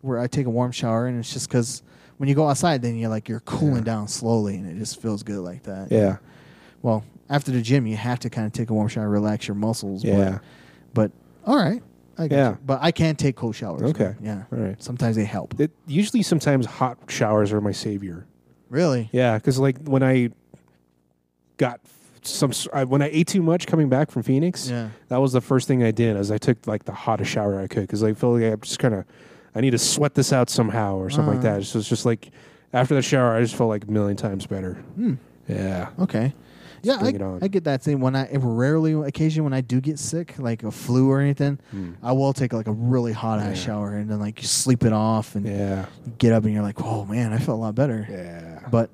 Speaker 2: where I take a warm shower and it's just because when you go outside, then you're like you're cooling down slowly and it just feels good like that.
Speaker 1: Yeah.
Speaker 2: Well, after the gym, you have to kind of take a warm shower, relax your muscles. but-
Speaker 1: Yeah.
Speaker 2: But, all right. I got
Speaker 1: Yeah.
Speaker 2: you. But I can take cold showers.
Speaker 1: Okay.
Speaker 2: man. Yeah.
Speaker 1: All right.
Speaker 2: Sometimes they help.
Speaker 1: It, usually, sometimes hot showers are my savior.
Speaker 2: really?
Speaker 1: Yeah, because like when I got some, I, when I ate too much coming back from Phoenix,
Speaker 2: Yeah.
Speaker 1: that was the first thing I did. Is I took like the hottest shower I could because I feel like I'm just kind of, I need to sweat this out somehow or something like
Speaker 2: Mm.
Speaker 1: that. So it's just like after the shower, I just felt like a million times better.
Speaker 2: Hmm.
Speaker 1: Yeah.
Speaker 2: Okay. Yeah,
Speaker 1: bring it on.
Speaker 2: I, I get that thing when I rarely, occasionally when I do get sick, like a flu or anything,
Speaker 1: Hmm.
Speaker 2: I will take like a really hot ass shower and then like you sleep it off and
Speaker 1: Yeah.
Speaker 2: you get up and you're like, oh man, I felt a lot better.
Speaker 1: Yeah.
Speaker 2: But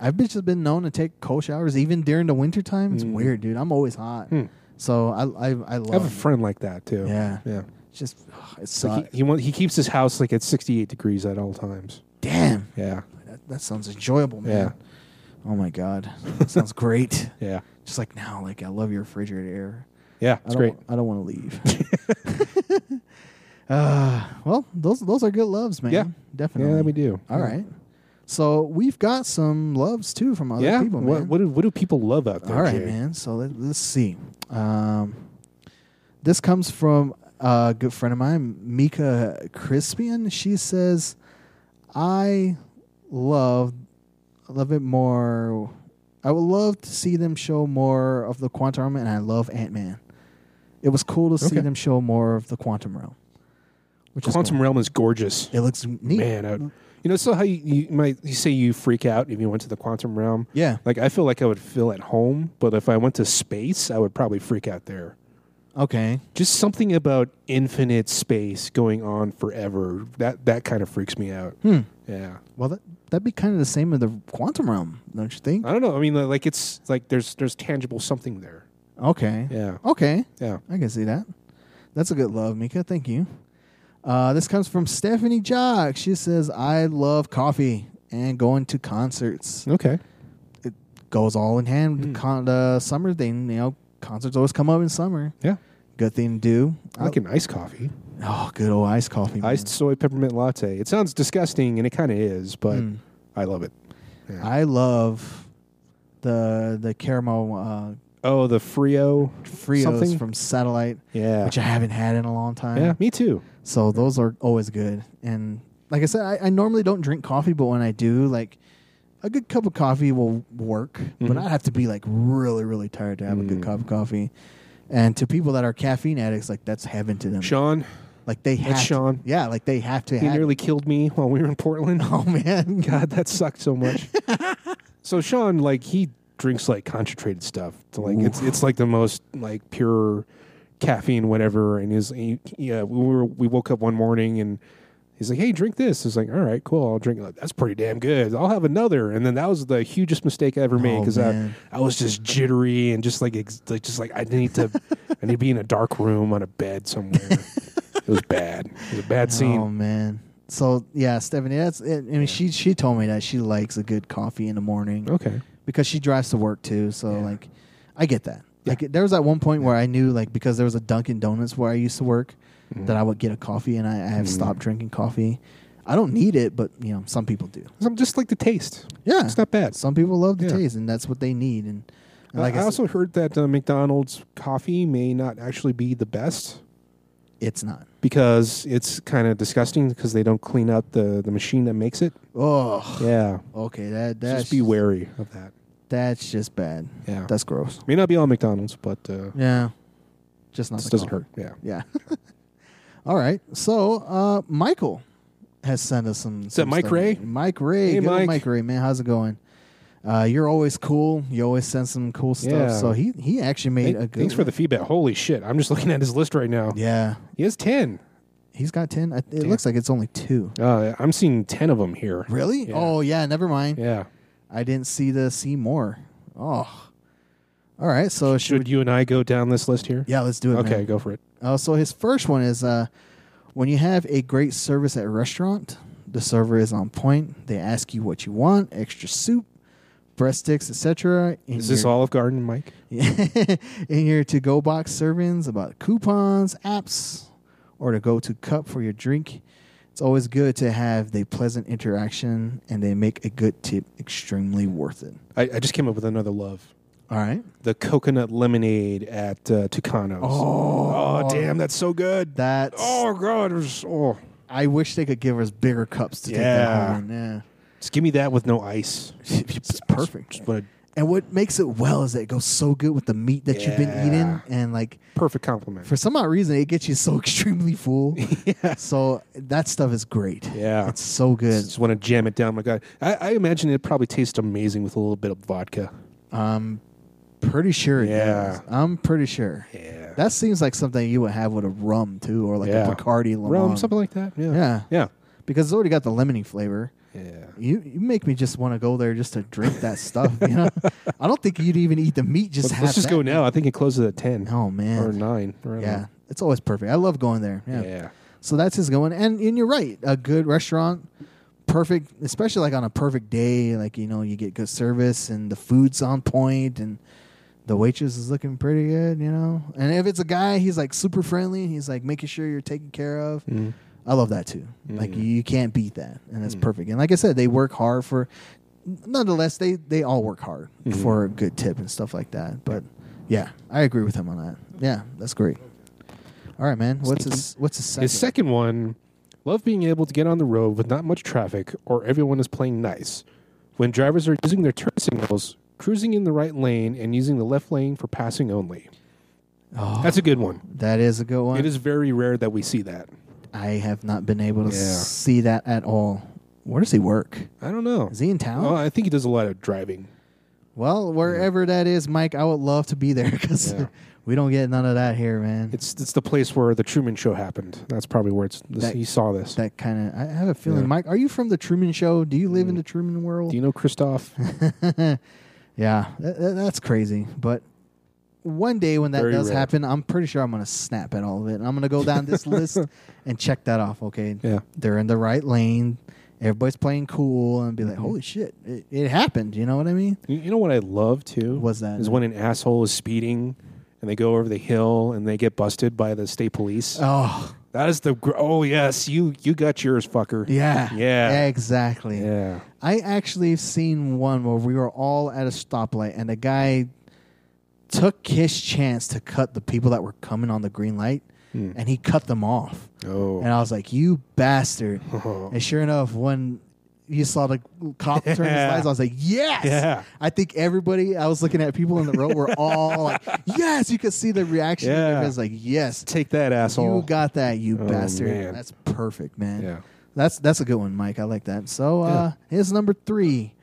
Speaker 2: I've been- just been known to take cold showers even during the winter time. It's weird, dude. I'm always hot, so I I, I
Speaker 1: Hmm. I have a
Speaker 2: love.
Speaker 1: friend like that too.
Speaker 2: yeah,
Speaker 1: Yeah.
Speaker 2: It's just ugh, it
Speaker 1: So
Speaker 2: sucks.
Speaker 1: he, he, wa- he keeps his house like at 68 degrees at all times.
Speaker 2: Damn,
Speaker 1: Yeah.
Speaker 2: that, that sounds enjoyable, man. Oh my god, that sounds great.
Speaker 1: Yeah.
Speaker 2: Just like now, like I love your refrigerator air.
Speaker 1: Yeah.
Speaker 2: I
Speaker 1: It's
Speaker 2: don't,
Speaker 1: great.
Speaker 2: I don't want to leave. uh, well, those those are good loves, man.
Speaker 1: Yeah.
Speaker 2: definitely.
Speaker 1: Yeah, we do.
Speaker 2: All right. So we've got some loves too from other
Speaker 1: Yeah.
Speaker 2: people,
Speaker 1: what,
Speaker 2: man.
Speaker 1: what, do, what do people love out there?
Speaker 2: All right,
Speaker 1: Jay?
Speaker 2: man. So let, us see. Um, this comes from a good friend of mine, Mika Crispian. She says, "I love, I love it more. I would love to see them show more of the quantum realm, and I love Ant Man. It was cool to see
Speaker 1: Okay.
Speaker 2: them show more of the quantum realm, which
Speaker 1: Quantum
Speaker 2: is
Speaker 1: Realm is gorgeous.
Speaker 2: cool. It looks neat.
Speaker 1: Man, I, you know, so how you, you might you say you freak out if you went to the Quantum Realm.
Speaker 2: Yeah.
Speaker 1: Like I feel like I would feel at home, but if I went to space, I would probably freak out there.
Speaker 2: Okay.
Speaker 1: Just something about infinite space going on forever. That that kind of freaks me out.
Speaker 2: Hmm.
Speaker 1: Yeah.
Speaker 2: Well, that that'd be kind of the same in the quantum realm, don't you think?
Speaker 1: I don't know. I mean, li- like it's like there's there's tangible something there.
Speaker 2: Okay.
Speaker 1: Yeah.
Speaker 2: Okay.
Speaker 1: Yeah.
Speaker 2: I can see that. That's a good love, Mika. Thank you. Uh, this comes from Stephanie Jock. She says, I love coffee and going to concerts.
Speaker 1: Okay.
Speaker 2: It goes all in hand with
Speaker 1: Mm.
Speaker 2: the con- the summer thing. You know, concerts always come up in summer.
Speaker 1: Yeah.
Speaker 2: Good thing to do.
Speaker 1: I like an iced coffee,
Speaker 2: oh, good old iced coffee. man.
Speaker 1: iced soy peppermint latte. It sounds disgusting, and it kind of is, but
Speaker 2: Mm.
Speaker 1: I love it.
Speaker 2: I love the the caramel
Speaker 1: Oh, the Frio.
Speaker 2: uh, Frios
Speaker 1: Something?
Speaker 2: from Satellite,
Speaker 1: Yeah.
Speaker 2: which I haven't had in a long time.
Speaker 1: yeah. Me too.
Speaker 2: So those are always good. And like I said, I, I normally don't drink coffee, but when I do, like a good cup of coffee will work. But
Speaker 1: Mhm.
Speaker 2: I have to be like really, really tired to have a good
Speaker 1: Mm.
Speaker 2: cup of coffee. And to people that are caffeine addicts, like that's heaven to them.
Speaker 1: Sean,
Speaker 2: Like they have
Speaker 1: That's
Speaker 2: to-
Speaker 1: Sean.
Speaker 2: yeah, like they have to
Speaker 1: he
Speaker 2: have.
Speaker 1: nearly killed me while we were in Portland.
Speaker 2: oh man,
Speaker 1: God, that sucked so much. so Sean, like, he drinks like concentrated stuff. So, like, it's it's like the most like pure caffeine, whatever. And his he, yeah, we were we woke up one morning and he's like, "Hey, drink this." It's like, "All right, cool, I'll drink." it." Like, That's pretty damn good. I'll have another. And then that was the hugest mistake I ever made
Speaker 2: Oh,
Speaker 1: because I
Speaker 2: man.
Speaker 1: I was just jittery and just like ex- like just like I need to I need to be in a dark room on a bed somewhere. it was bad. It was a bad scene.
Speaker 2: Oh man. So yeah, Stephanie, that's it. I mean, she she told me that she likes a good coffee in the morning.
Speaker 1: Okay.
Speaker 2: because she drives to work too. So like, I get that.
Speaker 1: Yeah.
Speaker 2: Like there was at one point where I knew like because there was a Dunkin' Donuts where I used to work
Speaker 1: Mm-hmm.
Speaker 2: that I would get a coffee and I, I have stopped drinking coffee. I don't need it, but you know some people do.
Speaker 1: I'm just like the taste.
Speaker 2: Yeah,
Speaker 1: It's not bad.
Speaker 2: Some people love the
Speaker 1: Yeah.
Speaker 2: taste, and that's what they need. And, and
Speaker 1: Uh,
Speaker 2: like I,
Speaker 1: I
Speaker 2: said,
Speaker 1: also heard that uh, McDonald's coffee may not actually be the best
Speaker 2: it's not.
Speaker 1: because it's kind of disgusting because they don't clean out the, the machine that makes it.
Speaker 2: Oh,
Speaker 1: Yeah.
Speaker 2: okay. That that's
Speaker 1: Just be wary of that.
Speaker 2: That's just bad.
Speaker 1: Yeah.
Speaker 2: That's gross.
Speaker 1: may not be all McDonald's, but uh,
Speaker 2: Yeah, just not.
Speaker 1: this
Speaker 2: the
Speaker 1: doesn't
Speaker 2: coffee.
Speaker 1: hurt. Yeah.
Speaker 2: Yeah. All right. So uh, Michael has sent us some. Is
Speaker 1: that Mike Ray?
Speaker 2: Mike Ray.
Speaker 1: Hey,
Speaker 2: Good old
Speaker 1: Mike.
Speaker 2: Mike Ray, man. How's it going? Uh, you're always cool. You always send some cool stuff.
Speaker 1: Yeah.
Speaker 2: So he he actually made
Speaker 1: Hey,
Speaker 2: a good.
Speaker 1: thanks for the feedback. Holy shit. I'm just looking at his list right now.
Speaker 2: Yeah.
Speaker 1: He has 10.
Speaker 2: He's got ten. I- It
Speaker 1: Damn.
Speaker 2: looks like it's only two.
Speaker 1: Uh, I'm seeing ten of them here.
Speaker 2: Really?
Speaker 1: Yeah.
Speaker 2: Oh yeah. Never mind.
Speaker 1: Yeah.
Speaker 2: I didn't see the see more. Oh. All right. So should,
Speaker 1: Should you and I go down this list here?
Speaker 2: we, yeah, let's do it.
Speaker 1: Okay,
Speaker 2: man.
Speaker 1: go for it.
Speaker 2: Uh, so his first one is uh, when you have a great service at a restaurant, the server is on point. They ask you what you want, extra soup, breast sticks, etc. and
Speaker 1: Is this
Speaker 2: your-
Speaker 1: Olive Garden, Mike?
Speaker 2: in your to-go box servings about coupons, apps, or to go-to cup for your drink. It's always good to have the pleasant interaction, and they make a good tip extremely worth it.
Speaker 1: I, I just came up with another love.
Speaker 2: All right.
Speaker 1: The coconut lemonade at uh, Tucano's.
Speaker 2: Oh,
Speaker 1: Oh, damn, that's so good.
Speaker 2: That's.
Speaker 1: oh god, there's- oh.
Speaker 2: I wish they could give us bigger cups to take that
Speaker 1: Yeah.
Speaker 2: home. Yeah.
Speaker 1: Just give me that with no ice.
Speaker 2: It's perfect.
Speaker 1: Just want a
Speaker 2: And what makes it well is that it goes so good with the meat that you've been eating,
Speaker 1: Yeah.
Speaker 2: and like
Speaker 1: perfect compliment.
Speaker 2: for some odd reason, it gets you so extremely full. So that stuff is great.
Speaker 1: Yeah.
Speaker 2: It's so good.
Speaker 1: Just want to jam it down my god. I, I imagine it probably tastes amazing with a little bit of vodka.
Speaker 2: I'm pretty sure it
Speaker 1: Yeah.
Speaker 2: does. I'm pretty sure.
Speaker 1: Yeah.
Speaker 2: That seems like something you would have with a rum too, or like
Speaker 1: Yeah.
Speaker 2: a Bacardi
Speaker 1: Rum,
Speaker 2: lemon.
Speaker 1: something like that. Yeah.
Speaker 2: Yeah.
Speaker 1: Yeah.
Speaker 2: Because it's already got the lemony flavor.
Speaker 1: Yeah.
Speaker 2: You you make me just want to go there just to drink that stuff. You know, I don't think you'd even eat the meat. Just
Speaker 1: Let's,
Speaker 2: have
Speaker 1: let's just
Speaker 2: that.
Speaker 1: go now. I think it closes at ten
Speaker 2: Oh man.
Speaker 1: or nine. Or
Speaker 2: yeah. It's always perfect. I love going there.
Speaker 1: yeah.
Speaker 2: Yeah. So that's his going. And and you're right. A good restaurant, perfect, especially like on a perfect day. Like you know, you get good service and the food's on point and the waitress is looking pretty good. You know, and if it's a guy, he's like super friendly. and He's like making sure you're taken care of.
Speaker 1: Mhm.
Speaker 2: I love that too. Like
Speaker 1: Mm-hmm.
Speaker 2: you, you can't beat that, and
Speaker 1: Mm.
Speaker 2: that's perfect. And like I said, they work hard for. Nonetheless, they they all work hard
Speaker 1: Mm-hmm.
Speaker 2: for a good tip and stuff like that. But yeah, I agree with him on that. Yeah, that's great. All right, man. What's his what's his second?
Speaker 1: His second one, love being able to get on the road with not much traffic or everyone is playing nice. When drivers are using their turn signals, cruising in the right lane and using the left lane for passing only.
Speaker 2: Oh.
Speaker 1: That's a good one.
Speaker 2: That is a good one.
Speaker 1: It is very rare that we see that.
Speaker 2: I have not been able to
Speaker 1: Yeah.
Speaker 2: see that at all. Where does he work?
Speaker 1: I don't know.
Speaker 2: Is he in town?
Speaker 1: Well, Oh, I think he does a lot of driving.
Speaker 2: well, wherever that is, Mike, I would love to be there because
Speaker 1: Yeah.
Speaker 2: we don't get none of that here, man.
Speaker 1: It's it's the place where the Truman Show happened. That's probably where it's this,
Speaker 2: That-
Speaker 1: he saw this.
Speaker 2: that kind of. I have a feeling,
Speaker 1: Yeah. Mm.
Speaker 2: Mike. Are you from the Truman Show? Do you live in the Truman world?
Speaker 1: Do you know Christoph?
Speaker 2: yeah, that, that- that's crazy. But one day when that
Speaker 1: Very
Speaker 2: does
Speaker 1: rare.
Speaker 2: happen, I'm pretty sure I'm gonna snap at all of it. And I'm gonna go down this list and check that off. Okay,
Speaker 1: yeah.
Speaker 2: they're in the right lane. Everybody's playing cool and be
Speaker 1: Mm-hmm.
Speaker 2: like, holy shit, it, it happened. You know what I mean?
Speaker 1: You, you know what I love too?
Speaker 2: What's that?
Speaker 1: Is when an asshole is speeding and they go over the hill and they get busted by the state police.
Speaker 2: Oh,
Speaker 1: That is the gr- oh yes, you you got yours, fucker.
Speaker 2: yeah.
Speaker 1: Yeah.
Speaker 2: Exactly.
Speaker 1: yeah.
Speaker 2: I actually have seen one where we were all at a stoplight and the guy took his chance to cut the people that were coming on the green light and he cut them off.
Speaker 1: Hmm.
Speaker 2: And
Speaker 1: Oh,
Speaker 2: I was like, you bastard. And sure enough, when you saw the cop turn his
Speaker 1: Yeah.
Speaker 2: lights, I was like, yes.
Speaker 1: Yeah.
Speaker 2: I think everybody, I was looking at people in the road, were all like, yes. You could see the reaction.
Speaker 1: Yeah.
Speaker 2: It was like, yes.
Speaker 1: take that asshole.
Speaker 2: You got that, you
Speaker 1: Oh,
Speaker 2: bastard.
Speaker 1: man.
Speaker 2: That's perfect, man.
Speaker 1: Yeah.
Speaker 2: That's that's a good one, Mike. I like that. So uh here's number three.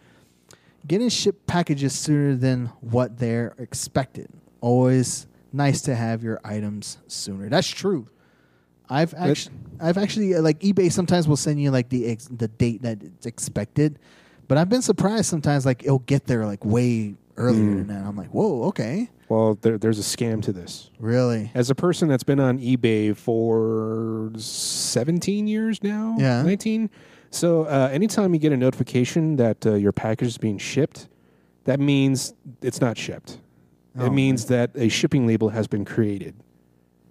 Speaker 2: Getting shipped packages sooner than what they're expected. Always nice to have your items sooner. That's true. I've actually, I've actually uh, like eBay sometimes will send you like the ex- the date that it's expected, but I've been surprised sometimes like it'll get there like way earlier
Speaker 1: Mm.
Speaker 2: than that. I'm like, whoa, okay,
Speaker 1: well, there, there's a scam to this.
Speaker 2: really?
Speaker 1: As a person that's been on eBay for 17 years now,
Speaker 2: Yeah.
Speaker 1: 19. So uh, anytime you get a notification that uh, your package is being shipped, that means it's not shipped.
Speaker 2: Oh,
Speaker 1: it means that a shipping label has been created.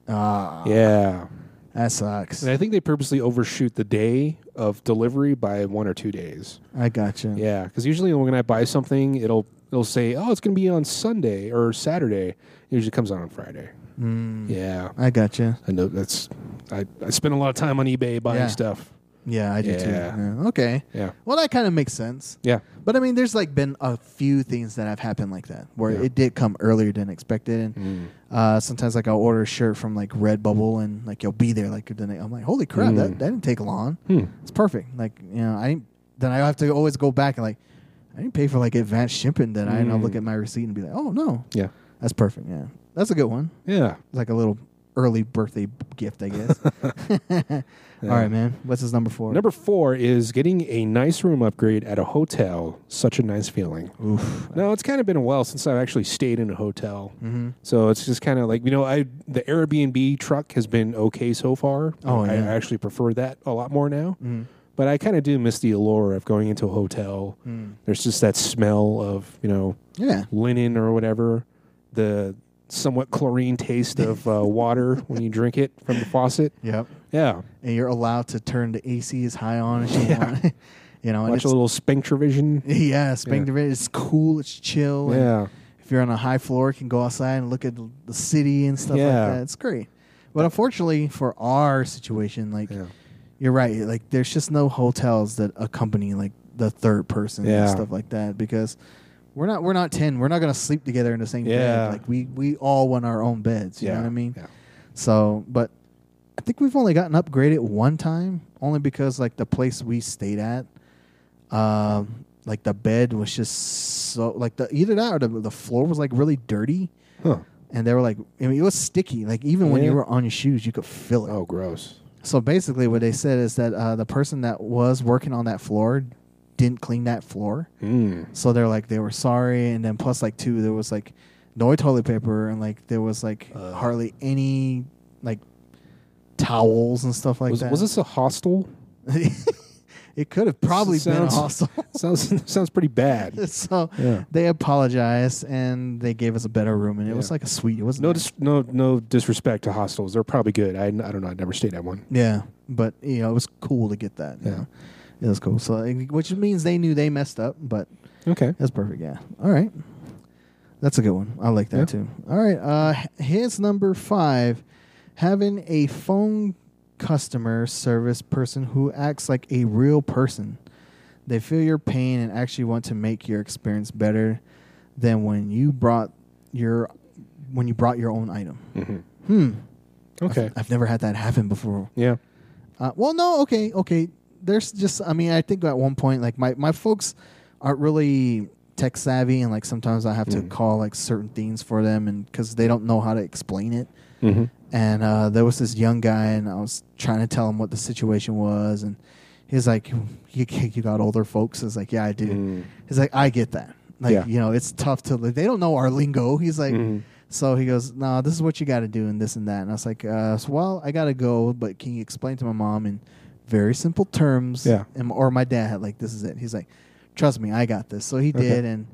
Speaker 2: Ah,
Speaker 1: Yeah.
Speaker 2: that sucks.
Speaker 1: And I think they purposely overshoot the day of delivery by one or two days.
Speaker 2: I gotcha.
Speaker 1: Yeah, because usually when I buy something, it'll it'll say, "Oh, it's going to be on Sunday or Saturday." It usually comes out on Friday.
Speaker 2: Mm,
Speaker 1: Yeah,
Speaker 2: I gotcha.
Speaker 1: I know that's. I I spend a lot of time on eBay buying
Speaker 2: Yeah.
Speaker 1: stuff.
Speaker 2: Yeah, I do too.
Speaker 1: Yeah.
Speaker 2: Yeah, Okay.
Speaker 1: Yeah,
Speaker 2: Well, that kind of makes sense.
Speaker 1: yeah,
Speaker 2: But I mean, there's like been a few things that have happened like that where
Speaker 1: Yeah.
Speaker 2: it did come earlier than expected. And
Speaker 1: Mm.
Speaker 2: uh, sometimes like I'll order a shirt from like Redbubble and like you'll be there like the next. I'm like, holy crap,
Speaker 1: Mm.
Speaker 2: that, that didn't take long.
Speaker 1: Hmm.
Speaker 2: It's perfect. Like you know, I didn't, then I have to always go back and like I didn't pay for like advanced shipping. Then I and I'll
Speaker 1: Mm.
Speaker 2: look at my receipt and be like, oh no,
Speaker 1: yeah,
Speaker 2: that's perfect. Yeah, that's a good one.
Speaker 1: yeah.
Speaker 2: It's like a little early birthday gift, I guess. All right, man. What's his number four?
Speaker 1: Number four is getting a nice room upgrade at a hotel. Such a nice feeling.
Speaker 2: Oof.
Speaker 1: No, it's kind of been a while since I've actually stayed in a hotel.
Speaker 2: Mm-hmm.
Speaker 1: So it's just kind of like you know, I the Airbnb truck has been okay so far.
Speaker 2: Oh,
Speaker 1: I,
Speaker 2: yeah. Mm-hmm.
Speaker 1: I actually prefer that a lot more now. But I kind of do miss the allure of going into a hotel.
Speaker 2: Mm.
Speaker 1: There's just that smell of you know
Speaker 2: Yeah.
Speaker 1: linen or whatever, the somewhat chlorine taste of uh, water when you drink it from the faucet.
Speaker 2: Yep.
Speaker 1: Yeah,
Speaker 2: And you're allowed to turn the AC as high on as you want. you know, and
Speaker 1: watch
Speaker 2: it's,
Speaker 1: a little Spectrovision.
Speaker 2: yeah, Spank Division. It's cool. It's chill. and
Speaker 1: Yeah.
Speaker 2: if you're on a high floor, you can go outside and look at the city and stuff
Speaker 1: Yeah.
Speaker 2: like that. It's great. But unfortunately for our situation, like
Speaker 1: Yeah.
Speaker 2: you're right, like there's just no hotels that accompany like the third person
Speaker 1: Yeah.
Speaker 2: and stuff like that because we're not we're not ten. We're not gonna sleep together in the same
Speaker 1: Yeah.
Speaker 2: bed. Like we we all want our own beds. You
Speaker 1: yeah.
Speaker 2: know what I mean?
Speaker 1: Yeah.
Speaker 2: So, but I think we've only gotten upgraded one time, only because like the place we stayed at, um, like the bed was just so like the either that or the the floor was like really dirty,
Speaker 1: Huh.
Speaker 2: and they were like I mean it was sticky. Like even when you
Speaker 1: Yeah.
Speaker 2: were on your shoes, you could feel it.
Speaker 1: Oh, gross.
Speaker 2: So basically, what they said is that uh, the person that was working on that floor didn't clean that floor.
Speaker 1: Mm.
Speaker 2: So they're like they were sorry, and then plus like two, there was like no toilet paper, and like there was like
Speaker 1: Uh.
Speaker 2: hardly any like towels and stuff like
Speaker 1: was,
Speaker 2: that.
Speaker 1: was this a hostel?
Speaker 2: it could have probably been a
Speaker 1: sounds-
Speaker 2: hostel.
Speaker 1: sounds sounds pretty bad.
Speaker 2: so
Speaker 1: Yeah.
Speaker 2: they apologized and they gave us a better room, and it was
Speaker 1: Yeah.
Speaker 2: like a suite. It wasn't
Speaker 1: No,
Speaker 2: like-
Speaker 1: dis- no, no disrespect to hostels. They're probably good. I, I don't know. I never stayed at one.
Speaker 2: Yeah, but you know it was cool to get that. you
Speaker 1: Yeah.
Speaker 2: know. it was cool. So like, which means they knew they messed up, but
Speaker 1: Okay.
Speaker 2: That's perfect. Yeah. All right. That's a good one. I like that
Speaker 1: Yeah.
Speaker 2: too. All right. Uh, h- his number five, having a phone customer service person who acts like a real person. They feel your pain and actually want to make your experience better than when you brought your when you brought your own item.
Speaker 1: hmm
Speaker 2: Hmm.
Speaker 1: Okay.
Speaker 2: I've never had that happen before.
Speaker 1: Yeah.
Speaker 2: Uh, well, no, okay, okay. There's just, I mean, I think at one point, like my my folks aren't really tech savvy, and like sometimes I have to
Speaker 1: Mm.
Speaker 2: call like certain things for them, and because they don't know how to explain it.
Speaker 1: Mm-hmm.
Speaker 2: And uh, there was this young guy, and I was trying to tell him what the situation was, and he's like, "You you got older folks?" I was like, "Yeah, I do."
Speaker 1: Hmm. Mm-hmm. Mm.
Speaker 2: He's like, "I get that. Like,
Speaker 1: Yeah. Mm-hmm.
Speaker 2: you know, it's tough to. Like, they don't know our lingo." He's like. So he goes, no, this is what you got to do and this and that. And I was like, uh, so, well, I got to go, but can you explain to my mom in very simple terms?
Speaker 1: Yeah.
Speaker 2: And, or my dad, like, this is it. He's like, trust me, I got this. So he
Speaker 1: Okay.
Speaker 2: did. And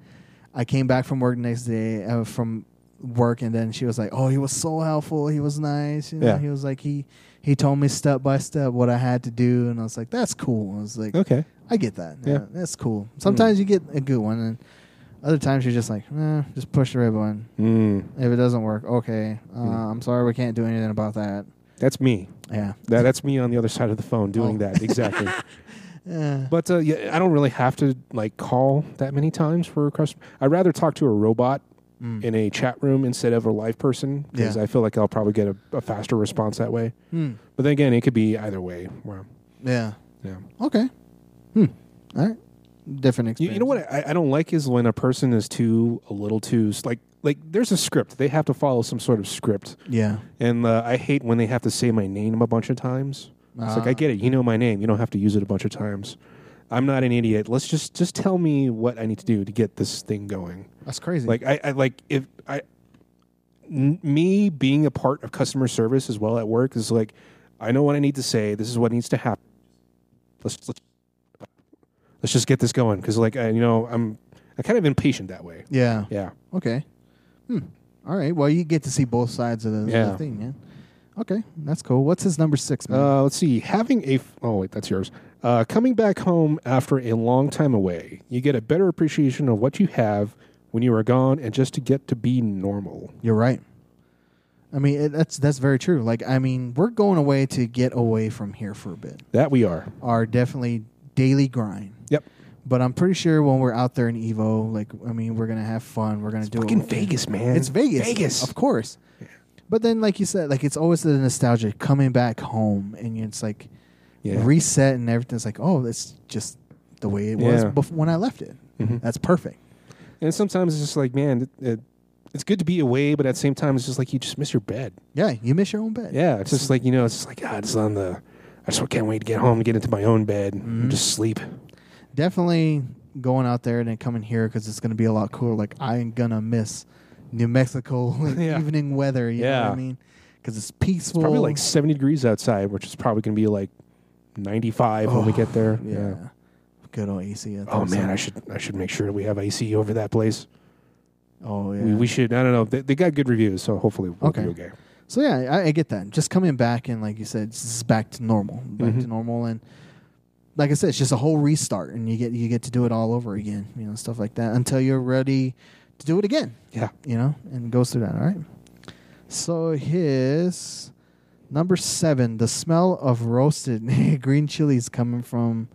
Speaker 2: I came back from work the next day, uh, from work. And then she was like, oh, he was so helpful. He was nice. You know,
Speaker 1: Yeah.
Speaker 2: He was like, he, he told me step by step what I had to do. And I was like, that's cool. I was like,
Speaker 1: Okay.
Speaker 2: I get that. Yeah,
Speaker 1: Yeah.
Speaker 2: that's cool. Sometimes you get a good one. And other times you're just like, eh, just push the red button.
Speaker 1: Mm.
Speaker 2: If it doesn't work, okay. Uh,
Speaker 1: Mhm.
Speaker 2: I'm sorry, we can't do anything about that.
Speaker 1: That's me.
Speaker 2: Yeah.
Speaker 1: That, that's me on the other side of the phone doing
Speaker 2: Oh.
Speaker 1: that exactly.
Speaker 2: Uh,
Speaker 1: but uh, yeah, I don't really have to like call that many times for a customer. I'd rather talk to a robot
Speaker 2: mm.
Speaker 1: in a chat room instead of a live person because
Speaker 2: Yeah.
Speaker 1: I feel like I'll probably get a, a faster response that way.
Speaker 2: Hmm.
Speaker 1: But then again, it could be either way. Wow.
Speaker 2: Yeah.
Speaker 1: Yeah.
Speaker 2: Okay. Hmm. All right. Different
Speaker 1: You,
Speaker 2: experience.
Speaker 1: you know what I, I don't like is when a person is too a little too s- like like there's a script they have to follow some sort of script
Speaker 2: Yeah.
Speaker 1: and uh, I hate when they have to say my name a bunch of times. It's like
Speaker 2: Ah.
Speaker 1: I get it, you know my name, you don't have to use it a bunch of times. I'm not an idiot. Let's just just tell me what I need to do to get this thing going.
Speaker 2: That's crazy.
Speaker 1: Like I, I like if I n- me being a part of customer service as well at work is like I know what I need to say. This is what needs to happen. Let's let's, let's just get this going because like I, you know I'm I'm kind of impatient that way.
Speaker 2: yeah.
Speaker 1: Yeah.
Speaker 2: Okay. Hmm. All right. Well, you get to see both sides of the, the
Speaker 1: Yeah.
Speaker 2: thing, yeah. Okay. That's cool. What's his number six, man?
Speaker 1: Uh, let's see. Having a f- oh wait that's yours. Uh, coming back home after a long time away, you get a better appreciation of what you have when you are gone, and just to get to be normal.
Speaker 2: You're right. I mean, it, that's that's very true. Like, I mean, we're going away to get away from here for a bit.
Speaker 1: That we are.
Speaker 2: Our definitely daily grind.
Speaker 1: Yep.
Speaker 2: But I'm pretty sure when we're out there in Evo, like I mean, we're gonna have fun. We're gonna do
Speaker 1: Fucking
Speaker 2: it.
Speaker 1: Vegas, man.
Speaker 2: It's Vegas,
Speaker 1: Vegas.
Speaker 2: of course. But then, like you said, like it's always the nostalgia coming back home, and it's like
Speaker 1: Yeah.
Speaker 2: reset and everything's like, oh, that's just the way it was
Speaker 1: Yeah.
Speaker 2: bef- when I left it.
Speaker 1: Mhm.
Speaker 2: That's perfect.
Speaker 1: And sometimes it's just like, man, it, it, it's good to be away, but at the same time, it's just like you just miss your bed.
Speaker 2: Yeah, you miss your own bed.
Speaker 1: Yeah, it's just like you know, it's just like God, it's on the. I just can't wait to get home and get into my own bed
Speaker 2: Mm-hmm.
Speaker 1: and just sleep.
Speaker 2: Definitely going out there and then coming here because it's going to be a lot cooler. Like, I'm going to miss New Mexico
Speaker 1: Yeah.
Speaker 2: evening weather. You know
Speaker 1: Yeah.
Speaker 2: what I mean? Because it's peaceful.
Speaker 1: Probably like seventy degrees outside, which is probably going to be like ninety-five when we
Speaker 2: Oh,
Speaker 1: get there.
Speaker 2: Yeah. Good old AC. I
Speaker 1: Oh
Speaker 2: think so.
Speaker 1: man, I should I should make sure that we have IC over that place.
Speaker 2: Oh, yeah.
Speaker 1: We, we should. I don't know. They, they got good reviews, so hopefully we'll
Speaker 2: Okay.
Speaker 1: be okay.
Speaker 2: So yeah, I, I get that. Just coming back and like you said, this is back to normal, back to
Speaker 1: Mm-hmm.
Speaker 2: normal, and like I said, it's just a whole restart, and you get you get to do it all over again, you know, stuff like that until you're ready to do it again,
Speaker 1: Yeah.
Speaker 2: you know, and goes through that. All right. So his number seven, the smell of roasted green chilies coming from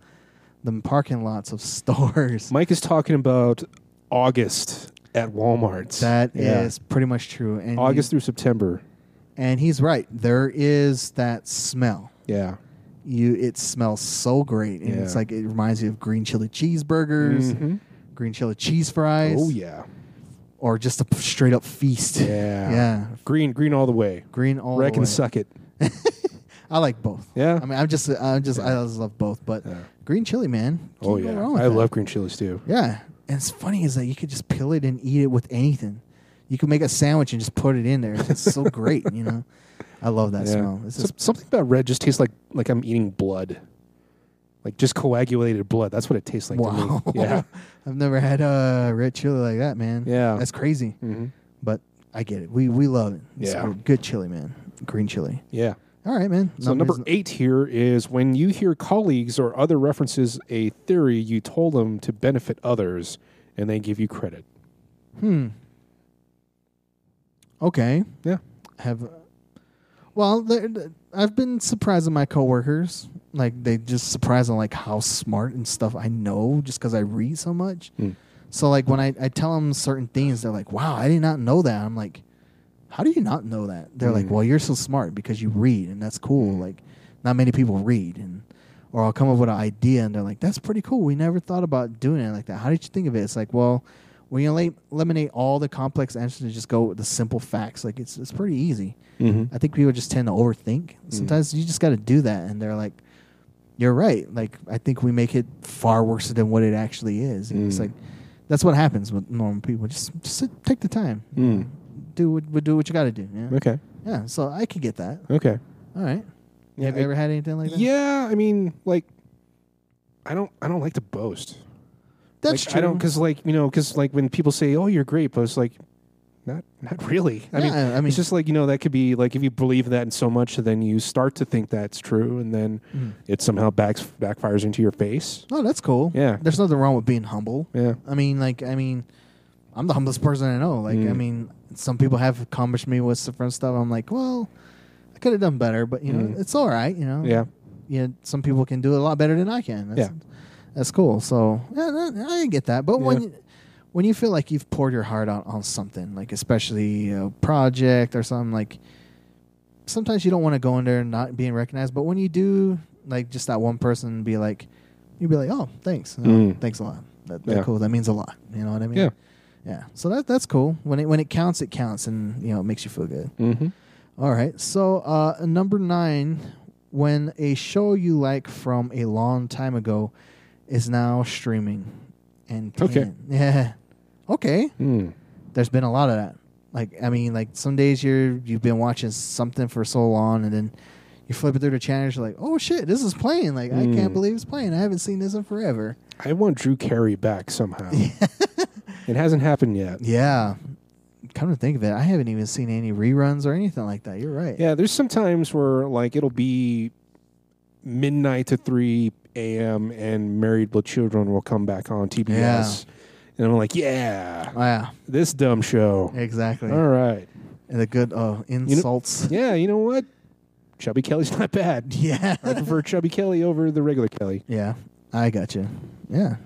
Speaker 2: the parking lots of stores.
Speaker 1: Mike is talking about August at Walmart.
Speaker 2: That is
Speaker 1: Yeah.
Speaker 2: pretty much true, and he-
Speaker 1: August through September.
Speaker 2: and he's right. There is that smell.
Speaker 1: Yeah.
Speaker 2: you it smells so great and it's
Speaker 1: Yeah.
Speaker 2: like it reminds you of green chili cheeseburgers
Speaker 1: Mhm.
Speaker 2: green chili cheese fries
Speaker 1: Oh yeah.
Speaker 2: or just a p- straight up feast
Speaker 1: Yeah.
Speaker 2: yeah
Speaker 1: Green green all the way.
Speaker 2: green all
Speaker 1: Wreck
Speaker 2: the way.
Speaker 1: and suck it.
Speaker 2: i like both
Speaker 1: Yeah.
Speaker 2: i mean i'm just i'm just i just love both but
Speaker 1: Yeah.
Speaker 2: green chili man Can't
Speaker 1: oh
Speaker 2: go
Speaker 1: yeah.
Speaker 2: wrong with
Speaker 1: I
Speaker 2: that.
Speaker 1: love green chilies too.
Speaker 2: yeah and it's funny is that you could just peel it and eat it with anything you can make a sandwich and just put it in there it's so great you know i love that
Speaker 1: Yeah.
Speaker 2: smell it's
Speaker 1: So-
Speaker 2: just
Speaker 1: something about red just tastes like like I'm eating blood. Like just coagulated blood. That's what it tastes like
Speaker 2: wow
Speaker 1: to me. Yeah.
Speaker 2: i've never had a red chili like that man
Speaker 1: Yeah.
Speaker 2: that's crazy
Speaker 1: Mhm.
Speaker 2: But I get it. We we love it. It's
Speaker 1: Yeah.
Speaker 2: a good chili, man. Green chili.
Speaker 1: Yeah.
Speaker 2: All right, man.
Speaker 1: So number eight here is when you hear colleagues or other references a theory you told them to benefit others, and they give you credit.
Speaker 2: Hmm. Okay.
Speaker 1: Yeah.
Speaker 2: Have. uh, Well, there- th- I've been surprising my coworkers. Like they just surprised on like how smart and stuff I know just because I read so much.
Speaker 1: Hmm.
Speaker 2: So like when I, I tell them certain things, they're like, "Wow, I did not know that." I'm like, "How do you not know that?" They're like,
Speaker 1: Hmm.
Speaker 2: "Well, you're so smart because you read, and that's cool. Like, not many people read." And or I'll come up with an idea, and they're like, "That's pretty cool. We never thought about doing it like that. How did you think of it?" It's like, well. When you elim- eliminate all the complex answers and just go with the simple facts, like it's it's pretty easy.
Speaker 1: Mm-hmm.
Speaker 2: I think people just tend to overthink. Sometimes you just got to do that, and they're like, "You're right." Like I think we make it far worse than what it actually is. And It's
Speaker 1: Mm.
Speaker 2: like that's what happens with normal people. Just just sit- take the time,
Speaker 1: Mm.
Speaker 2: do what do what you got to do. Yeah,
Speaker 1: Okay.
Speaker 2: yeah. So I could get that.
Speaker 1: Okay.
Speaker 2: All right.
Speaker 1: Yeah,
Speaker 2: Have
Speaker 1: I-
Speaker 2: you ever had anything like that?
Speaker 1: Yeah. I mean, like, I don't. I don't like to boast.
Speaker 2: that's
Speaker 1: Like,
Speaker 2: true.
Speaker 1: I don't because like you know because like when people say, "Oh, you're great," but it's like, not not really. I mean,
Speaker 2: Yeah, I mean-
Speaker 1: it's just like you know that could be like if you believe that in so much, then you start to think that's true, and then it somehow backs backfires into your face.
Speaker 2: oh, mm. that's cool.
Speaker 1: Yeah.
Speaker 2: there's nothing wrong with being humble.
Speaker 1: Yeah.
Speaker 2: I mean, like, I mean, I'm the humblest person I know. Like, I
Speaker 1: Mm.
Speaker 2: mean, some people have accomplished me with different stuff. I'm like, well, I could have done better, but you know,
Speaker 1: Mm.
Speaker 2: it's all right. You know,
Speaker 1: Yeah.
Speaker 2: You know, some people can do it a lot better than I can. That's,
Speaker 1: Yeah.
Speaker 2: that's cool. So yeah, that- I get that. But when
Speaker 1: Yeah.
Speaker 2: when you feel like you've poured your heart out on something, like especially a project or something, like sometimes you don't want to go in there and not being recognized. But when you do, like just that one person be like, you'd be like, oh, thanks, you know,
Speaker 1: Mm.
Speaker 2: thanks a lot. That, that
Speaker 1: Yeah.
Speaker 2: cool. That means a lot. You know what I mean?
Speaker 1: Yeah.
Speaker 2: Yeah. So that that's cool. When it when it counts, it counts, and you know, it makes you feel good.
Speaker 1: Mm-hmm.
Speaker 2: All right. So uh, number nine, when a show you like from a long time ago is now streaming, and
Speaker 1: Okay.
Speaker 2: ten. yeah, okay.
Speaker 1: Mm.
Speaker 2: There's been a lot of that. Like I mean, like some days you're you've been watching something for so long, and then you flip it through the channels, you're like, oh shit, this is playing. Like I can't
Speaker 1: Mm.
Speaker 2: believe it's playing. I haven't seen this in forever.
Speaker 1: I want Drew Carey back somehow. it hasn't happened yet.
Speaker 2: Yeah. Come to think of it, I haven't even seen any reruns or anything like that. You're right.
Speaker 1: Yeah, there's some times where like it'll be midnight to three a.m. and Married with Children will come back on TBS, and I'm like, yeah,
Speaker 2: Yeah,
Speaker 1: this dumb show.
Speaker 2: exactly.
Speaker 1: All right,
Speaker 2: And the good uh, insults.
Speaker 1: yeah, you know what? Chubby Kelly's not bad.
Speaker 2: Yeah.
Speaker 1: I prefer Chubby Kelly over the regular Kelly.
Speaker 2: yeah. I got you. Yeah.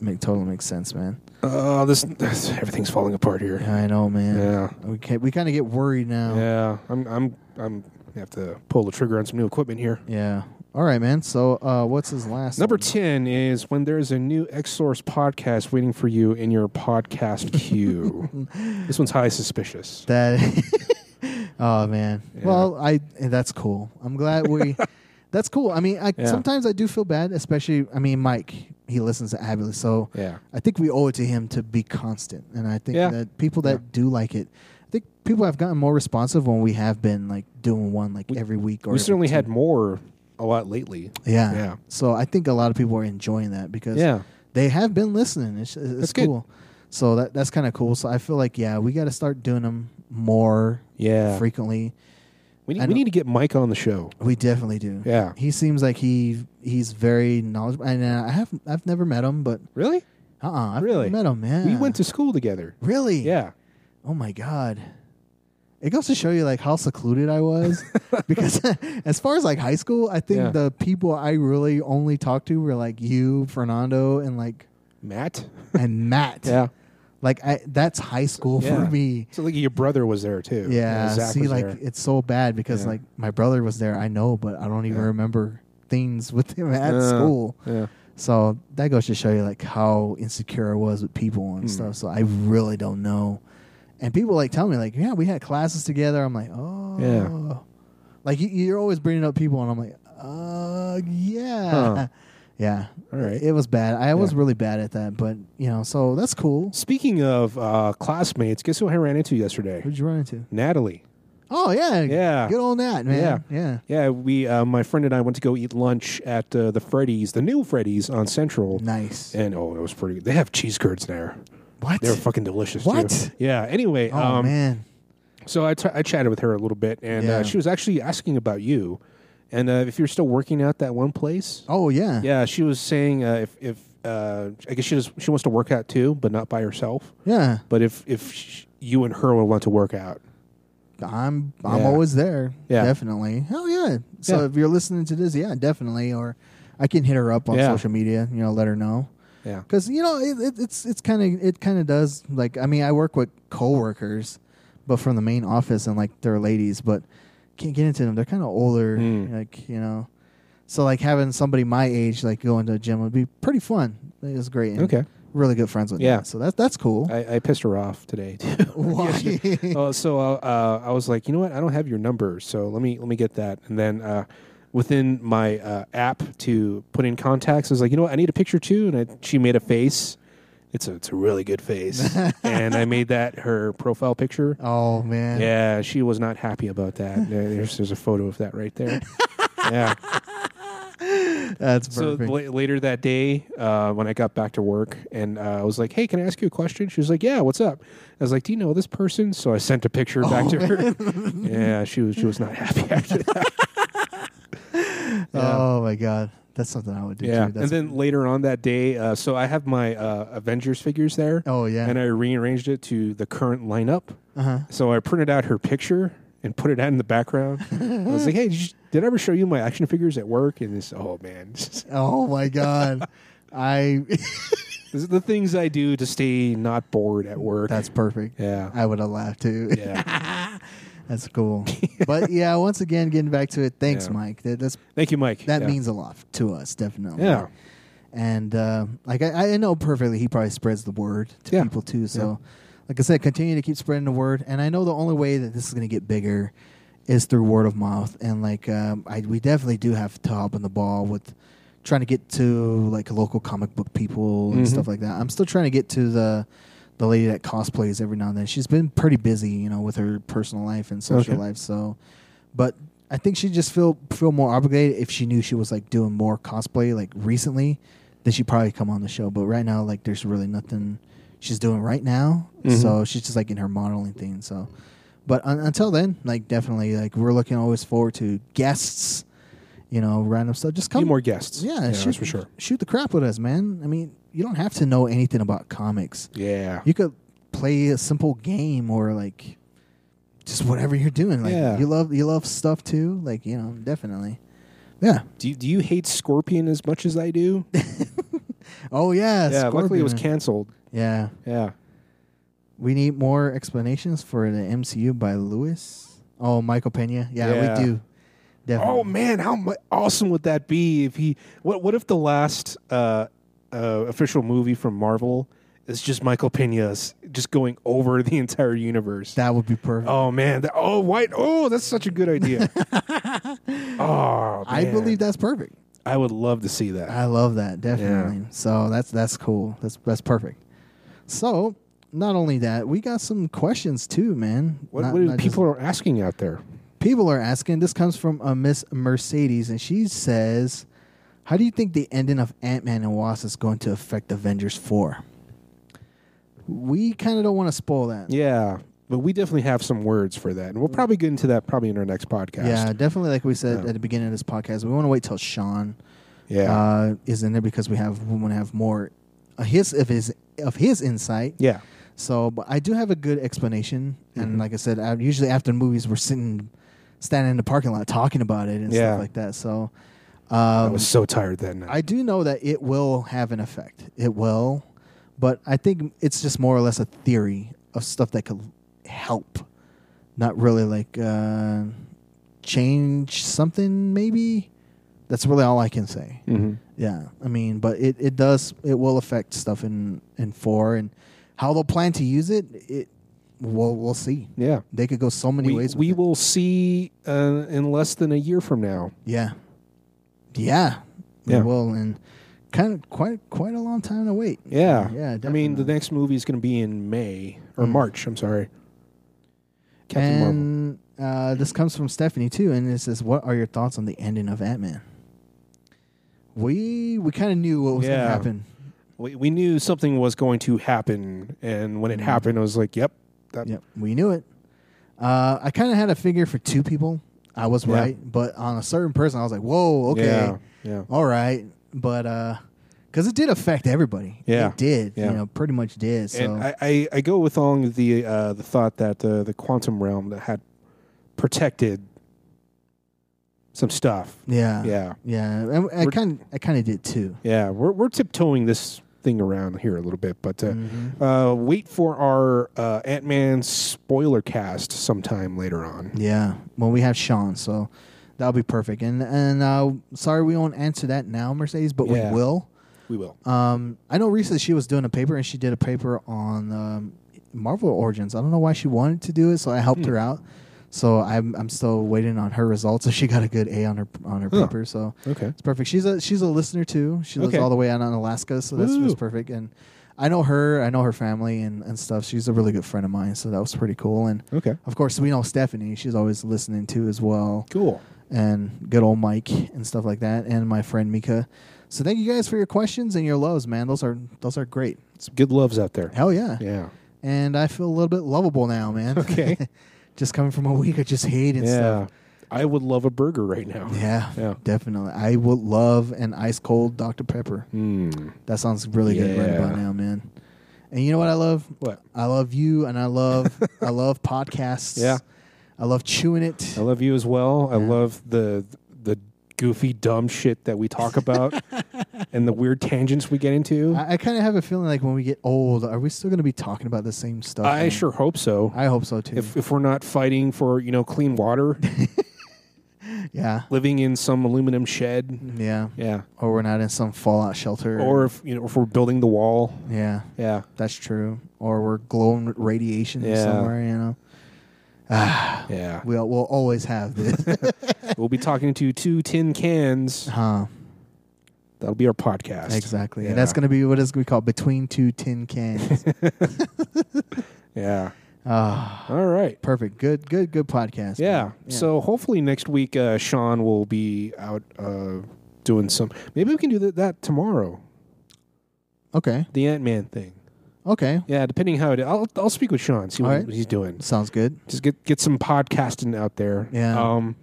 Speaker 2: Make totally makes sense, man.
Speaker 1: Oh, this, this everything's falling apart here.
Speaker 2: I know, man.
Speaker 1: Yeah, Oh.
Speaker 2: We can't, we kind of get worried now.
Speaker 1: yeah. I'm I'm I'm I have to pull the trigger on some new equipment here.
Speaker 2: Yeah. All right, man. So uh, what's his last
Speaker 1: Number
Speaker 2: one?
Speaker 1: 10 is when there's a new X Source podcast waiting for you in your podcast queue. this one's highly suspicious.
Speaker 2: That. oh man.
Speaker 1: Yeah.
Speaker 2: Well, I eh, that's cool. I'm glad we. that's cool. I mean, I,
Speaker 1: Yeah.
Speaker 2: sometimes I do feel bad, especially. I mean, Mike. He listens to Abulous, so
Speaker 1: Yeah.
Speaker 2: I think we owe it to him to be constant. And I think
Speaker 1: Yeah.
Speaker 2: that people that
Speaker 1: Yeah. do
Speaker 2: do like it, I think people have gotten more responsive when we have been like doing one like every week or
Speaker 1: We
Speaker 2: every
Speaker 1: certainly
Speaker 2: two-
Speaker 1: had more a lot lately.
Speaker 2: yeah.
Speaker 1: yeah.
Speaker 2: So I think a lot of people are enjoying that because
Speaker 1: Yeah.
Speaker 2: they have been listening. It's, it's
Speaker 1: That's good.
Speaker 2: cool. So that that's kind of cool. So I feel like yeah, we got to start doing them more
Speaker 1: Yeah.
Speaker 2: frequently.
Speaker 1: We need,
Speaker 2: I
Speaker 1: we
Speaker 2: know-
Speaker 1: need to get Mike on the show.
Speaker 2: We definitely do.
Speaker 1: Yeah.
Speaker 2: He seems like he he's very knowledgeable. And uh, I have I've never met him, but
Speaker 1: Really?
Speaker 2: uh uh-uh, uh, i have
Speaker 1: Really?
Speaker 2: met him, man.
Speaker 1: We went to school together.
Speaker 2: really
Speaker 1: Yeah.
Speaker 2: Oh my god. It goes to show you like how secluded I was because as far as like high school, I think
Speaker 1: Yeah.
Speaker 2: the people I really only talked to were like you, Fernando, and like
Speaker 1: Matt?
Speaker 2: and Matt.
Speaker 1: Yeah.
Speaker 2: Like I, that's high school
Speaker 1: Yeah.
Speaker 2: for me.
Speaker 1: So, like, your brother was there too.
Speaker 2: Yeah.
Speaker 1: Zach
Speaker 2: See
Speaker 1: was
Speaker 2: like
Speaker 1: there.
Speaker 2: it's so bad because
Speaker 1: Yeah.
Speaker 2: like my brother was there, I know, but I don't even
Speaker 1: Yeah.
Speaker 2: remember things with him at
Speaker 1: Yeah.
Speaker 2: school.
Speaker 1: Yeah.
Speaker 2: So that goes to show you like how insecure I was with people and
Speaker 1: Mm.
Speaker 2: stuff. So I really don't know. And people like tell me like, yeah, we had classes together. I'm like, oh,
Speaker 1: Yeah.
Speaker 2: Like you, you're always bringing up people, and I'm like, uh, yeah,
Speaker 1: Huh.
Speaker 2: yeah.
Speaker 1: All right.
Speaker 2: It was bad. I was
Speaker 1: Yeah.
Speaker 2: really bad at that, but you know, so that's cool.
Speaker 1: Speaking of uh, classmates, guess who I ran into yesterday?
Speaker 2: Who'd you run into?
Speaker 1: Natalie.
Speaker 2: Oh yeah,
Speaker 1: Yeah.
Speaker 2: Good old Nat, man. Yeah,
Speaker 1: Yeah, we uh, my friend and I went to go eat lunch at uh, the Freddy's, the new Freddy's on Central,
Speaker 2: Nice.
Speaker 1: and oh, it was pretty. They have cheese curds there.
Speaker 2: What?
Speaker 1: They're fucking delicious.
Speaker 2: What?
Speaker 1: too. Yeah. Anyway,
Speaker 2: oh
Speaker 1: um,
Speaker 2: man.
Speaker 1: so I, t- I chatted with her a little bit, and
Speaker 2: Yeah.
Speaker 1: uh, she was actually asking about you, and uh, if you're still working out that one place.
Speaker 2: Oh yeah.
Speaker 1: Yeah, she was saying uh, if if uh, I guess she does, she wants to work out too, but not by herself.
Speaker 2: Yeah.
Speaker 1: But if if sh- you and her would want to work out,
Speaker 2: I'm I'm
Speaker 1: Yeah.
Speaker 2: always there.
Speaker 1: Yeah.
Speaker 2: Definitely. Hell yeah. So
Speaker 1: Yeah.
Speaker 2: if you're listening to this, yeah, definitely. Or I can hit her up on
Speaker 1: Yeah.
Speaker 2: social media. You know, let her know.
Speaker 1: yeah,
Speaker 2: Because you know it, it, it's it's kind of it kind of does like I mean I work with coworkers, but from the main office and like they're ladies, but can't get into them. They're kind of older,
Speaker 1: Mm.
Speaker 2: like you know. So like having somebody my age like go into a gym would be pretty fun. It was great. and
Speaker 1: Okay.
Speaker 2: Really good friends with.
Speaker 1: Yeah.
Speaker 2: them. So that's that's cool.
Speaker 1: I, I pissed her off today. too.
Speaker 2: Why?
Speaker 1: Oh, so uh, uh, I was like, you know what? I don't have your number, so let me let me get that. And then uh, within my uh, app to put in contacts, I was like, you know what? I need a picture too. And I, she made a face. It's a it's a really good face, and I made that her profile picture.
Speaker 2: oh man.
Speaker 1: Yeah, she was not happy about that. There- There's there's a photo of that right there. Yeah.
Speaker 2: That's
Speaker 1: So
Speaker 2: perfect.
Speaker 1: la- later that day, uh, when I got back to work, and uh, I was like, "Hey, can I ask you a question?" She was like, "Yeah, what's up?" I was like, "Do you know this person?" So I sent a picture back to her. yeah, she was she was not happy after that. Yeah.
Speaker 2: Oh my god, that's something I would do.
Speaker 1: yeah,
Speaker 2: too.
Speaker 1: and
Speaker 2: That's,
Speaker 1: then later on that day, uh, so I have my uh, Avengers figures there,
Speaker 2: oh yeah,
Speaker 1: and I rearranged it to the current lineup.
Speaker 2: uh-huh.
Speaker 1: So I printed out her picture and put it out in the background. I was like, "Hey, did, you, did I ever show you my action figures at work?" And this, oh man, this
Speaker 2: oh my god, I.
Speaker 1: is the things I do to stay not bored at work.
Speaker 2: that's perfect.
Speaker 1: yeah.
Speaker 2: I would have laughed too.
Speaker 1: Yeah.
Speaker 2: That's cool. but yeah, once again, getting back to it. Thanks,
Speaker 1: Yeah.
Speaker 2: Mike. That, that's
Speaker 1: Thank you, Mike.
Speaker 2: that
Speaker 1: Yeah.
Speaker 2: means a lot to us, definitely.
Speaker 1: Yeah.
Speaker 2: And uh, like I, I know perfectly, he probably spreads the word to
Speaker 1: Yeah.
Speaker 2: people too. So, like I said, continue to keep spreading the word. And I know the only way that this is going to get bigger is through word of mouth. And like um, I, we definitely do have to hop on the ball with trying to get to like local comic book people and
Speaker 1: Mhm.
Speaker 2: stuff like that. I'm still trying to get to the the lady that cosplays every now and then. She's been pretty busy, you know, with her personal life and social
Speaker 1: Okay.
Speaker 2: life. So, but I think she just feel feel more obligated if she knew she was like doing more cosplay like recently, then she'd probably come on the show. But right now, like there's really nothing she's doing right now,
Speaker 1: Mhm.
Speaker 2: so she's just like in her modeling thing. So, but un- until then, like definitely, like we're looking always forward to guests, you know, random stuff. Just come
Speaker 1: Need more guests.
Speaker 2: yeah,
Speaker 1: that's
Speaker 2: shoot,
Speaker 1: for sure.
Speaker 2: Shoot the crap with us, man. I mean, you don't have to know anything about comics.
Speaker 1: Yeah.
Speaker 2: You could play a simple game or like just whatever you're doing. Like
Speaker 1: Yeah.
Speaker 2: you love you love stuff too. Like you know, definitely. Yeah.
Speaker 1: Do you, do you hate Scorpion as much as I do?
Speaker 2: Oh yeah.
Speaker 1: yeah. Luckily, it was
Speaker 2: Scorpion.
Speaker 1: canceled.
Speaker 2: Yeah.
Speaker 1: Yeah.
Speaker 2: We need more explanations for the MCU by Lewis. Oh, Michael Pena. Yeah,
Speaker 1: Yeah.
Speaker 2: we do. Definitely.
Speaker 1: Oh man, how mu- awesome would that be if he? What What if the last uh, uh, official movie from Marvel is just Michael Pena's just going over the entire universe?
Speaker 2: that would be perfect.
Speaker 1: oh man! That, oh white! Oh, that's such a good idea. oh,
Speaker 2: I
Speaker 1: man.
Speaker 2: believe that's perfect.
Speaker 1: I would love to see that.
Speaker 2: I love that definitely. So that's that's cool. That's that's perfect. So not only that, we got some questions too, man.
Speaker 1: what
Speaker 2: Not-
Speaker 1: what
Speaker 2: not just-
Speaker 1: people are asking out there?
Speaker 2: people are asking. This comes from a Miss Mercedes, and she says, "How do you think the ending of Ant Man and Wasp is going to affect Avengers 4? We kind of don't want to spoil that.
Speaker 1: Yeah, but we definitely have some words for that, and we'll probably get into that probably in our next podcast.
Speaker 2: Yeah, definitely. Like we said at the beginning of this podcast, we want to wait till Sean
Speaker 1: yeah,
Speaker 2: uh, is in there because we have we want to have more uh, his of his of his insight.
Speaker 1: yeah. Mm-hmm.
Speaker 2: So, but I do have a good explanation, and like I said, I, usually after movies, we're sitting, standing in the parking lot talking about it and
Speaker 1: Yeah.
Speaker 2: stuff like that. So,
Speaker 1: I
Speaker 2: um,
Speaker 1: was so tired that night.
Speaker 2: I do know that it will have an effect. It will, but I think it's just more or less a theory of stuff that could help, not really like uh, change something. Maybe that's really all I can say.
Speaker 1: Mhm.
Speaker 2: Yeah, I mean, but it, it does it will affect stuff in in four and how they'll plan to use it. It we'll we'll see.
Speaker 1: Yeah.
Speaker 2: They could go so many
Speaker 1: we,
Speaker 2: ways. with
Speaker 1: we
Speaker 2: it.
Speaker 1: will see uh, in less than a year from now.
Speaker 2: Yeah, yeah, we
Speaker 1: Yeah.
Speaker 2: will and kind of quite quite a long time to wait.
Speaker 1: Yeah, I mean,
Speaker 2: Yeah,
Speaker 1: the
Speaker 2: definitely. Hmm.
Speaker 1: next movie is going to be in May or March. I'm sorry. Captain Marvel.
Speaker 2: and uh, this comes from Stephanie too, and it says, "What are your thoughts on the ending of Ant Man?" We we kind of knew what was going
Speaker 1: Yeah.
Speaker 2: to happen.
Speaker 1: We, we knew something was going to happen, and
Speaker 2: Hmm.
Speaker 1: when it happened, I was like, "Yep, that,
Speaker 2: Yep, we knew it. Uh, I kind of had a figure for two people. I was
Speaker 1: Yeah.
Speaker 2: right, but on a certain person, I was like, "Whoa, okay,
Speaker 1: yeah, yeah."
Speaker 2: all right," but because it did affect everybody,
Speaker 1: Yeah.
Speaker 2: it did.
Speaker 1: Yeah.
Speaker 2: You know, pretty much did. So
Speaker 1: And I, I, I go with along the uh, the thought that uh, the quantum realm that had protected some stuff.
Speaker 2: yeah,
Speaker 1: Yeah,
Speaker 2: yeah. And I
Speaker 1: We're-
Speaker 2: kind I kind of did too.
Speaker 1: yeah. We're we're tiptoeing this thing around here a little bit, but uh, uh, wait for our uh, Ant Man spoiler cast sometime later on.
Speaker 2: Yeah. Well, we have Sean, so that'll be perfect. And and uh, sorry we won't answer that now, Mercedes, but
Speaker 1: Yeah.
Speaker 2: we will.
Speaker 1: We will.
Speaker 2: Um, I know recently she was doing a paper, and she did a paper on um, Marvel Origins. I don't know why she wanted to do it, so I helped
Speaker 1: Hmm.
Speaker 2: her out. So I'm I'm still waiting on her results. So she got a good A on her on her
Speaker 1: Huh.
Speaker 2: paper. So
Speaker 1: Okay.
Speaker 2: it's perfect. She's a she's a listener too. She lives
Speaker 1: Okay.
Speaker 2: all the way out in Alaska, so that's,
Speaker 1: Woo.
Speaker 2: that's perfect. And I know her. I know her family and, and stuff. She's a really good friend of mine, so that was pretty cool. And
Speaker 1: Okay.
Speaker 2: of course, we know Stephanie. She's always listening too as well,
Speaker 1: Cool.
Speaker 2: and good old Mike and stuff like that, and my friend Mika. So thank you guys for your questions and your loves, man. Those are those are great.
Speaker 1: Some good loves out there.
Speaker 2: Hell yeah!
Speaker 1: Yeah.
Speaker 2: And I feel a little bit lovable now, man.
Speaker 1: Okay.
Speaker 2: just coming from a week of just hate and
Speaker 1: yeah.
Speaker 2: stuff.
Speaker 1: I would love a burger right now.
Speaker 2: Yeah,
Speaker 1: Yeah.
Speaker 2: definitely. I would love an ice cold Dr Pepper.
Speaker 1: Mm.
Speaker 2: That sounds really good right
Speaker 1: Yeah.
Speaker 2: about now, man. And you know what I love?
Speaker 1: What?
Speaker 2: I love you, and I love I love podcasts.
Speaker 1: Yeah. Oh.
Speaker 2: I love chewing it.
Speaker 1: I love you as well. I love the the goofy dumb shit that we talk about and the weird tangents we get into. I,
Speaker 2: I, I kind of have a feeling like when we get old, are we still going to be talking about the same stuff? man?
Speaker 1: sure hope so.
Speaker 2: I hope so too.
Speaker 1: if if we're not fighting for, you know, clean water,
Speaker 2: yeah,
Speaker 1: living in some aluminum shed.
Speaker 2: yeah.
Speaker 1: Yeah.
Speaker 2: Or we're not in some fallout shelter.
Speaker 1: Or if you know if we're building the wall.
Speaker 2: yeah,
Speaker 1: Yeah.
Speaker 2: that's true. Or we're glowing with radiation
Speaker 1: Yeah.
Speaker 2: somewhere. You know,
Speaker 1: Yeah.
Speaker 2: we'll we'll always have this.
Speaker 1: we'll be talking to two tin cans.
Speaker 2: huh?
Speaker 1: That'll be our podcast.
Speaker 2: Exactly.
Speaker 1: Yeah.
Speaker 2: And that's going to be what it's going to be called between two tin cans.
Speaker 1: Yeah.
Speaker 2: Ah,
Speaker 1: All right.
Speaker 2: perfect. Good, good, good podcast.
Speaker 1: Yeah.
Speaker 2: man.
Speaker 1: So hopefully next week, uh, Sean will be out uh, doing some. Maybe we can do that, that tomorrow.
Speaker 2: okay,
Speaker 1: The Ant Man thing.
Speaker 2: okay,
Speaker 1: Yeah, depending how it. I'll I'll speak with Sean. See what
Speaker 2: All right.
Speaker 1: he's doing.
Speaker 2: sounds good.
Speaker 1: Just get get some podcasting out there.
Speaker 2: Yeah.
Speaker 1: Um,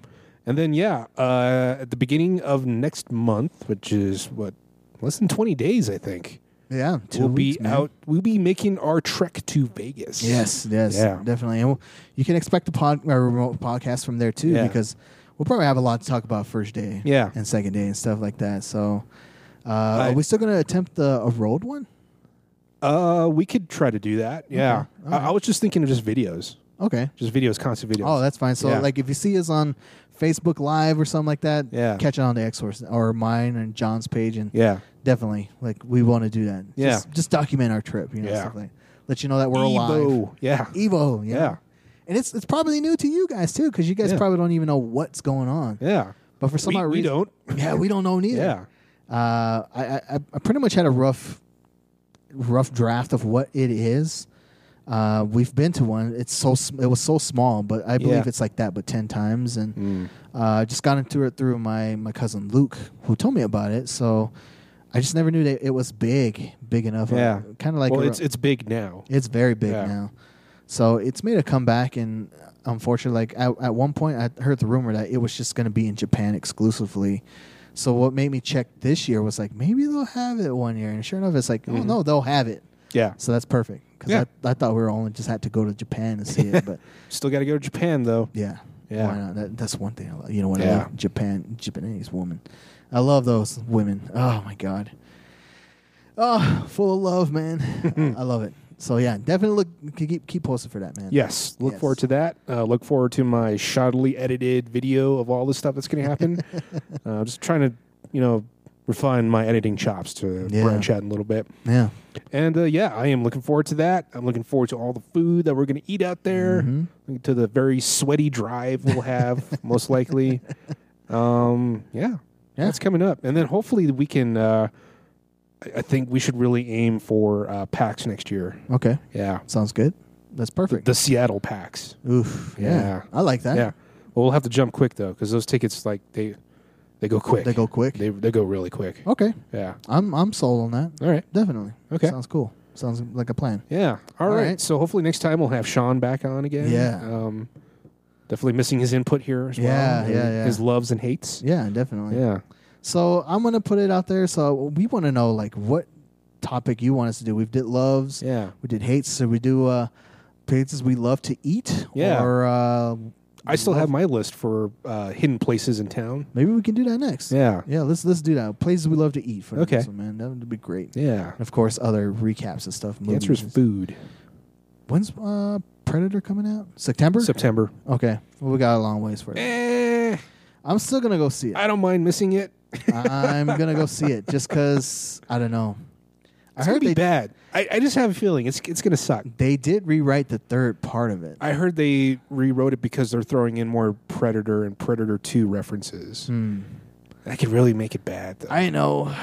Speaker 1: and then yeah, uh, at the beginning of next month, which is what less than twenty days, I think.
Speaker 2: Yeah, 2
Speaker 1: we'll
Speaker 2: weeks,
Speaker 1: be
Speaker 2: man.
Speaker 1: out. We'll be making our trek to Vegas.
Speaker 2: Yes, yes,
Speaker 1: Yeah.
Speaker 2: definitely. And we'll, you can expect the pod, our remote podcast from there too,
Speaker 1: Yeah.
Speaker 2: because we'll probably have a lot to talk about first day,
Speaker 1: Yeah.
Speaker 2: and second day and stuff like that. So, uh, are we still going to attempt the a road one?
Speaker 1: Uh, we could try to do that. Yeah.
Speaker 2: Okay. All
Speaker 1: I, I was just thinking of just videos.
Speaker 2: Okay.
Speaker 1: Just videos, constant videos.
Speaker 2: Oh, that's fine. So,
Speaker 1: Yeah.
Speaker 2: like, if you see us on Facebook Live or something like that,
Speaker 1: Yeah.
Speaker 2: catch it on the X Horse or mine and John's page, and
Speaker 1: yeah.
Speaker 2: definitely, like, we want to do that.
Speaker 1: Yeah.
Speaker 2: Just, just document our trip, you know,
Speaker 1: Yeah.
Speaker 2: stuff like let you know that we're E- alive.
Speaker 1: Evo. Yeah.
Speaker 2: Evo, yeah.
Speaker 1: Yeah.
Speaker 2: And it's it's probably new to you guys too, because you guys
Speaker 1: Yeah.
Speaker 2: probably don't even know what's going on.
Speaker 1: Yeah.
Speaker 2: But for some
Speaker 1: we,
Speaker 2: odd
Speaker 1: we
Speaker 2: reason,
Speaker 1: don't.
Speaker 2: yeah, we don't know neither.
Speaker 1: Yeah.
Speaker 2: Uh, I, I I pretty much had a rough rough draft of what it is. Uh, we've been to one. It's so sm- it was so small, but I believe
Speaker 1: Yeah. Hmm.
Speaker 2: it's like that, but ten times. And uh, I just got into it through my my cousin Luke, who told me about it. So I just never knew that it was big, big enough.
Speaker 1: Yeah.
Speaker 2: kind of like
Speaker 1: well,
Speaker 2: a-
Speaker 1: it's it's big now.
Speaker 2: it's very big
Speaker 1: Yeah.
Speaker 2: now. So it's made a comeback, and uh, unfortunately, like at, at one point, I heard the rumor that it was just going to be in Japan exclusively. So what made me check this year was like maybe they'll have it one year, and sure enough, it's like oh no, they'll have it.
Speaker 1: Yeah.
Speaker 2: So that's perfect because
Speaker 1: Mm-hmm. Yeah.
Speaker 2: I, I thought we were only just had to go to Japan to see it, but
Speaker 1: Still got to go to Japan though.
Speaker 2: yeah,
Speaker 1: Yeah.
Speaker 2: why not? That, that's one thing I love. You know what? I
Speaker 1: Yeah.
Speaker 2: love Japan, Japanese woman. I love those women. Oh my god. Oh, full of love, man. I love it. So yeah, definitely look. Keep keep posted for that, man.
Speaker 1: Yes. Look
Speaker 2: Yes.
Speaker 1: forward to that. Uh, look forward to my shoddily edited video of all the stuff that's going to happen. uh, just trying to, you know, refine my editing chops to
Speaker 2: Yeah.
Speaker 1: branch out a little bit.
Speaker 2: Yeah.
Speaker 1: And uh, yeah, I am looking forward to that. I'm looking forward to all the food that we're going to eat out there,
Speaker 2: Mm-hmm.
Speaker 1: to the very sweaty drive we'll have, most likely. Um, yeah, that's coming up. And then hopefully we can, uh, I- I think we should really aim for uh, PAX next year.
Speaker 2: Okay.
Speaker 1: Yeah.
Speaker 2: Sounds good. That's perfect.
Speaker 1: The Seattle PAX.
Speaker 2: Oof. Yeah.
Speaker 1: Yeah.
Speaker 2: I like that.
Speaker 1: Yeah. Well, we'll have to jump quick though, because those tickets like they they Oh. go quick.
Speaker 2: They go quick.
Speaker 1: They they go really quick.
Speaker 2: okay.
Speaker 1: Yeah.
Speaker 2: I'm I'm sold on that.
Speaker 1: All right.
Speaker 2: Definitely.
Speaker 1: Okay.
Speaker 2: Sounds cool. Sounds like a plan.
Speaker 1: Yeah. All
Speaker 2: All
Speaker 1: right.
Speaker 2: right.
Speaker 1: So hopefully next time we'll have Sean back on again.
Speaker 2: Yeah.
Speaker 1: Um, definitely missing his input here as
Speaker 2: Yeah,
Speaker 1: well. and
Speaker 2: yeah, yeah.
Speaker 1: His loves and hates.
Speaker 2: Yeah. Definitely.
Speaker 1: Yeah.
Speaker 2: So I'm gonna put it out there. So we want to know like what topic you want us to do. We've did loves.
Speaker 1: Yeah.
Speaker 2: We did hates. So we do uh, places we love to eat.
Speaker 1: Yeah.
Speaker 2: Or uh,
Speaker 1: I still have my list for uh, hidden places in town.
Speaker 2: maybe we can do that next.
Speaker 1: Yeah.
Speaker 2: Yeah. Let's let's do that. Places we love to eat for the
Speaker 1: Okay.
Speaker 2: next one, man. That would be great.
Speaker 1: Yeah.
Speaker 2: And of course, other recaps and stuff.
Speaker 1: The answer is
Speaker 2: movies.
Speaker 1: food.
Speaker 2: When's uh, Predator coming out? September.
Speaker 1: September.
Speaker 2: okay. Well, we got a long ways for it.
Speaker 1: Eh,
Speaker 2: I'm still gonna go see it.
Speaker 1: I don't mind missing it.
Speaker 2: I'm gonna go see it just because I don't know. I
Speaker 1: It's
Speaker 2: heard
Speaker 1: gonna be
Speaker 2: they
Speaker 1: bad. I, I just have a feeling it's it's gonna suck.
Speaker 2: they did rewrite the third part of it.
Speaker 1: I heard they rewrote it because they're throwing in more Predator and Predator 2 references. That could really make it bad. Though.
Speaker 2: Hmm. I know.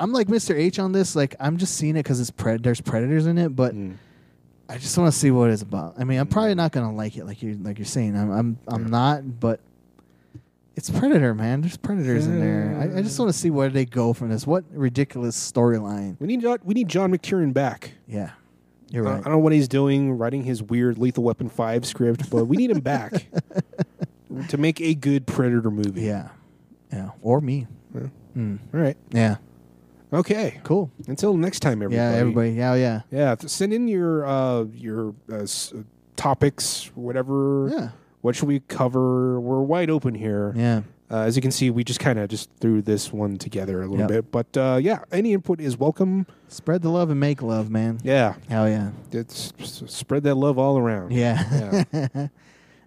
Speaker 2: I'm like Mr. H on this. Like I'm just seeing it because it's pred- there's predators in it, but
Speaker 1: Hmm.
Speaker 2: I just want to see what it's about. I mean, I'm probably
Speaker 1: Mm.
Speaker 2: not gonna like it, like you're like you're saying. I'm I'm I'm not, but it's predator, man. There's predators in there. I, I just want to see where they go from this. What ridiculous storyline?
Speaker 1: we need Jo- we need John McTiernan back.
Speaker 2: Yeah, you're
Speaker 1: Uh, I- I
Speaker 2: right.
Speaker 1: don't know what he's doing, writing his weird Lethal Weapon 5 script, but we need him back to make a good Predator movie.
Speaker 2: yeah, yeah. Or me. Hmm.
Speaker 1: All right.
Speaker 2: Yeah.
Speaker 1: Okay.
Speaker 2: Cool.
Speaker 1: Until next time, everybody.
Speaker 2: Yeah, everybody. Yeah, yeah.
Speaker 1: Yeah. th- Send in your uh, your uh, s- uh, topics, whatever.
Speaker 2: Yeah.
Speaker 1: What should we cover? We're wide open here.
Speaker 2: Yeah.
Speaker 1: Uh, as you can see, we just kind of just threw this one together a little
Speaker 2: Yep.
Speaker 1: bit, but uh, yeah, any input is welcome.
Speaker 2: Spread the love and make love, man.
Speaker 1: Yeah,
Speaker 2: Hell yeah.
Speaker 1: it's, s- spread that love all around.
Speaker 2: Yeah.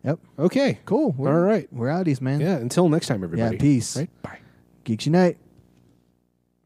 Speaker 2: yep.
Speaker 1: Okay.
Speaker 2: Cool. We're,
Speaker 1: All right.
Speaker 2: We're outies, man.
Speaker 1: Yeah. Until next time, everybody.
Speaker 2: peace.
Speaker 1: Right. Bye.
Speaker 2: Geeks Unite.